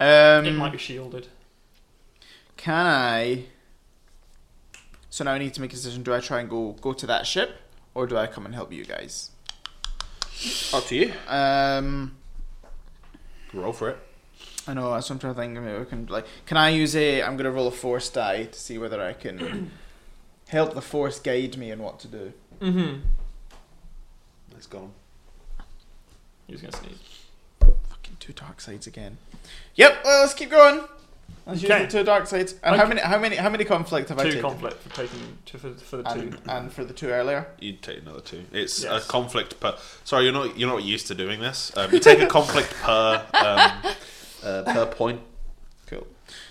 [SPEAKER 4] Um,
[SPEAKER 5] it might be shielded.
[SPEAKER 4] Can I? So now I need to make a decision. Do I try and go go to that ship, or do I come and help you guys?
[SPEAKER 3] Up to you.
[SPEAKER 4] Um,
[SPEAKER 3] Roll for it.
[SPEAKER 4] I know that's what I'm trying to think. Maybe we can like, can I use a? I'm gonna roll a force die to see whether I can help the force guide me in what to do.
[SPEAKER 5] Mm-hmm.
[SPEAKER 3] It's gone.
[SPEAKER 5] He was gonna sneeze.
[SPEAKER 4] Fucking two dark sides again. Yep. Well, let's keep going. Let's
[SPEAKER 5] Okay.
[SPEAKER 4] use the two dark sides. And how
[SPEAKER 5] Okay.
[SPEAKER 4] many? How many? How many conflict have I
[SPEAKER 5] Two
[SPEAKER 4] taken?
[SPEAKER 5] conflict for taking to, for, for the two.
[SPEAKER 4] And, and for the two earlier.
[SPEAKER 3] You'd take another two. It's
[SPEAKER 5] Yes.
[SPEAKER 3] a conflict per. Sorry, you're not you're not used to doing this. Um, you take a conflict per um, uh, per point.
[SPEAKER 4] Cool.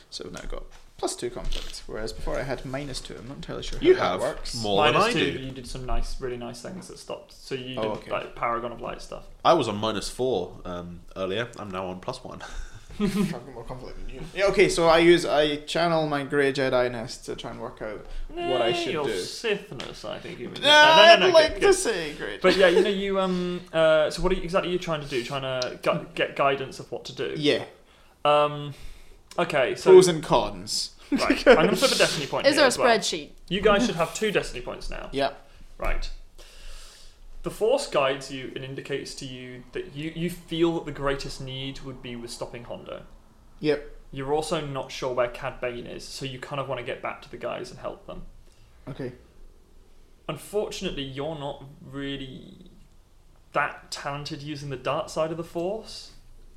[SPEAKER 4] So we've now got plus two conflict, whereas before I had minus two. I'm not entirely sure how
[SPEAKER 3] You
[SPEAKER 4] that
[SPEAKER 3] have
[SPEAKER 4] works.
[SPEAKER 3] more than
[SPEAKER 5] Minus
[SPEAKER 3] I
[SPEAKER 5] two,
[SPEAKER 3] do.
[SPEAKER 5] you did some nice, really nice things that stopped. So you did
[SPEAKER 4] Oh, okay.
[SPEAKER 5] like Paragon of Light stuff.
[SPEAKER 3] I was on minus four um, earlier. I'm now on plus one.
[SPEAKER 4] Fucking more conflict than you. Yeah. Okay. So I use I channel my grey Jedi-ness to try and work out what I
[SPEAKER 5] Nah,
[SPEAKER 4] should
[SPEAKER 5] Eh, your
[SPEAKER 4] do.
[SPEAKER 5] Sithness, I think you mean.
[SPEAKER 4] Ah, I'd like
[SPEAKER 5] good,
[SPEAKER 4] to
[SPEAKER 5] good.
[SPEAKER 4] say great.
[SPEAKER 5] But yeah, you know, you um. Uh, so what are you, exactly are you trying to do? Trying to gu- get guidance of what to do.
[SPEAKER 4] yeah,
[SPEAKER 5] Um. Okay. So
[SPEAKER 4] pros and cons.
[SPEAKER 5] right, I'm gonna flip a destiny point.
[SPEAKER 2] Is
[SPEAKER 5] here
[SPEAKER 2] there a
[SPEAKER 5] as well.
[SPEAKER 2] spreadsheet?
[SPEAKER 5] You guys should have two destiny points now.
[SPEAKER 4] Yeah.
[SPEAKER 5] Right. The Force guides you and indicates to you that you, you feel that the greatest need would be with stopping Honda.
[SPEAKER 4] Yep.
[SPEAKER 5] You're also not sure where Cad Bane is, so you kind of want to get back to the guys and help them.
[SPEAKER 4] Okay.
[SPEAKER 5] Unfortunately, you're not really that talented using the dark side of the Force,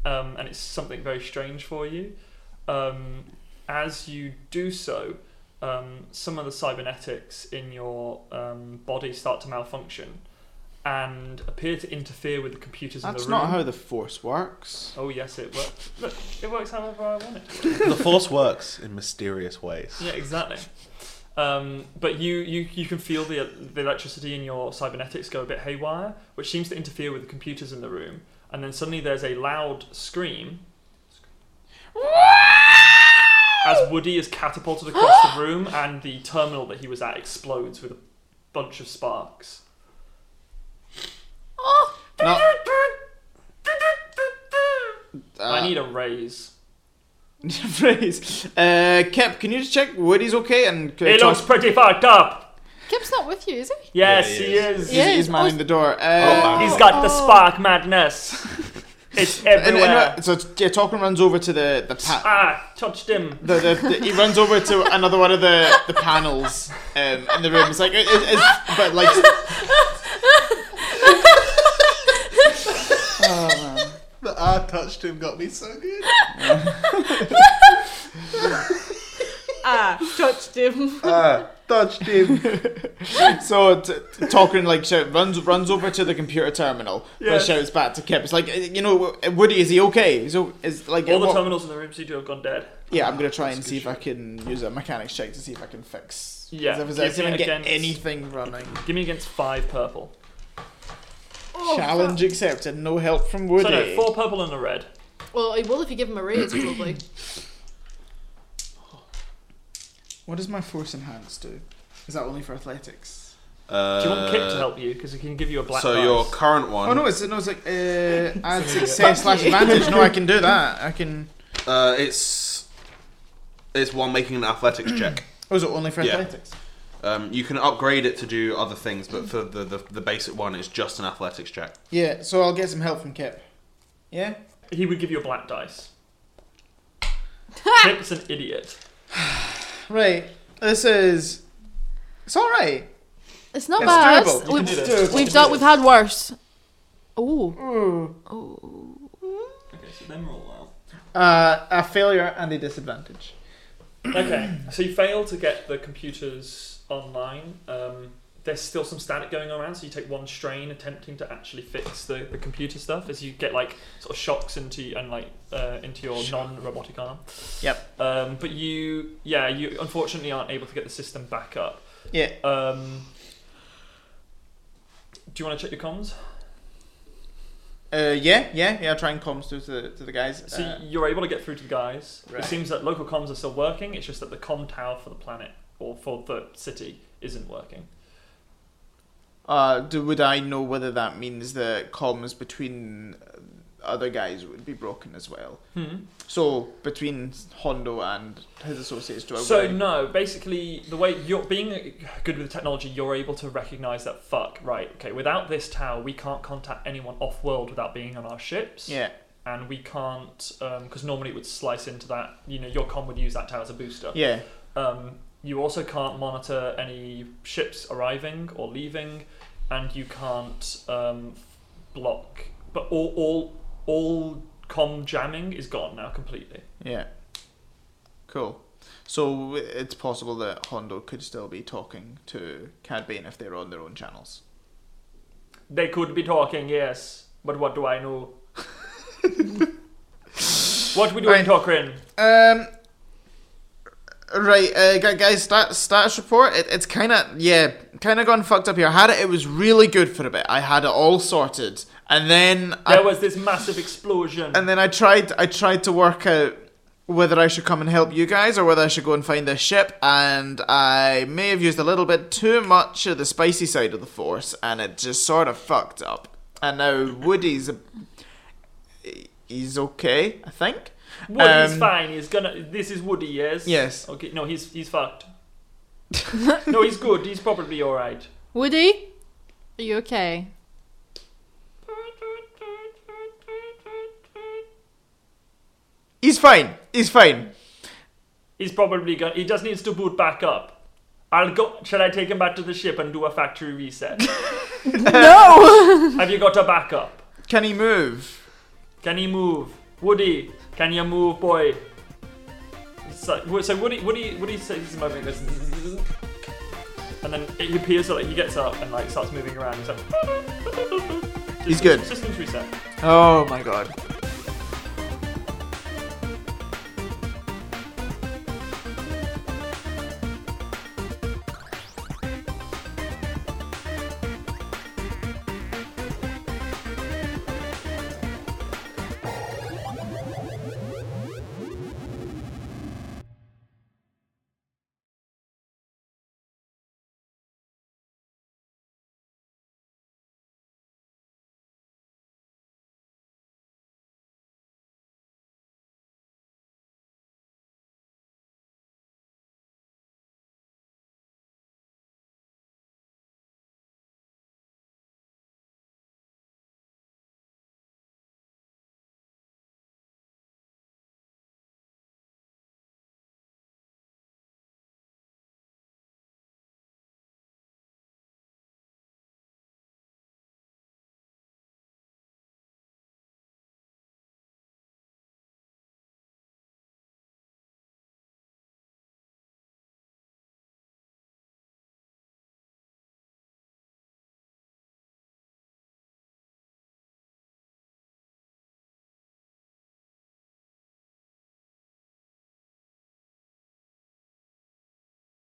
[SPEAKER 5] um, and it's something very strange for you. Um, as you do so, um, some of the cybernetics in your um, body start to malfunction and appear to interfere with the computers
[SPEAKER 4] That's
[SPEAKER 5] in the room.
[SPEAKER 4] not how the force works.
[SPEAKER 5] Oh yes, it works. Look, it works however I want it. to.
[SPEAKER 3] the force works in mysterious ways.
[SPEAKER 5] Yeah, exactly. Um, but you, you, you can feel the, the electricity in your cybernetics go a bit haywire, which seems to interfere with the computers in the room. And then suddenly there's a loud scream as Woody is catapulted across the room and the terminal that he was at explodes with a bunch of sparks.
[SPEAKER 4] Not-
[SPEAKER 5] I
[SPEAKER 4] Uh,
[SPEAKER 5] need a raise.
[SPEAKER 4] phrase. Uh, Kep, can you just check Woody's okay and uh,
[SPEAKER 5] It looks
[SPEAKER 4] toss-
[SPEAKER 5] pretty fucked up.
[SPEAKER 2] Kip's not with you, is he?
[SPEAKER 5] Yes,
[SPEAKER 3] Yeah,
[SPEAKER 5] he
[SPEAKER 3] he is.
[SPEAKER 5] is.
[SPEAKER 2] Yeah.
[SPEAKER 4] he's, he's
[SPEAKER 2] Oh,
[SPEAKER 4] manning the door. Uh,
[SPEAKER 3] man.
[SPEAKER 5] He's got the
[SPEAKER 2] Oh.
[SPEAKER 5] spark madness. It's
[SPEAKER 4] and- uh, and-
[SPEAKER 5] everywhere.
[SPEAKER 4] so yeah, Talkin runs over to the the, pa-
[SPEAKER 5] Ah, touched him.
[SPEAKER 4] the, the, the he runs over to another one of the the panels um, in the room. It's like it, it- it's but like
[SPEAKER 3] The I touched him got me so good.
[SPEAKER 2] Ah, touched him.
[SPEAKER 3] Ah, touched him.
[SPEAKER 4] so t- t- Talkin like shout, runs runs over to the computer terminal.
[SPEAKER 5] Yeah.
[SPEAKER 4] But shouts back to Kep. It's like uh, you know Woody is he okay? So is like
[SPEAKER 5] All the
[SPEAKER 4] what-
[SPEAKER 5] terminals in the room seem to have gone dead.
[SPEAKER 4] Yeah, I'm gonna try and see if I can use a mechanics check to see if I can fix.
[SPEAKER 5] Yeah,
[SPEAKER 4] if I
[SPEAKER 5] give
[SPEAKER 4] can
[SPEAKER 5] me
[SPEAKER 4] get
[SPEAKER 5] against-
[SPEAKER 4] anything running.
[SPEAKER 5] Give me against five purple.
[SPEAKER 2] Oh,
[SPEAKER 4] Challenge accepted. No help from Woody.
[SPEAKER 5] So no, Oh, four purple and a red.
[SPEAKER 2] Well, he will if you give him a raise, probably.
[SPEAKER 4] What does my force enhance do? Is that only for athletics?
[SPEAKER 5] Do you want Kip to help you? Because he can give you a black
[SPEAKER 3] Uh, So
[SPEAKER 5] dice.
[SPEAKER 3] your current one,
[SPEAKER 4] Oh no, it's no, it's like uh, add success slash advantage. No, I can do that. I can.
[SPEAKER 3] uh, it's it's one making an athletics check.
[SPEAKER 4] Oh, is it only for
[SPEAKER 3] Yeah.
[SPEAKER 4] athletics?
[SPEAKER 3] Um, you can upgrade it to do other things, but for the, the, the basic one, it's just an athletics check.
[SPEAKER 4] Yeah. So I'll get some help from Kip. Yeah.
[SPEAKER 5] He would give you a black dice. Kip's an idiot.
[SPEAKER 4] Right. This is. It's all right.
[SPEAKER 2] It's not
[SPEAKER 4] It's
[SPEAKER 2] bad.
[SPEAKER 4] doable. You can do
[SPEAKER 2] We've,
[SPEAKER 4] this.
[SPEAKER 2] we've done. We've had worse. Oh,
[SPEAKER 5] Okay, so them are all
[SPEAKER 4] Uh, a failure and a disadvantage.
[SPEAKER 5] out. okay, so you fail to get the computers online. Um, there's still some static going around, so you take one strain attempting to actually fix the, the computer stuff as you get like sort of shocks into and like uh, into your non-robotic arm.
[SPEAKER 4] Yep.
[SPEAKER 5] Um, but you, yeah, you unfortunately aren't able to get the system back up.
[SPEAKER 4] Yeah.
[SPEAKER 5] Um, do you want to check your comms?
[SPEAKER 4] Uh, yeah, yeah, yeah. I'll try and comms through to the, to the guys.
[SPEAKER 5] So
[SPEAKER 4] Uh,
[SPEAKER 5] you're able to get through to the guys.
[SPEAKER 4] Right.
[SPEAKER 5] It seems that local comms are still working. It's just that the comm tower for the planet or for the city isn't working.
[SPEAKER 4] Uh, do, would I know whether that means the comms between uh, other guys would be broken as well?
[SPEAKER 5] Hmm.
[SPEAKER 4] So between Hondo and his associates, do I?
[SPEAKER 5] So
[SPEAKER 4] would I-
[SPEAKER 5] no, basically the way you're being good with technology, you're able to recognize that fuck right. Okay, without this tower, we can't contact anyone off world without being on our ships.
[SPEAKER 4] yeah,
[SPEAKER 5] and we can't because normally it would slice into that. You know, your comm would use that tower as a booster.
[SPEAKER 4] yeah,
[SPEAKER 5] Um, you also can't monitor any ships arriving or leaving, and you can't um, block. But all all all com jamming is gone now completely.
[SPEAKER 4] yeah. Cool. So it's possible that Hondo could still be talking to Cad Bane if they're on their own channels.
[SPEAKER 5] They could be talking, yes, but what do I know? what we doing,
[SPEAKER 4] Right.
[SPEAKER 5] Tokrin?
[SPEAKER 4] Um. Right, uh, gu- guys, stat, status report. It, it's kind of yeah, kind of gone fucked up here. I had it; it was really good for a bit. I had it all sorted, and then I,
[SPEAKER 5] There was this massive explosion.
[SPEAKER 4] Uh, and then I tried I tried to work out whether I should come and help you guys or whether I should go and find this ship and I may have used a little bit too much of the spicy side of the force and it just sort of fucked up. And now Woody's a, he's okay, I think.
[SPEAKER 5] Woody's
[SPEAKER 4] Um,
[SPEAKER 5] fine. He's gonna. This is Woody, yes.
[SPEAKER 4] Yes.
[SPEAKER 5] Okay. No, he's he's fucked. no, he's good. He's probably all right.
[SPEAKER 2] Woody, are you okay?
[SPEAKER 4] He's fine. He's fine.
[SPEAKER 5] He's probably gonna. He just needs to boot back up. I'll go. Shall I take him back to the ship and do a factory reset?
[SPEAKER 2] no.
[SPEAKER 5] Have you got a backup?
[SPEAKER 4] Can he move?
[SPEAKER 5] Can he move? Woody, can you move, boy? So, so Woody, Woody, Woody says he's moving this, and then he appears like he gets up and like starts moving around. He's like,
[SPEAKER 4] He's good.
[SPEAKER 5] Systems reset.
[SPEAKER 4] Oh my god.